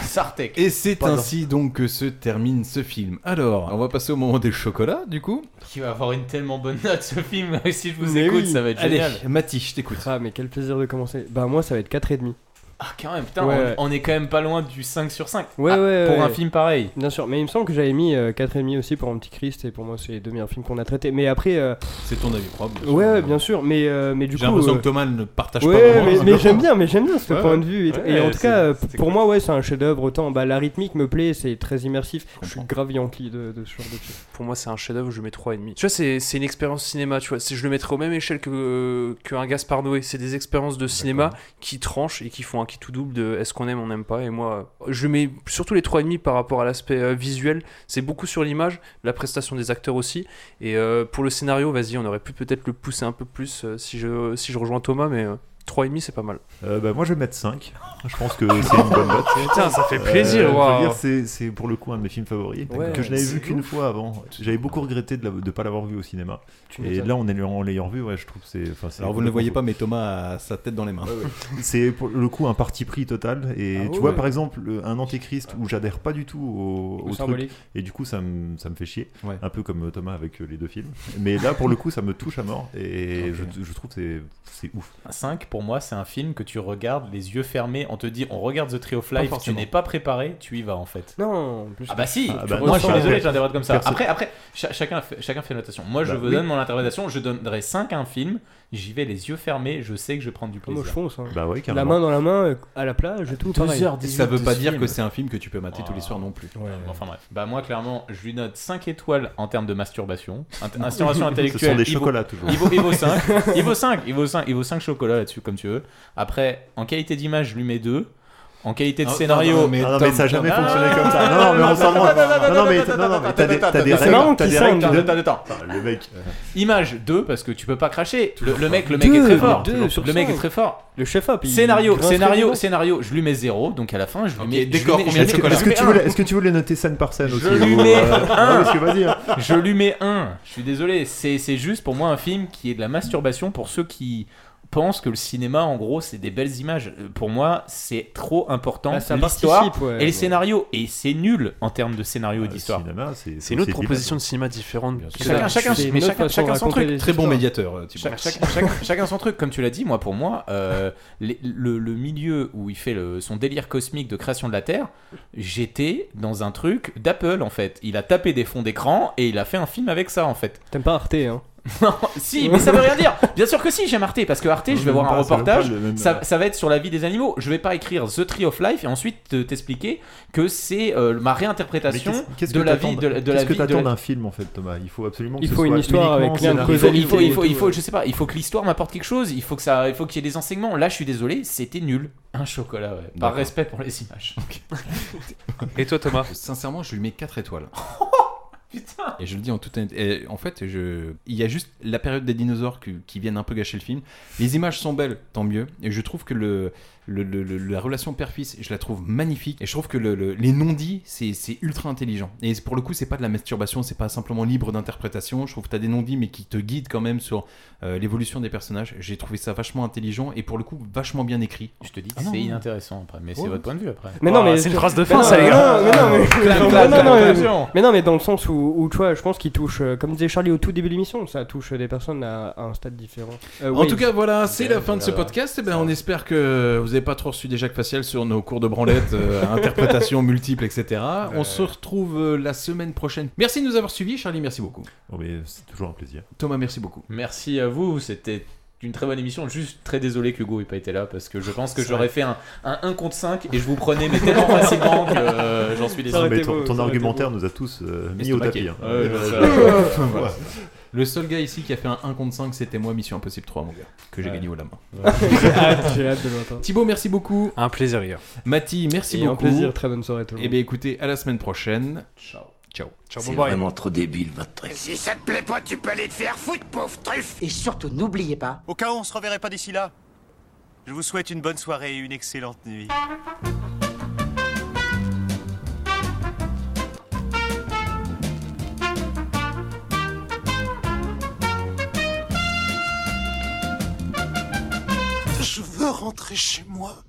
[SPEAKER 12] Sartek.
[SPEAKER 2] Et c'est
[SPEAKER 12] Pardon.
[SPEAKER 2] ainsi donc que se termine ce film. Alors, on va passer au moment des chocolats, du coup.
[SPEAKER 12] Qui va avoir une tellement bonne note ce film. si je vous
[SPEAKER 14] Mais
[SPEAKER 12] écoute,
[SPEAKER 14] oui.
[SPEAKER 12] ça va être génial.
[SPEAKER 2] Allez, Mati, je t'écoute.
[SPEAKER 14] Ah, mais quel plaisir de commencer. Bah, moi, ça va être 4,5.
[SPEAKER 12] Ah, quand même, putain,
[SPEAKER 14] Ouais.
[SPEAKER 12] on, on est quand même pas loin du 5 sur 5.
[SPEAKER 14] Ouais,
[SPEAKER 12] Ah,
[SPEAKER 14] ouais,
[SPEAKER 12] Pour
[SPEAKER 14] ouais.
[SPEAKER 12] un film pareil.
[SPEAKER 14] Bien sûr, mais il me semble que j'avais mis euh, 4,5 aussi pour mon petit Christ, et pour moi, c'est les deux meilleurs films qu'on a traités. Mais après. euh,
[SPEAKER 2] C'est ton avis propre. bien sûr.
[SPEAKER 14] Ouais, ouais, bien sûr, mais, euh, mais du coup.
[SPEAKER 2] J'ai l'impression
[SPEAKER 14] euh,
[SPEAKER 2] que Thomas ne partage pas
[SPEAKER 14] ouais,
[SPEAKER 2] Ah, vraiment
[SPEAKER 14] Mais,
[SPEAKER 2] ce
[SPEAKER 14] mais
[SPEAKER 2] point.
[SPEAKER 14] j'aime bien, mais j'aime bien ce
[SPEAKER 2] Ouais,
[SPEAKER 14] point
[SPEAKER 2] ouais.
[SPEAKER 14] de vue. Et,
[SPEAKER 2] Ouais,
[SPEAKER 14] et en tout
[SPEAKER 2] c'est-
[SPEAKER 14] cas, euh,
[SPEAKER 2] c'est
[SPEAKER 14] pour moi, ouais, c'est un chef-d'œuvre. Autant bah, la rythmique me plaît, c'est très immersif. Je suis grave Yankee de, de ce genre de film.
[SPEAKER 13] Pour moi, c'est un chef-d'œuvre, je lui mets 3,5. Tu vois, c'est c'est une expérience cinéma, tu vois. c'est- Je le mettrais au même échelle que, qu'un Gaspard Noé. C'est des expériences de cinéma qui tranchent et qui font un qui tout double de est-ce qu'on aime, on n'aime pas. Et moi, euh, je lui mets surtout les 3,5 par rapport à l'aspect euh, visuel. C'est beaucoup sur l'image, la prestation des acteurs aussi. Et euh, pour le scénario, vas-y, on aurait pu peut-être le pousser un peu plus euh, si, je, si je rejoins Thomas, mais euh, 3,5 c'est pas mal.
[SPEAKER 11] Euh, bah, moi je vais mettre 5. Je pense que c'est une bonne note. Euh,
[SPEAKER 13] Putain, ça fait plaisir,
[SPEAKER 11] je veux
[SPEAKER 13] waouh.
[SPEAKER 11] dire, c'est- C'est pour le coup un de mes films favoris
[SPEAKER 13] Ouais,
[SPEAKER 11] que je n'avais
[SPEAKER 13] c'est
[SPEAKER 11] vu qu'une fois avant. J'avais beaucoup regretté de ne pas l'avoir vu au cinéma.
[SPEAKER 2] Tu
[SPEAKER 11] Et
[SPEAKER 2] m'étonnes.
[SPEAKER 11] là, on est en l'ayant vu, ouais, je trouve que c'est. enfin, c'est
[SPEAKER 2] Alors, vous ne le voyez pas, mais Thomas a sa tête dans les mains.
[SPEAKER 11] c'est pour le coup un parti pris total. Et
[SPEAKER 2] Ah
[SPEAKER 11] tu
[SPEAKER 2] ouais.
[SPEAKER 11] vois, par exemple, le- un antéchrist où j'adhère pas du tout au, au truc.
[SPEAKER 2] symbolique.
[SPEAKER 11] Et du coup, ça me ça me fait chier.
[SPEAKER 2] Ouais.
[SPEAKER 11] Un peu comme Thomas avec euh, les deux films. Mais là, pour le coup, ça me touche à mort. Et je, je trouve que c'est- c'est ouf.
[SPEAKER 12] 5 pour moi c'est un film que tu regardes les yeux fermés, on te dit on regarde The Tree of
[SPEAKER 11] Pas
[SPEAKER 12] Life, tu
[SPEAKER 11] forcément.
[SPEAKER 12] n'es pas préparé, tu y vas en fait.
[SPEAKER 14] Non, en plus.
[SPEAKER 12] Ah bah si,
[SPEAKER 11] Ah bah
[SPEAKER 12] moi je
[SPEAKER 11] non,
[SPEAKER 12] suis désolé,
[SPEAKER 11] perso-
[SPEAKER 12] j'ai un débat comme ça.
[SPEAKER 11] perso-
[SPEAKER 12] Après après cha- chacun fait, chacun fait une notation. Moi je
[SPEAKER 11] Bah
[SPEAKER 12] vous
[SPEAKER 11] oui.
[SPEAKER 12] donne mon interprétation, je donnerai 5 à un film, j'y vais les yeux fermés, je sais que je vais prendre du
[SPEAKER 14] Moi,
[SPEAKER 12] plaisir.
[SPEAKER 14] je fonce. hein.
[SPEAKER 11] Bah ouais,
[SPEAKER 14] la
[SPEAKER 11] carrément.
[SPEAKER 14] main dans la main, euh, à la plage et tout. pareil.
[SPEAKER 2] Ça veut pas dire que c'est un film que tu peux mater tous les
[SPEAKER 11] Ah.
[SPEAKER 2] soirs non plus.
[SPEAKER 12] Enfin bref. Bah moi clairement je lui note 5 étoiles en termes de masturbation. Int- Inspiration intellectuelle.
[SPEAKER 11] Ce sont des
[SPEAKER 12] il vaut-
[SPEAKER 11] chocolats, toujours.
[SPEAKER 12] Il vaut, il vaut 5. il vaut 5. Il vaut 5. Il vaut 5 chocolats là-dessus comme tu veux. Après en qualité d'image je lui mets 2. En qualité de
[SPEAKER 11] Non, non,
[SPEAKER 12] scénario.
[SPEAKER 11] non, mais Ah non, mais Tom, ça a jamais Tom. fonctionné comme ça. Non,
[SPEAKER 12] Ah,
[SPEAKER 11] non, mais on s'en branle. Non, non, mais-
[SPEAKER 12] attends,
[SPEAKER 11] non, non, mais t'as des-
[SPEAKER 12] attends,
[SPEAKER 11] t'as des
[SPEAKER 12] attends,
[SPEAKER 11] règles,
[SPEAKER 12] attends,
[SPEAKER 11] t'as des
[SPEAKER 12] attends,
[SPEAKER 11] règles,
[SPEAKER 12] attends,
[SPEAKER 11] de-
[SPEAKER 12] attends, attends.
[SPEAKER 11] Le mec.
[SPEAKER 12] Image 2 parce que tu peux pas cracher. Le, le mec, le mec
[SPEAKER 14] Deux,
[SPEAKER 12] est très fort.
[SPEAKER 14] deux sur
[SPEAKER 12] le mec
[SPEAKER 14] cinq.
[SPEAKER 12] est très fort.
[SPEAKER 14] Le chef-up. il
[SPEAKER 12] Scénario,
[SPEAKER 14] grince
[SPEAKER 12] scénario,
[SPEAKER 14] les dents.
[SPEAKER 12] scénario. Je lui mets 0 donc à la fin je lui mets. je lui mets- je lui
[SPEAKER 11] Est-ce
[SPEAKER 12] mets-
[SPEAKER 11] que, est-ce
[SPEAKER 12] je
[SPEAKER 11] que
[SPEAKER 12] lui
[SPEAKER 11] tu
[SPEAKER 12] mets
[SPEAKER 11] veux,
[SPEAKER 12] un.
[SPEAKER 11] les- est-ce que tu veux les noter scène par scène aussi
[SPEAKER 12] Je lui
[SPEAKER 11] ou,
[SPEAKER 12] mets
[SPEAKER 11] euh,
[SPEAKER 12] un.
[SPEAKER 11] ouais, parce que vas-y.
[SPEAKER 12] Je lui mets un. Je suis désolé. C'est c'est juste pour moi un film qui est de la masturbation pour ceux qui pense que le cinéma, en gros, c'est des belles images. Euh, Pour moi, c'est trop important.
[SPEAKER 11] Ah,
[SPEAKER 14] Bah, ça
[SPEAKER 12] l'histoire
[SPEAKER 14] participe, ouais.
[SPEAKER 12] et le
[SPEAKER 14] Ouais.
[SPEAKER 12] scénario. Et c'est nul en termes de scénario
[SPEAKER 11] Ah,
[SPEAKER 12] et d'histoire.
[SPEAKER 13] C'est une autre proposition de cinéma différente.
[SPEAKER 12] Chacun, chacun, mais chacun, chacun son truc.
[SPEAKER 11] euh,
[SPEAKER 13] Thibaut.
[SPEAKER 12] Cha- chacun- chacun- chacun son truc. Comme tu l'as dit, moi, pour moi, euh, les- le, le milieu où il fait le- son délire cosmique de création de la Terre, j'étais dans un truc d'Apple, en fait. Il a tapé des fonds d'écran et il a fait un film avec ça, en fait.
[SPEAKER 14] T'aimes pas Arte, hein
[SPEAKER 12] Non, si, mais ça veut rien dire. Bien sûr que si, j'aime Arte parce que Arte, je vais
[SPEAKER 11] Même
[SPEAKER 12] voir un
[SPEAKER 11] pas, ça veut
[SPEAKER 12] reportage.
[SPEAKER 11] pas le même- euh,
[SPEAKER 12] Ça, ça va être sur la vie des animaux. Je vais pas écrire The Tree of Life et ensuite te- t'expliquer que c'est euh, ma réinterprétation
[SPEAKER 11] Mais qu'est-ce- qu'est-ce
[SPEAKER 12] de
[SPEAKER 11] que
[SPEAKER 12] la
[SPEAKER 11] t'attends-
[SPEAKER 12] vie de, la- de la
[SPEAKER 11] Qu'est-ce que
[SPEAKER 12] vie de
[SPEAKER 11] t'attends
[SPEAKER 12] la-
[SPEAKER 11] d'un film en fait, Thomas Il faut absolument que
[SPEAKER 14] Il
[SPEAKER 11] ce
[SPEAKER 14] faut une
[SPEAKER 11] soit
[SPEAKER 14] histoire avec
[SPEAKER 11] uniquement
[SPEAKER 14] lien de
[SPEAKER 11] scénarisé.
[SPEAKER 12] il faut, il faut, il faut, je sais pas, il faut que l'histoire m'apporte quelque chose. Il faut que ça, il faut qu'il y ait des enseignements. Là, je suis désolé, c'était nul. Un chocolat, ouais. Par
[SPEAKER 2] D'accord.
[SPEAKER 12] respect pour les images.
[SPEAKER 13] Et toi, Thomas
[SPEAKER 2] Sincèrement, je lui mets 4 étoiles. Et je le dis en toute honnêteté. Et En fait, je... il y a juste la période des dinosaures qui, qui viennent un peu gâcher le film. Les images sont belles, tant mieux. Et je trouve que le, le- le- le- la relation père-fils, je la trouve magnifique. Et je trouve que le- le- les non-dits, c'est c'est ultra intelligent. Et pour le coup, c'est pas de la masturbation, c'est pas simplement libre d'interprétation. Je trouve que t'as des non-dits, mais qui te guident quand même sur euh, l'évolution des personnages. J'ai trouvé ça vachement intelligent et pour le coup, vachement bien écrit.
[SPEAKER 12] Je te dis,
[SPEAKER 2] Ah non.
[SPEAKER 12] c'est inintéressant après, mais c'est
[SPEAKER 2] Ouais.
[SPEAKER 12] votre point de vue après.
[SPEAKER 14] Mais non, mais
[SPEAKER 13] Ah, c'est une phrase de
[SPEAKER 14] mais
[SPEAKER 13] fin,
[SPEAKER 14] non,
[SPEAKER 13] ça, les gars.
[SPEAKER 14] mais non, mais-
[SPEAKER 12] Clap,
[SPEAKER 14] mais
[SPEAKER 12] clap,
[SPEAKER 14] non,
[SPEAKER 12] clap,
[SPEAKER 14] non, mais-
[SPEAKER 12] clap.
[SPEAKER 14] mais non, mais dans le sens où, où tu vois, je pense qu'il touche, euh, comme disait Charlie au tout début de l'émission, ça touche des personnes à, à un stade différent. Euh,
[SPEAKER 2] en
[SPEAKER 14] Wade.
[SPEAKER 2] tout cas, voilà, c'est
[SPEAKER 14] Ok,
[SPEAKER 2] la fin de ce
[SPEAKER 14] voilà.
[SPEAKER 2] podcast. Et ben, on espère que vous n'avez pas trop reçu des Jacques faciales sur nos cours de branlette, euh, interprétation multiple, etc. On se retrouve euh, la semaine prochaine. Merci de nous avoir suivis, Charlie. Merci beaucoup.
[SPEAKER 11] Oh, mais c'est toujours un plaisir.
[SPEAKER 2] Thomas, merci beaucoup.
[SPEAKER 12] Merci à vous, c'était une très bonne émission. Juste très désolé qu'Hugo n'ait pas été là parce que je pense que
[SPEAKER 11] C'est
[SPEAKER 12] j'aurais
[SPEAKER 11] vrai.
[SPEAKER 12] fait un, un 1 contre 5 et je vous prenais mais tellement facilement que euh, j'en suis désolé.
[SPEAKER 11] Non, mais ton, ton argumentaire nous a tous euh, mis au tapis. hein.
[SPEAKER 12] Ouais, je-
[SPEAKER 11] Euh,
[SPEAKER 2] Voilà.
[SPEAKER 11] ouais.
[SPEAKER 2] Le seul gars ici qui a fait un 1 contre 5, c'était moi, Mission Impossible 3, mon gars, que j'ai gagné au la main.
[SPEAKER 14] J'ai hâte, j'ai hâte de l'entendre.
[SPEAKER 2] Thibaut, merci beaucoup.
[SPEAKER 13] Un plaisir, Igor.
[SPEAKER 2] Mati, merci
[SPEAKER 14] Et un
[SPEAKER 2] beaucoup.
[SPEAKER 14] plaisir, très bonne soirée à tout le
[SPEAKER 2] Eh bien, écoutez, à la semaine prochaine. Ciao. Ciao.
[SPEAKER 5] C'est vraiment
[SPEAKER 2] trop débile, votre
[SPEAKER 5] Et si ça te plaît pas, tu peux aller te faire foutre, pauvre truffe Et surtout, n'oubliez pas.
[SPEAKER 20] Au cas où on se reverrait pas d'ici là, je vous souhaite une bonne soirée et une excellente nuit.
[SPEAKER 5] Je veux rentrer chez moi.